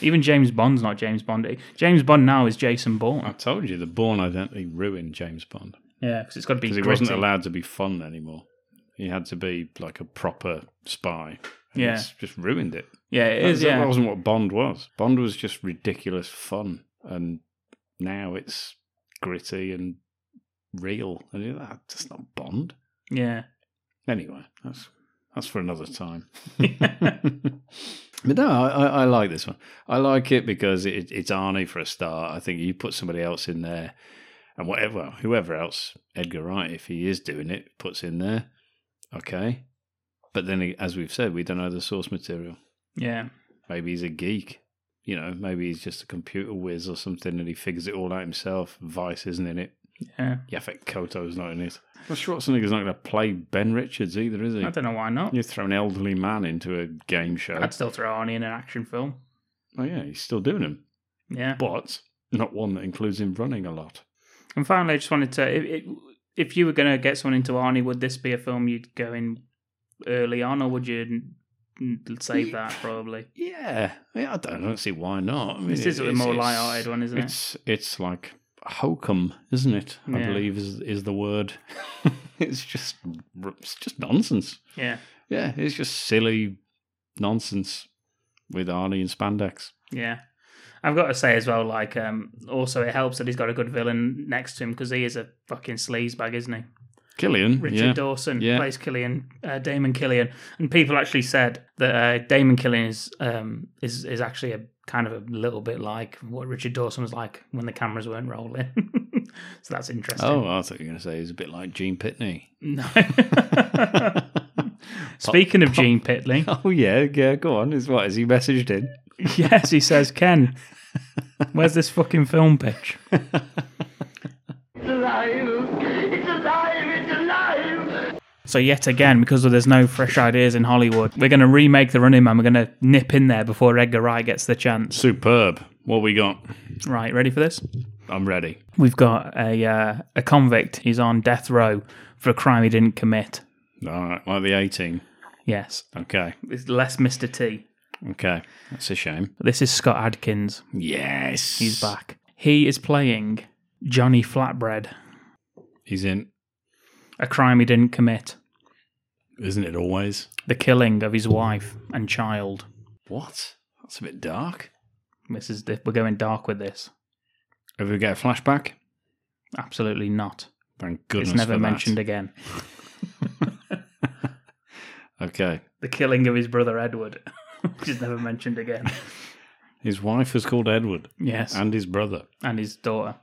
Even James Bond's not James Bond. James Bond now is Jason
I
Bourne.
told you the Bourne identity ruined James Bond.
Yeah, because it's got to be.
because he wasn't
gritty.
allowed to be fun anymore. He had to be like a proper spy. And
Yeah.
it's just ruined it.
Yeah, it
That-
is.
that
Yeah,
wasn't what Bond was. Bond was just ridiculous fun, and now it's gritty and real. And you know, that's just not Bond.
yeah.
Anyway, that's that's for another time. but no, I, I, I like this one. I like it because it, it's Arnie for a start. I think you put somebody else in there, and whatever, whoever else, Edgar Wright, if he is doing it, puts in there. Okay, But then, as we've said, we don't know the source material.
Yeah.
Maybe he's a geek. You know, maybe he's just a computer whiz or something and he figures it all out himself. Vice isn't in it.
Yeah.
Yafet Koto's not in it. Well, Schwarzenegger's not going to play Ben Richards either, is he?
I don't know why not.
You throw an elderly man into a game show.
I'd still throw Arnie in an action film.
Oh, yeah, he's still doing them.
Yeah.
But not one that includes him running a lot.
And finally, I just wanted to. If, if you were going to get someone into Arnie, would this be a film you'd go in early on, or would you n- n- save that probably?
Yeah, I, mean, I, don't, I don't see why not. I mean,
This is a
it's-
more
it's-
light-hearted one, isn't it?
it's, It's like hokum, isn't it? I
Yeah.
believe is is the word. it's just it's just nonsense.
Yeah.
yeah, it's just silly nonsense with Arnie and spandex.
Yeah. I've got to say as well, like, um, also it helps that he's got a good villain next to him because he is a fucking sleazebag, isn't he?
Killian,
Richard
yeah.
Dawson
Yeah.
plays Killian, uh, Damon Killian, and people actually said that uh, Damon Killian is um, is is actually a kind of a little bit like what Richard Dawson was like when the cameras weren't rolling. so that's interesting.
Oh, I thought you were going to say he's a bit like Gene Pitney.
No. Speaking of Gene Pitney,
oh yeah, yeah, go on. Is what has he messaged in?
yes, he says, Ken, where's this fucking film pitch?
It's alive! It's alive! It's alive!
So yet again, because there's no fresh ideas in Hollywood, we're going to remake The Running Man. We're going to nip in there before Edgar Wright gets the chance.
Superb. What we got?
Right, ready for this?
I'm ready.
We've got a uh, a convict. He's on death row for a crime he didn't commit.
All right, like the 18.
Yes,
Okay,
it's less Mr. T.
okay, that's a shame.
This is Scott Adkins.
Yes,
he's back. He is playing Johnny Flatbread,
He's in,
a crime he didn't commit,
isn't it always?
the killing of his wife and child.
What? That's a bit dark.
This is we're going dark with this.
If we get a flashback,
Absolutely not.
thank goodness.
it's never
for that.
mentioned again.
Okay,
the killing of his brother Edward, which is never mentioned again,
his wife was called Edward.
Yes.
and his brother.
and his daughter.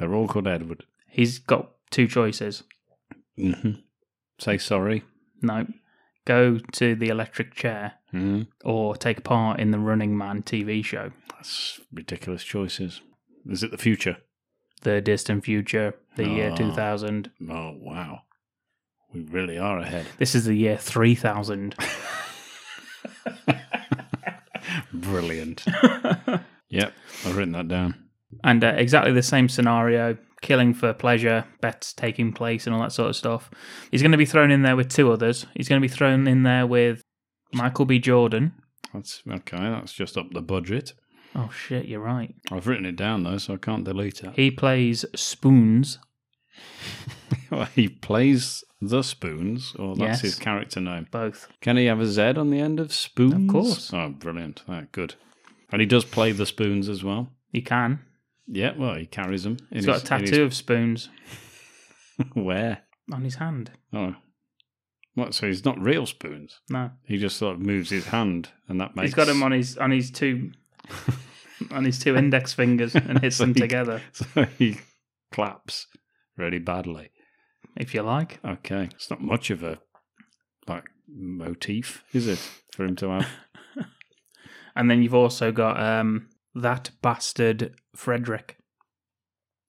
They're all called Edward.
He's got two choices.
hmm Say sorry.
No, go to the electric chair
Mhm.
or take part in the Running Man TV show,
That's ridiculous choices. Is it the future?
the distant future, the year
Ah.
2000.
Oh wow, we really are ahead.
This is the year 3000.
Brilliant. yep, I've written that down.
and uh, exactly the same scenario killing for pleasure, bets taking place, and all that sort of stuff. He's going to be thrown in there with two others. He's going to be thrown in there with Michael B. Jordan.
That's okay. That's just up the budget.
Oh, shit, you're right.
I've written it down though, so I can't delete it.
He plays Spoons.
Well, he plays the spoons, or that's
Yes.
his character name.
Both.
Can he have a Z on the end of spoons?
Of course.
Oh, brilliant! Ah, good. And he does play the spoons as well.
You can.
Yeah, well, he carries them. in
He's got a
his- in his-
tattoo of spoons
where?
on his hand.
Oh, what? So he's not real spoons.
No,
He just sort of moves his hand, and that makes.
he's got them on his on his two on his two index fingers and hits
So
them
he-
together.
So he claps really badly.
If you like,
Okay, it's not much of a like motif, is it, for him to have?
and then you've also got um that bastard Frederick.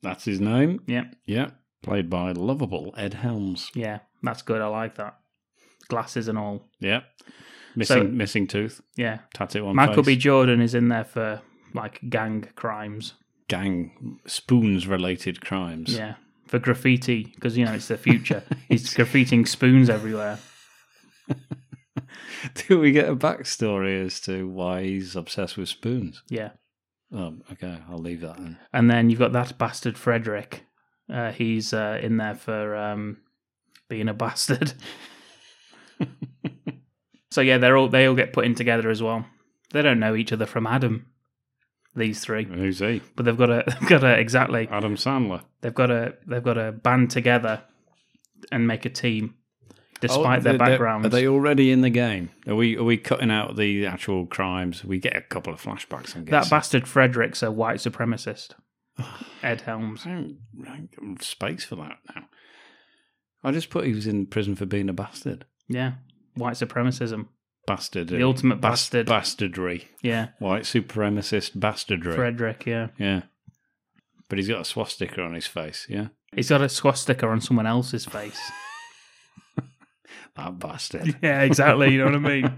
That's his name.
Yeah,
Yeah, played by lovable Ed Helms.
yeah, that's good. I like that. Glasses and all.
Yeah, missing
So-
missing tooth,
Yeah,
tattoo on
Michael B.
face.
Jordan is in there for like gang crimes.
gang spoons related crimes.
Yeah, for graffiti because you know it's the future. He's graffiting spoons everywhere.
Do we get a backstory as to why he's obsessed with spoons?
Yeah.
Oh, okay, I'll leave that then.
And then you've got that bastard Frederick. Uh, he's uh, in there for um, being a bastard. so yeah, they're all they all get put in together as well. They don't know each other from Adam. These three,
Who's he?
but they've got a they've got a exactly
Adam Sandler.
they've got a they've got a band together and make a team despite
Oh,
their
they- they're-
backgrounds.
Are they already in the game? Are we are we cutting out the actual crimes? We get a couple of flashbacks. I'm
that
guessing.
bastard Frederick's a white supremacist. Ed Helms.
I don't, um, I don't have space for that now. I just put he was in prison for being a bastard.
Yeah. white supremacism.
Bastard. uh,
The ultimate bastard.
Bastardry.
Yeah.
White supremacist bastardry.
Frederick, yeah.
Yeah. But he's got a swastika on his face, yeah?
He's got a swastika on someone else's face.
that bastard.
Yeah, exactly. You know what I mean?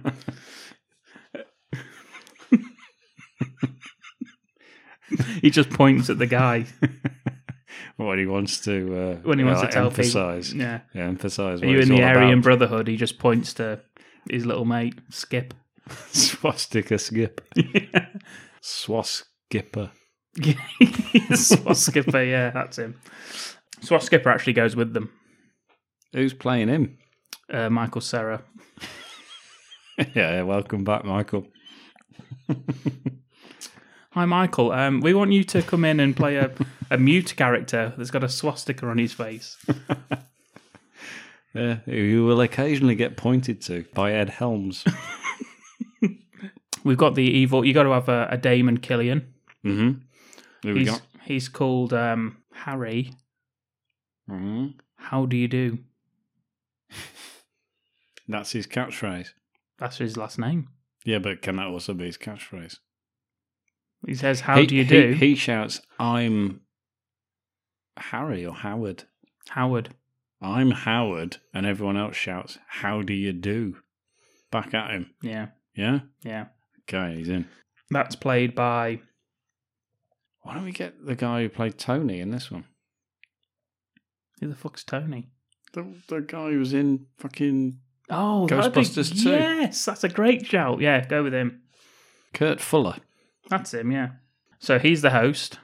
he just points at the guy.
when he wants to uh,
When he wants to
like,
tell people.
emphasize.
Yeah.
emphasize.
Are
what
you
it's
in the
all
Aryan
about.
Brotherhood? He just points to his little mate, Skip.
swastika skip? Swaskipper.
Swaskipper, yeah, that's him. Swaskipper actually goes with them.
Who's playing him?
Uh, Michael Serra.
yeah, welcome back, Michael.
Hi, Michael. Um, we want you to come in and play a, a mute character that's got a swastika on his face.
Yeah, who you will occasionally get pointed to by Ed Helms.
We've got the evil. You got to have a, a Damon Killian.
mm-hmm. Who we
he's,
got?
he's called um, Harry.
hmm
How do you do?
That's his catchphrase.
That's his last name.
Yeah, but can that also be his catchphrase?
He says, "How
He-
do you
he-
do?"
He shouts, "I'm Harry or Howard."
Howard.
I'm Howard, and everyone else shouts, "How do you do?" Back at him.
Yeah,
Yeah.
yeah.
Okay, he's in.
That's played by
Why don't we get the guy who played Tony in this one?
who the fuck's Tony?
The, the guy who was in fucking
Oh, that'd be-
Ghostbusters 2.
Yes, that's a great shout. Yeah, go with him.
Kurt Fuller.
That's him. Yeah. So he's the host,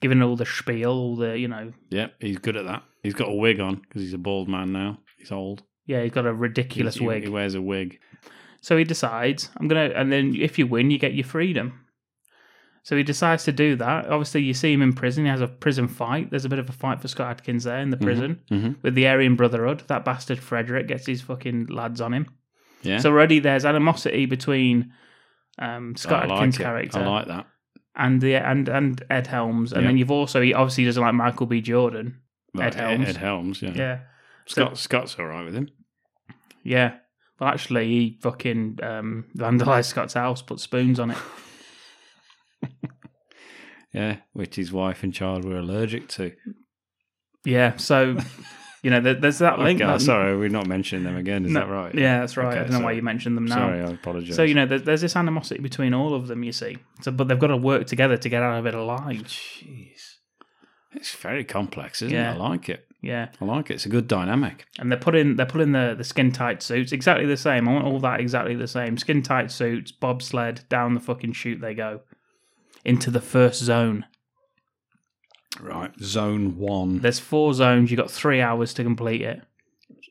giving all the spiel, all the you know.
Yep, he's good at that. He's got a wig on because he's a bald man now. He's old.
Yeah, he's got a
He-
ridiculous
he,
wig.
He wears a wig.
So he decides, I'm going to, and then if you win, you get your freedom. So he decides to do that. Obviously, you see him in prison. He has a prison fight. There's a bit of a fight for Scott Adkins there in the prison
mhm.
with the Aryan Brotherhood. That bastard Frederick gets his fucking lads on him.
Yeah.
So already there's animosity between um, Scott
I like
Adkins'
it.
character
I like that.
and the and and Ed Helms, and
Yeah.
then you've also he obviously doesn't like Michael B. Jordan.
Like
Ed Helms.
Ed Helms, yeah.
yeah. So-
Scott, Scott's all right with him.
Yeah. Well, actually, he fucking um, vandalized Scott's house, put spoons on it.
Yeah, which his wife and child were allergic to.
Yeah. So, you know, there, there's that link.
Okay,
that-
uh, sorry, we're not mentioning them again. Is
No,
that right?
Yeah, that's right. I
Okay,
don't know why
sorry.
you mentioned them now.
Sorry, I apologise.
So you know, there, there's this animosity between all of them. You see, so but they've got to work together to get out of it alive.
Jeez. It's very complex, isn't
Yeah.
it? I like it.
Yeah,
I like it. It's a good dynamic.
and they're putting they're putting the the skin tight suits exactly the same. I want all that exactly the same. Skin tight suits, bobsled down the fucking chute they go into the first zone.
Right. Zone one.
There's four zones. You got three hours to complete it.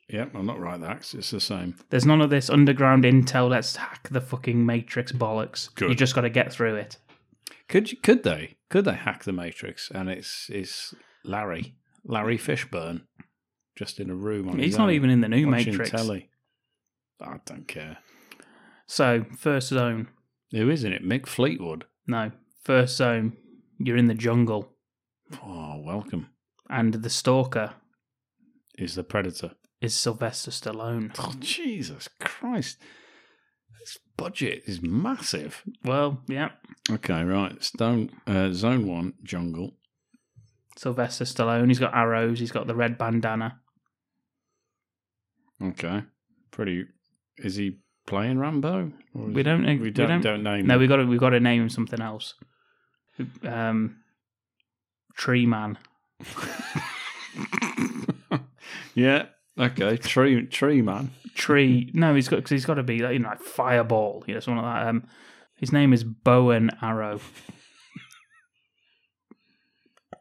Yep, I'm not right. That it's the same.
There's none of this underground intel. Let's hack the fucking matrix bollocks.
Good.
You just got to get through it.
Could you, could they could they hack the Matrix? And it's it's Larry Larry Fishburne just in a room on. his
He's not
own,
even in the new
watching
Matrix.
Telly. I don't care.
So first zone.
Who is in it? Mick Fleetwood.
No, first zone, you're in the jungle,
Oh, welcome.
and the stalker
Is the Predator?
is Sylvester Stallone.
Oh, Jesus Christ! This budget is massive.
Well, yeah,
Okay, right. Stone uh, Zone One Jungle.
Sylvester Stallone. He's got arrows. He's got the red bandana.
Okay, pretty. Is he playing Rambo? Or is
We don't.
he- we don't don't name.
No,
him.
we got to. We got to name him something else. Um, Tree Man.
Yeah. Okay. Tree Tree Man.
Tree. no, he's got. Cause he's got to be like you know like Fireball. You know, something like that. Um, his name is Bowen Arrow.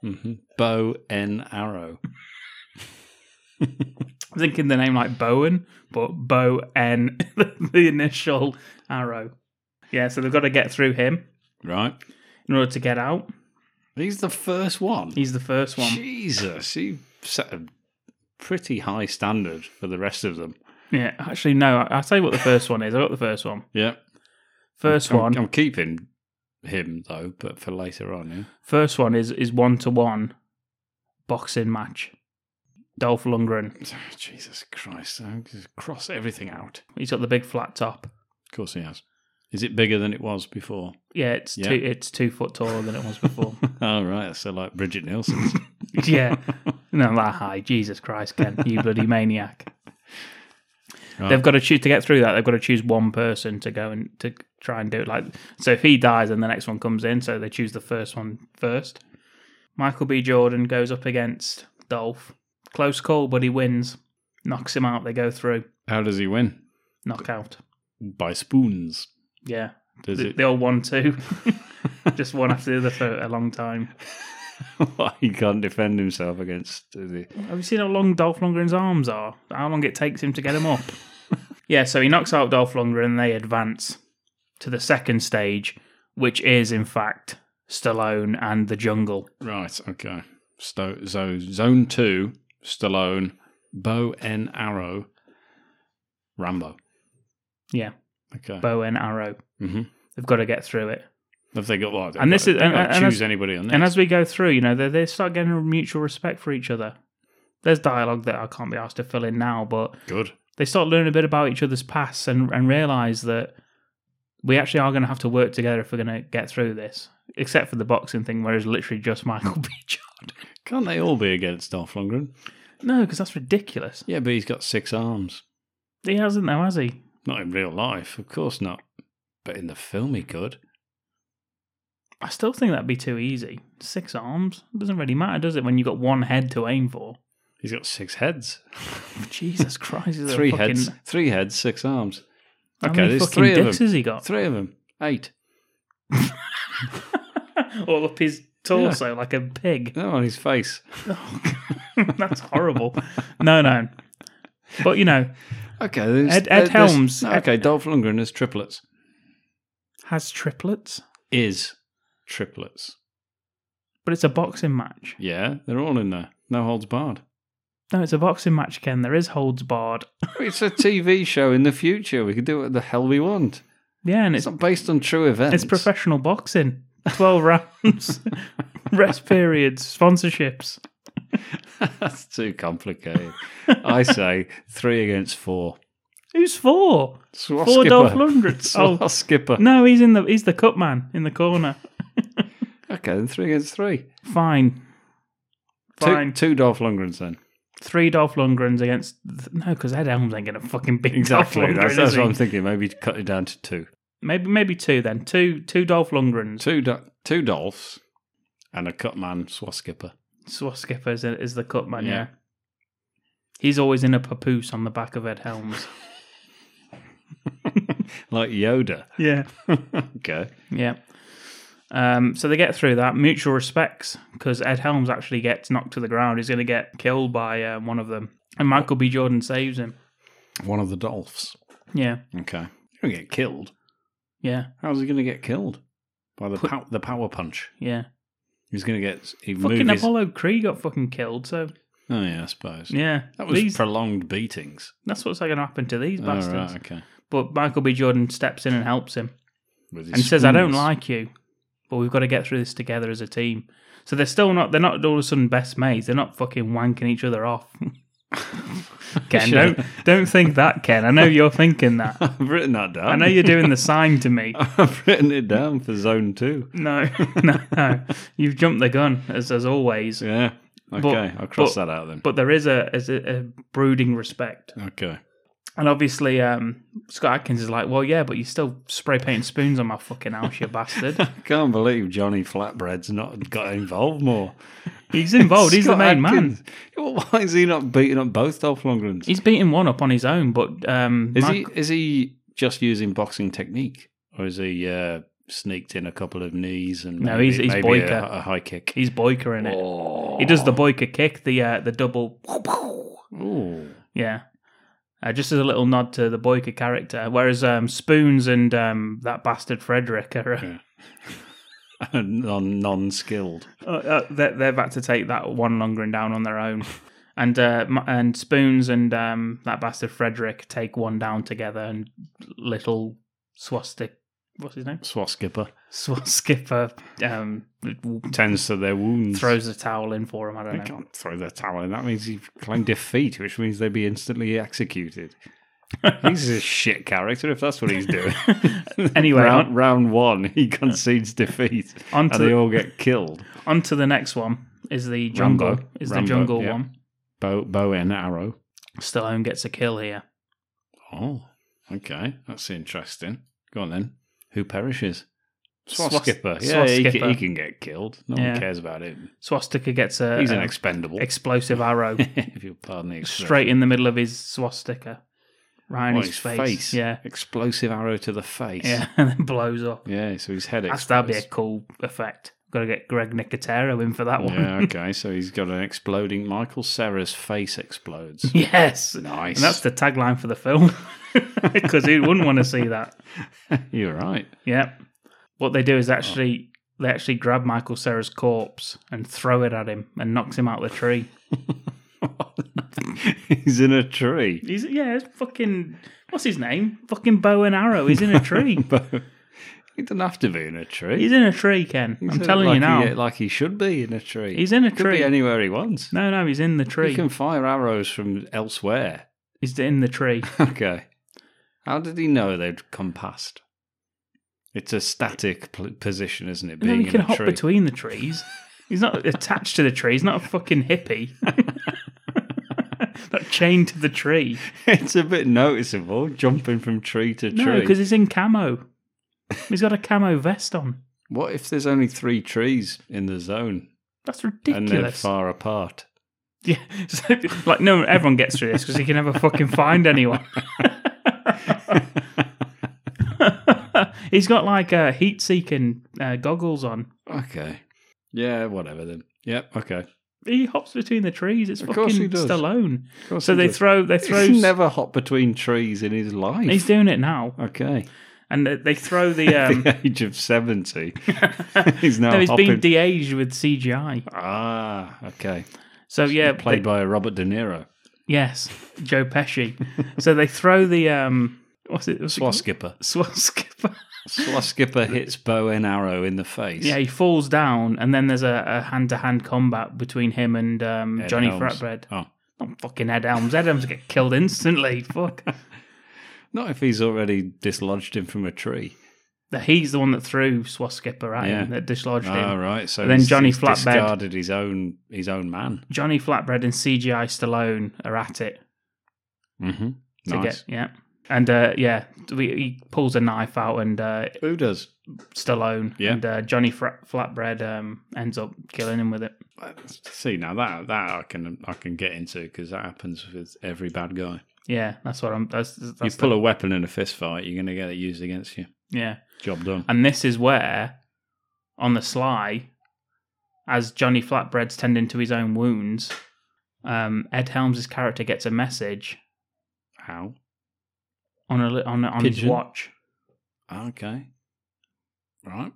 Mm-hmm. Bow and arrow.
I'm thinking the name like Bowen, but Bo N, the initial arrow. Yeah, so they've got to get through him
Right.
in order to get out.
He's the first one.
He's the first one.
Jesus, he set a pretty high standard for the rest of them.
Yeah, actually, no, I- I'll tell you what the first one is. I got the first one.
Yeah.
First
I'm,
one,
I'm keeping him though, but for later on. Yeah.
first one is is one to one boxing match. Dolph Lundgren.
Oh, Jesus Christ! I'm gonna Cross everything out.
He's got the big flat top.
Of course he has. Is it bigger than it was before?
Yeah, it's
Yeah.
two it's two foot taller than it was before.
All right, so like Bridget Nielsen's.
yeah, no, that high. Jesus Christ, Ken, you bloody maniac!
Right.
They've got to choose to get through that. They've got to choose one person to go and to try and do it. Like, so if he dies, then the next one comes in. So they choose the first one first. Michael B. Jordan goes up against Dolph. Close call, but he wins. Knocks him out. They go through.
How does he win?
Knockout.
By spoons.
Yeah.
Does
the,
it-
the old one two. Just one after the other for a long time.
he can't defend himself against the.
Have you seen how long Dolph Lundgren's arms are? How long it takes him to get him up? yeah, so he knocks out Dolph Lundgren and they advance to the second stage, which is, in fact, Stallone and the jungle.
Right. Okay. Sto- so zone two, Stallone, bow and arrow, Rambo.
Yeah.
Okay.
Bow and arrow.
Mhm.
They've got to get through it.
Have they got what?
and this is and, and- and
choose
as,
anybody on this.
And as we go through, you know, they, they start getting a mutual respect for each other. There's dialogue that I can't be asked to fill in now, but
good.
they start learning a bit about each other's pasts and, and realize that we actually are going to have to work together if we're going to get through this. Except for the boxing thing, where it's literally just Michael B. Jordan.
Can't they all be against Dolph Lundgren?
No, because that's ridiculous.
Yeah, but he's got six arms.
He hasn't, though, has he?
Not in real life, of course not. But in the film, he could.
I still think that'd be too easy. Six arms it doesn't really matter, does it? When you've got one head to aim for.
He's got six heads.
Jesus Christ! he's a
three
fucking-
heads, three heads, six arms.
How many
there's
fucking
three of
dicks
them.
has he got?
Three of them, eight.
all up his torso like a pig.
No, Oh, on his face.
That's horrible. no, no. But you know,
Okay, there's,
Ed- Ed
there's-
Helms.
no, okay, Dolph Lundgren has triplets.
has triplets,
Is triplets.
but it's a boxing match.
Yeah, they're all in there. No holds barred.
No, it's a boxing match, Ken. There is holds barred.
It's a TV show in the future. We can do what the hell we want.
Yeah, and
It's
it's
not based on true events.
it's professional boxing. Twelve rounds, rest periods, sponsorships.
That's too complicated. I say three against four.
Who's four?
Swastika.
Four Dolph Lundgren. Oh.
Swastika. skipper.
no, he's in the he's the cup man in the corner.
Okay, then three against three.
Fine, fine.
Two, two Dolph Lundgrens then.
Three Dolph Lundgrens against no, because Ed Helms ain't gonna fucking beat Dolph
Exactly.
Lundgren.
That's,
is
that's
he?
what I'm thinking. Maybe cut it down to two.
Maybe maybe two then. Two two Dolph Lundgrens.
Two, Do- two Dolphs and a cut man Swaskipper.
Swaskipper is, is the cut man.
Yeah.
Yeah. he's always in a papoose on the back of Ed Helms.
Like Yoda.
yeah.
Okay.
Yeah. Um, so they get through that mutual respects because Ed Helms actually gets knocked to the ground. He's going to get killed by uh, one of them, and Michael B. Jordan saves him.
One of the Dolphs.
Yeah,
Okay. He'll get killed.
yeah,
How's he going to get killed? By the pow- the power punch.
yeah.
He's going to get. He
Fucking
moves.
Apollo Creed got fucking killed. So
Oh yeah, I suppose.
yeah,
That was
these-
prolonged beatings.
that's what's going to happen to these
All right.
bastards.
okay.
But Michael B. Jordan steps in and helps him,
With his
and says, "I don't
spoons.
like you, but we've got to get through this together as a team." So they're still not. They're not all of a sudden best mates. They're not fucking wanking each other off. Ken,
Sure.
don't don't think that, Ken. I know you're thinking that.
I've written that down.
I know you're doing the sign to me.
I've written it down for zone two.
No, no, no. You've jumped the gun as as always.
Yeah. Okay.
But-
I'll cross
but-
that out then.
But there is a is a, a brooding respect,
okay.
and obviously um, Scott Atkins is like, well, yeah, but you still spray painting spoons on my fucking house, you bastard.
I can't believe Johnny Flatbread's not got involved more.
He's involved. He's the
Scott
main man.
Adkins. Well, Why is he not beating up both Dolph Lundgrens?
He's beating one up on his own, but um,
Is
Mike-
he is he just using boxing technique, or is he uh, sneaked in a couple of knees and
No,
maybe,
he's- he's
maybe a,
Boyka.
a high kick?
He's boiker in it. He does
Oh.
the boiker kick, the uh, the double.
Ooh.
Yeah. Uh, just as a little nod to the Boyka character, whereas um, Spoons and um, that bastard Frederick are uh,
non non skilled.
uh, uh, they're, they're about to take that one longer and down on their own, and uh, M- and Spoons and um, that bastard Frederick take one down together, and little swastika what's his name?
Swaskipper.
Swaskipper um,
tends to their wounds.
Throws the towel in for him. I don't
They
know.
can't throw their towel in. That means he claimed defeat, which means they'd be instantly executed. he's a shit character if that's what he's doing.
Anyway,
round, round one, he concedes defeat,
Onto-
and they all get killed.
On to the next one is the jungle.
Rambo.
Is
Rambo,
the jungle
yeah.
one.
Bow, bow and arrow.
Stallone gets a kill here.
Oh, okay, that's interesting. Go on then. Who perishes?
Swas-
Swaskipper. Yeah, he ca-
Swaskipper.
He, can get killed. No
Yeah. Uh,
one cares about it.
Swastika gets a.
He's
a
an expendable.
Explosive arrow.
if you'll pardon the expression.
straight in the middle of his swastika. Right in
Well,
his, face. Yeah.
Explosive arrow to the face.
Yeah. And then blows up.
Yeah, so his head
That's that'd be a
explodes.
cool effect. Got to get Greg Nicotero in for that one.
Yeah, okay, so he's got an exploding. Michael Serra's face explodes.
yes.
Nice.
And that's the tagline for the film. Because who wouldn't want to see that?
You're right.
Yeah. What they
Oh.
do is actually they actually grab Michael Sarah's corpse and throw it at him and knocks him out the tree.
He's in a tree.
He's yeah, it's fucking what's his name? Fucking bow and arrow. He's in a tree.
He doesn't have to be in a tree.
He's in a tree, Ken.
He's
I'm
in it
telling
like
you now.
He, uh, like he should be in a tree.
He's in a
Could
tree.
Be anywhere he wants.
no, no, he's in the tree.
He can fire arrows from elsewhere.
He's in the tree.
Okay. How did he know they'd come past? It's a static pl- position, isn't it?
No,
Being
he can
in a
hop
tree.
between the trees. He's not attached to the tree. He's not a fucking hippie. not chained to the tree.
It's a bit noticeable, jumping from tree to tree.
No, because he's in camo. He's got a camo vest on.
What if there's only three trees in the zone
That's
and they're
ridiculous.
far apart?
Yeah, so, like no, everyone gets through this because he can never fucking find anyone. He's got like uh, heat-seeking uh, goggles on.
Okay. Yeah, whatever then. Yep. Okay.
He hops between the trees. It's
Of course he
fucking
does.
Stallone.
Of course
So
he
they
does.
throw. They throw.
He's never hopped between trees in his life.
He's doing it now,
okay.
and they- they throw the. Um,
At the age of seventy, he's now
no, he's
hopping.
been de-aged with CGI.
ah, okay.
So yeah,
Played
they-
by Robert De Niro.
yes, Joe Pesci. so they throw the um, what's it? What's it called?
Swaskipper.
Swaskipper.
Swaskipper hits bow and arrow in the face.
Yeah, he falls down, and then there's a, a hand-to-hand combat between him and um,
Ed
Johnny
Helms.
Fratbread.
Oh,
Not fucking Ed Helms. Ed Helms get killed instantly. Fuck.
not if he's already dislodged him from a tree.
That He's the one that threw Swaskipper at
Yeah.
him, that dislodged him.
Ah, right. So
And then
he's-
Johnny
he's
Flatbed.
discarded his own his own man.
Johnny Flatbread and CGI Stallone are at it
Mm-hmm.
to
Nice.
get yeah. And uh, yeah, we, he pulls a knife out, and uh,
Who does?
Stallone
Yeah.
and uh, Johnny Fra- Flatbread um, ends up killing him with it.
See now that that I can I can get into because that happens with every bad guy.
Yeah, that's what I'm. That's, that's
you pull a weapon in a fist fight, you're going to get it used against you.
the, yeah.
Job done.
And this is where, on the sly, as Johnny Flatbread's tending to his own wounds, um, Ed Helms' character gets a message
How?
on a, li- on on his
Pigeon?
watch.
Okay. Right.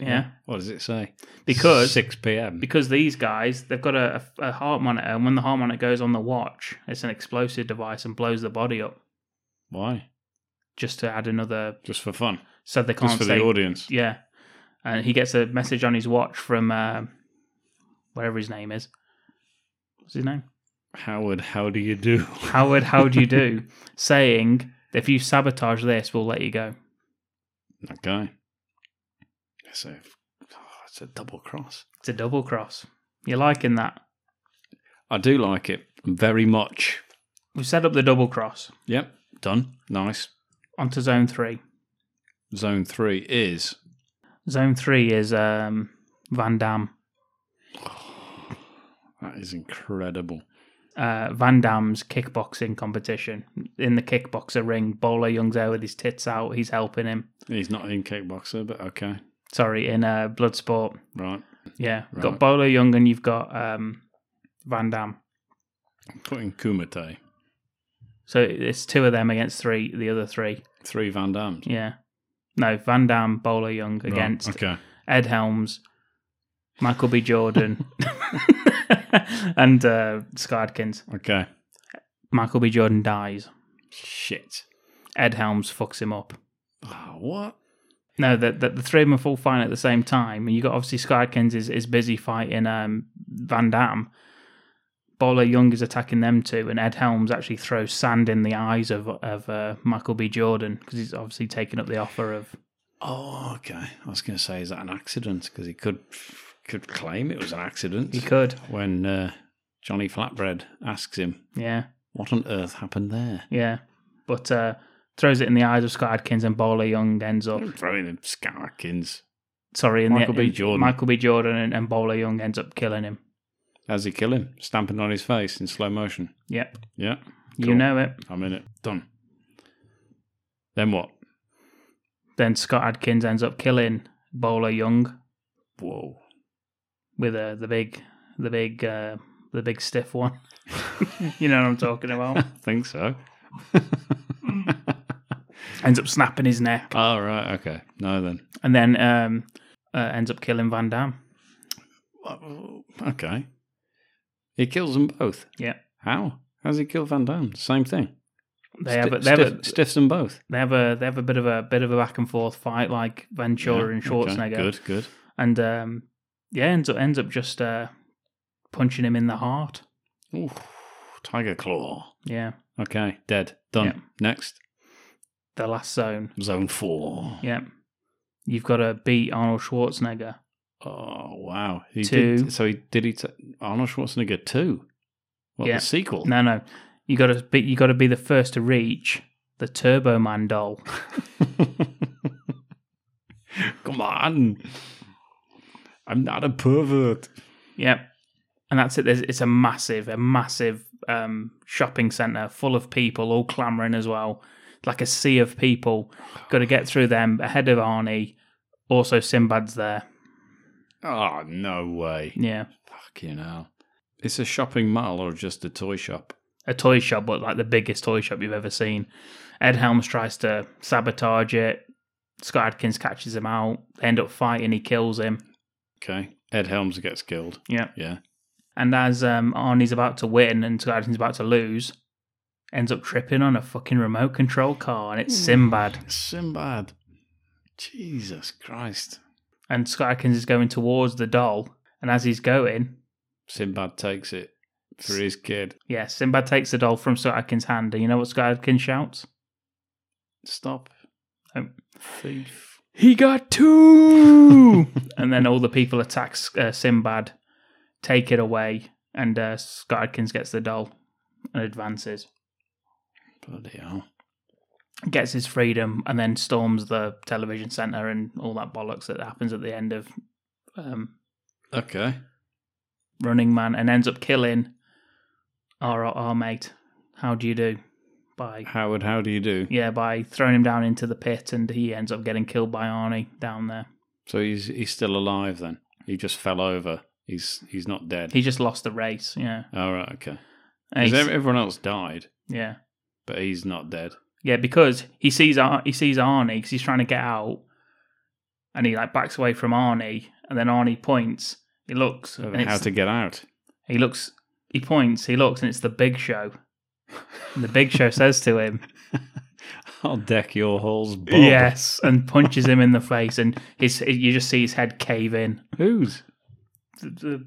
Yeah.
What does it say?
Because-
six p.m.
Because these guys, they've got a, a, a heart monitor, and when the heart monitor goes on the watch, it's an explosive device and blows the body up
Why?
just to add another.
Just for fun.
So they can't
Just for
say.
the audience.
Yeah. And he gets a message on his watch from uh, whatever his name is. What's his name?
Howard, how do you do?
Howard, how do you do? saying, if you sabotage this, we'll let you go.
Okay. It's a, oh, it's a double cross.
It's a double cross. You're liking that?
I do like it very much.
We've set up the double cross
Yep. Done. Nice.
onto zone three.
Zone three is
Zone three is um, Van Dam.
that is incredible.
Uh, Van Dam's kickboxing competition in the kickboxer ring. Bowler Young's there with his tits out. He's helping him.
He's not in kickboxer, but okay.
Sorry, in uh, Bloodsport.
Right.
Yeah, you've
Right.
got Bowler Young and you've got um, Van Dam.
Putting Kumite.
So it's two of them against three. The other three.
Three Van Dams.
Yeah. No, Van Dam, Bowler Young
Right,
against
Okay.
Ed Helms, Michael B. Jordan, and uh, Skardkins.
Okay.
Michael B. Jordan dies.
Shit.
Ed Helms fucks him up.
Oh, what?
No, that the, the three of them are full fighting at the same time, and you got obviously Skykins is, is busy fighting um, Van Dam. Bolo Young is attacking them too, and Ed Helms actually throws sand in the eyes of of uh, Michael B. Jordan because he's obviously taking up the offer of.
Oh, okay. I was going to say, is that an accident? Because he could could claim it was an accident.
He could.
When uh, Johnny Flatbread asks him,
Yeah,
"What on earth happened there?"
yeah, but uh, throws it in the eyes of Scott Adkins, and Bolo Young ends up
Throwing him Scarkins.
sorry, in the-
Michael B.
in-
Jordan.
Michael B. Jordan and, and Bolo Young ends up killing him.
How's he kill him? Stamping on his face in slow motion.
Yep,
Yeah.
you
Cool.
know it.
I'm in it. Done. Then what?
Then Scott Adkins ends up killing Bolo Young
Whoa.
with uh, the big, the big, uh, the big stiff one. you know what I'm talking about.
I think so.
ends up snapping his neck,
Oh, right. Okay. No, then.
and then um, uh, ends up killing Van Damme.
Okay. He kills them both.
Yeah,
How? How's he kill Van Damme? Same thing.
they have a,
Sti-
they have a,
stiff- stiffs them both.
they have a they have a bit of a bit of a back and forth fight like Ventura
Yeah,
and
okay,
Schwarzenegger.
Good, good.
and um, yeah, ends up ends up just uh, punching him in the heart.
Ooh, tiger claw.
Yeah,
Okay, dead. Done.
Yeah.
Next.
the last zone.
Zone four.
Yeah, you've got to beat Arnold Schwarzenegger.
Oh wow! He
Two.
Did, so he did he t- Arnold Schwarzenegger two? What
Yeah.
the sequel?
No, no, you got to be you got to be the first to reach the Turbo Man doll.
Come on! I'm not a pervert.
Yep. And that's it. There's, it's a massive, a massive um, shopping centre full of people, all clamouring as well. Like a sea of people. Got to get through them ahead of Arnie. Also, Sinbad's there.
Oh no way!
Yeah.
Fucking hell! It's a shopping mall or just a toy shop?
A toy shop, but like the biggest toy shop you've ever seen. Ed Helms tries to sabotage it. Scott Adkins catches him out. They end up fighting. He kills him.
Okay. Ed Helms gets killed.
Yeah.
Yeah.
And as um, Arnie's about to win and Scott Adkins about to lose, ends up tripping on a fucking remote control car, and it's Sinbad.
Sinbad. Jesus Christ!
and Scott Atkins is going towards the doll. And as he's going,
Sinbad takes it for his kid.
yeah, Sinbad takes the doll from Scott Atkins' hand. And you know what Scott Atkins shouts?
Stop,
Oh.
thief!
He got two! and then all the people attack uh, Sinbad, take it away, and uh, Scott Atkins gets the doll and advances,
Bloody hell!
gets his freedom, and then storms the television centre and all that bollocks that happens at the end of um,
Okay.
Running Man and ends up killing our, our mate. How do you do? By
Howard, how do you do?
Yeah, by throwing him down into the pit, and he ends up getting killed by Arnie down there.
So he's he's still alive then. He just fell over. He's he's not dead.
He just lost the race. Yeah,
All right, okay.
And
'Cause
he's-
ev- everyone else died,
yeah,
but he's not dead.
yeah, because he sees Ar- he sees Arnie because he's trying to get out, and he like backs away from Arnie, and then Arnie points. He looks.
So
And
how
it's-
to get out?
He looks. He points. He looks, and it's the Big Show. And the Big Show says to him,
I'll deck your halls, Bob.
"Yes," and punches him in the face, and his you just see his head cave in.
Who's
The-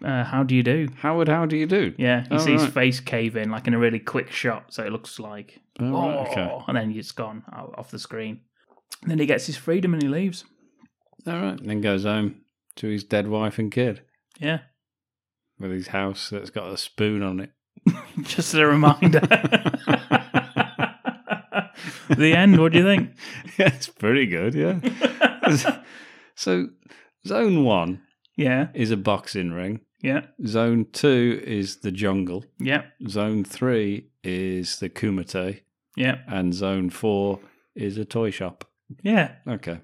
the, uh, how do you do?
Howard? How do you do?
Yeah, you
Oh,
see his
right.
face cave in, like in a really quick shot, so it looks like,
Oh, right, okay.
"Oh," and then it's gone out, off the screen. And then he gets his freedom and he leaves.
All right. And then goes home to his dead wife and kid
Yeah,
with his house that's got a spoon on it.
just as a reminder. the end. What do you think?
yeah, it's pretty good. Yeah. so, zone one
Yeah,
is a boxing ring.
yeah,
Zone two is the jungle.
yeah,
Zone three is the Kumite,
yeah,
and zone four is a toy shop.
yeah.
Okay.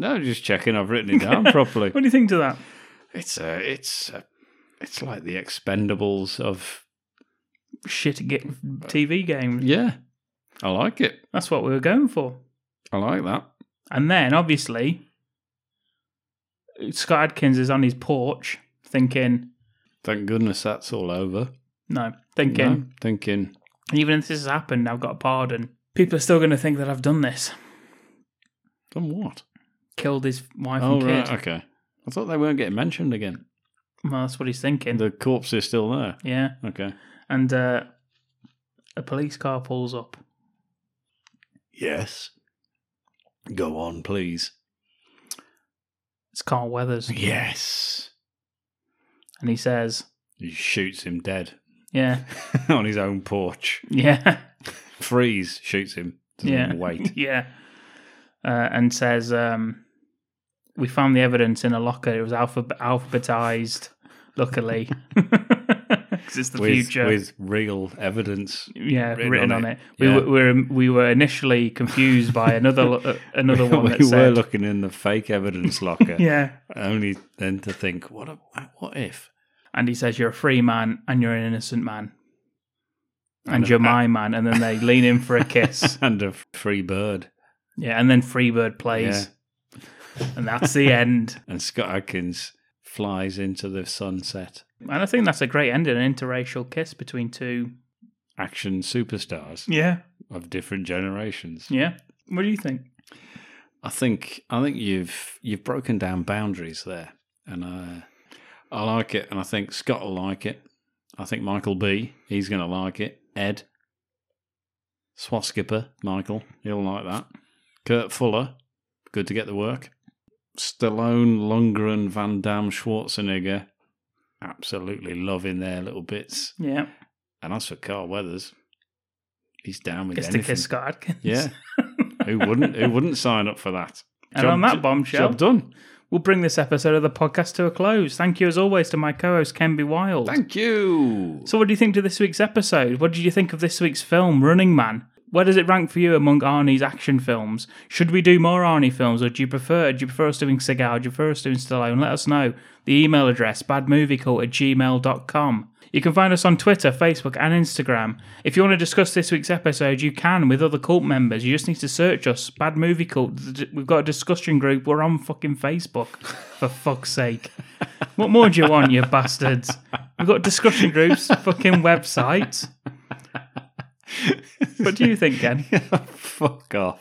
No, just checking. I've written it down properly.
What do you think to that?
It's a, it's a, it's like the Expendables of
Shit, get TV game.
yeah. I like it.
That's what we were going for.
I like that.
And then obviously, Scott Adkins is on his porch thinking,
Thank goodness that's all over.
no, thinking.
No, thinking.
And even if this has happened, I've got a pardon. People are still going to think that I've done this.
Done what?
Killed his wife
oh,
and
right,
kid.
okay. I thought they weren't getting mentioned again.
Well, that's what he's thinking.
The corpse is still there.
Yeah.
Okay.
And uh, a police car pulls up.
Yes. Go on, please.
It's Carl Weathers.
Yes.
And he says,
He shoots him dead
Yeah.
on his own porch.
Yeah.
Freeze shoots him. Doesn't
yeah.
even wait.
yeah. Uh, and says, um, We found the evidence in a locker. It was alphab- alphabetized, luckily. 'Cause it's the
with,
future.
with real evidence.
yeah, written, on, it.
Yeah.
We, were, we were we were initially confused by another lo- uh, another one
we
that
were
said,
looking in the fake evidence locker.
Yeah.
Only then to think, what? A, what if?
and he says, "You're a free man and you're an innocent man, and,
And a-
you're my man." And then they lean in for a kiss.
and a free bird.
Yeah, and then Freebird plays, and that's the end.
And Scott Adkins flies into the sunset.
And I think that's a great ending—an interracial kiss between two.
Action superstars.
Yeah.
Of different generations.
Yeah. What do you think?
I think I think you've you've broken down boundaries there, and uh, I like it, and I think Scott will like it. I think Michael B. He's going to like it. Ed Swaskipper, Michael, he'll like that. Kurt Fuller, good to get the work. Stallone, Lundgren, Van Damme, Schwarzenegger, absolutely loving their little bits.
Yeah.
And as for Carl Weathers, he's down with
Gets to
anything.
kiss Scott Adkins.
Yeah. who wouldn't? Who wouldn't sign up for that?
And on that bombshell,
job done.
We'll bring this episode of the podcast to a close. Thank you, as always, to my co-host Ken B. Wild.
Thank you.
So, what do you think to this week's episode? What did you think of this week's film, Running Man? Where does it rank for you among Arnie's action films? Should we do more Arnie films, or do you prefer? Do you prefer us doing Seagal? Do you prefer us doing Stallone? Let us know. The email address badmoviecult at gmail.com. You can find us on Twitter, Facebook, and Instagram. If you want to discuss this week's episode, you can with other cult members. You just need to search us, Bad Movie Cult. We've got a discussion group. We're on fucking Facebook, for fuck's sake. What more do you want, you bastards? We've got discussion groups, fucking websites. What do you think, Ken?
Fuck off.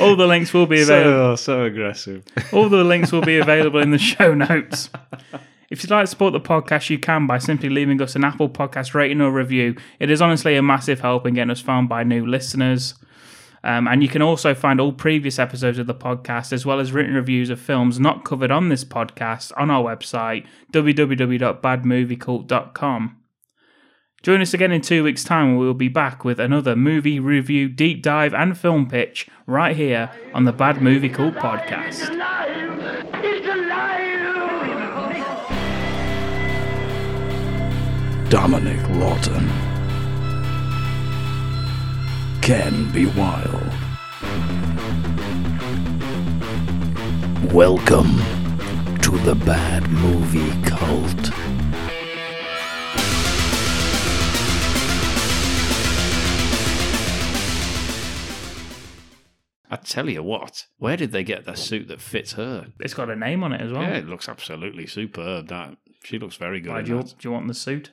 All the links will be available.
So, so aggressive.
All the links will be available in the show notes. If you'd like to support the podcast, you can by simply leaving us an Apple Podcast rating or review. It is honestly a massive help in getting us found by new listeners. Um, and you can also find all previous episodes of the podcast, as well as written reviews of films not covered on this podcast, on our website, www.badmoviecult.com. Join us again in two weeks' time when we will be back with another movie review, deep dive, and film pitch right here on the Bad Movie Cult podcast.
Dominic Lawton, Ken Be Wild. Welcome to the Bad Movie Cult.
I tell you what, where did they get that suit that fits her?
It's got a name on it as well.
Yeah, it looks absolutely superb. That she looks very good.
Why,
in
do, you,
that.
do you want the suit?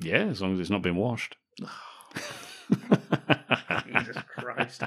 Yeah, as long as it's not been washed.
Jesus Christ.